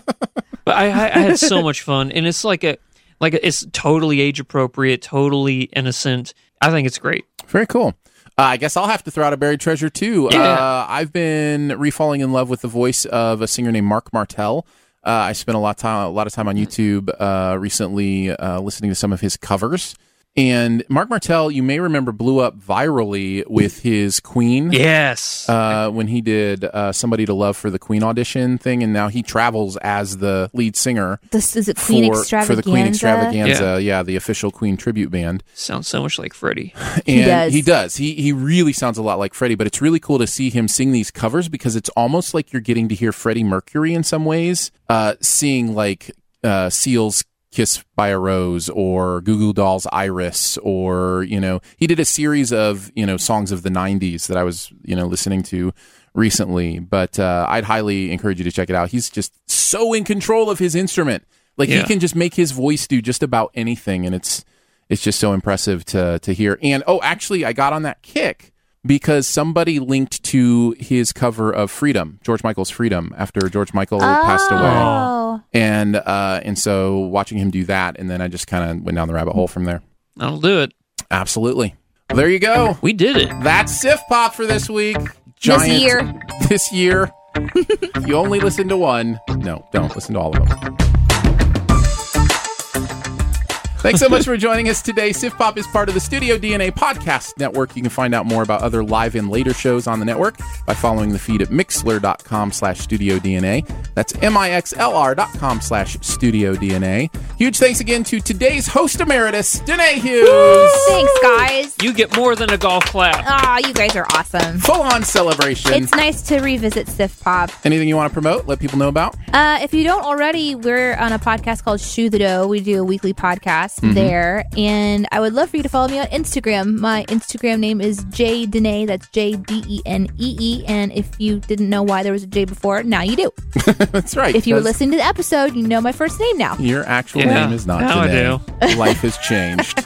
But I, I, I had so much fun, and it's like a, like a, it's totally age appropriate, totally innocent. I think it's great. Very cool. Uh, I guess I'll have to throw out a buried treasure too. Yeah. Uh, I've been refalling in love with the voice of a singer named Mark Martel. Uh, I spent a lot of time, a lot of time on YouTube uh, recently uh, listening to some of his covers, And Mark Martel, you may remember, blew up virally with his Queen. Yes. Mm-hmm. Uh, when he did uh, Somebody to Love for the Queen audition thing, and now he travels as the lead singer This is it. Queen for, for the Queen Extravaganza. Extravaganza. Yeah. the official Queen tribute band. Sounds so much like Freddie. And He does. He does. He, he really sounds a lot like Freddie, but it's really cool to see him sing these covers because it's almost like you're getting to hear Freddie Mercury in some ways, uh, seeing like uh, Seal's Kiss by a Rose or Goo Goo Dolls Iris or, you know, he did a series of, you know, songs of the 90s that I was, you know, listening to recently. But uh, I'd highly encourage you to check it out. He's just so in control of his instrument. Like he Yeah. can just make his voice do just about anything. And it's, it's just so impressive to to hear. And oh, actually, I got on that kick because somebody linked to his cover of Freedom, George Michael's Freedom, after George Michael passed away, Oh, and uh, and so watching him do that, and then I just kind of went down the rabbit hole from there. That'll do it. Absolutely, there you go. We did it. That's Sif Pop for this week. Giant, year. <laughs> This year. you only listen to one. No, don't listen to all of them. Thanks so much for joining us today. Sif Pop is part of the Studio DNA Podcast Network. You can find out more about other live and later shows on the network by following the feed at mixler.com slash studio DNA. That's M-I-X-L-R dot com slash studio DNA. Huge thanks again to today's host emeritus, Danae Hughes. thanks, guys. You get more than a golf clap. Ah, you guys are awesome. Full on celebration. It's nice to revisit Sif Pop. Anything you want to promote? Let people know about? <laughs> Uh, if you don't already, we're on a podcast called Shoe the Dough. We do a weekly podcast there, and I would love for you to follow me on Instagram. My Instagram name is J Dene. That's J D E N E E. And if you didn't know why there was a J before, now you do. That's right. If you were because listening to the episode, you know my first name now. Your actual Yeah, name is not now I today. Life has <laughs> changed.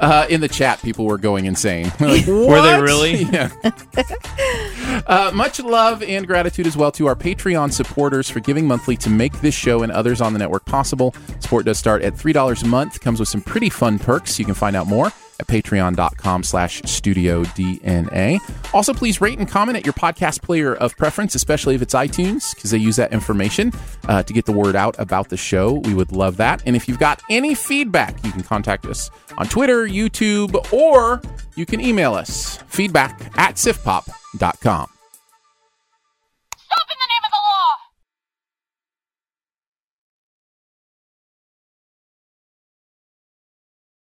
uh, in the chat, people were going insane. <laughs> Like, Were they "What?" really? Yeah. Uh, much love and gratitude as well to our Patreon supporters for giving monthly to make this show and others on the network possible. Support does start at $3 a month, comes with some pretty fun perks. You can find out more at patreon.com slash studio DNA. Also, please rate and comment at your podcast player of preference, especially if it's iTunes, because they use that information uh, to get the word out about the show. We would love that. And if you've got any feedback, you can contact us on Twitter, YouTube, or you can email us feedback at sifpop.com. Stop in the name of the law!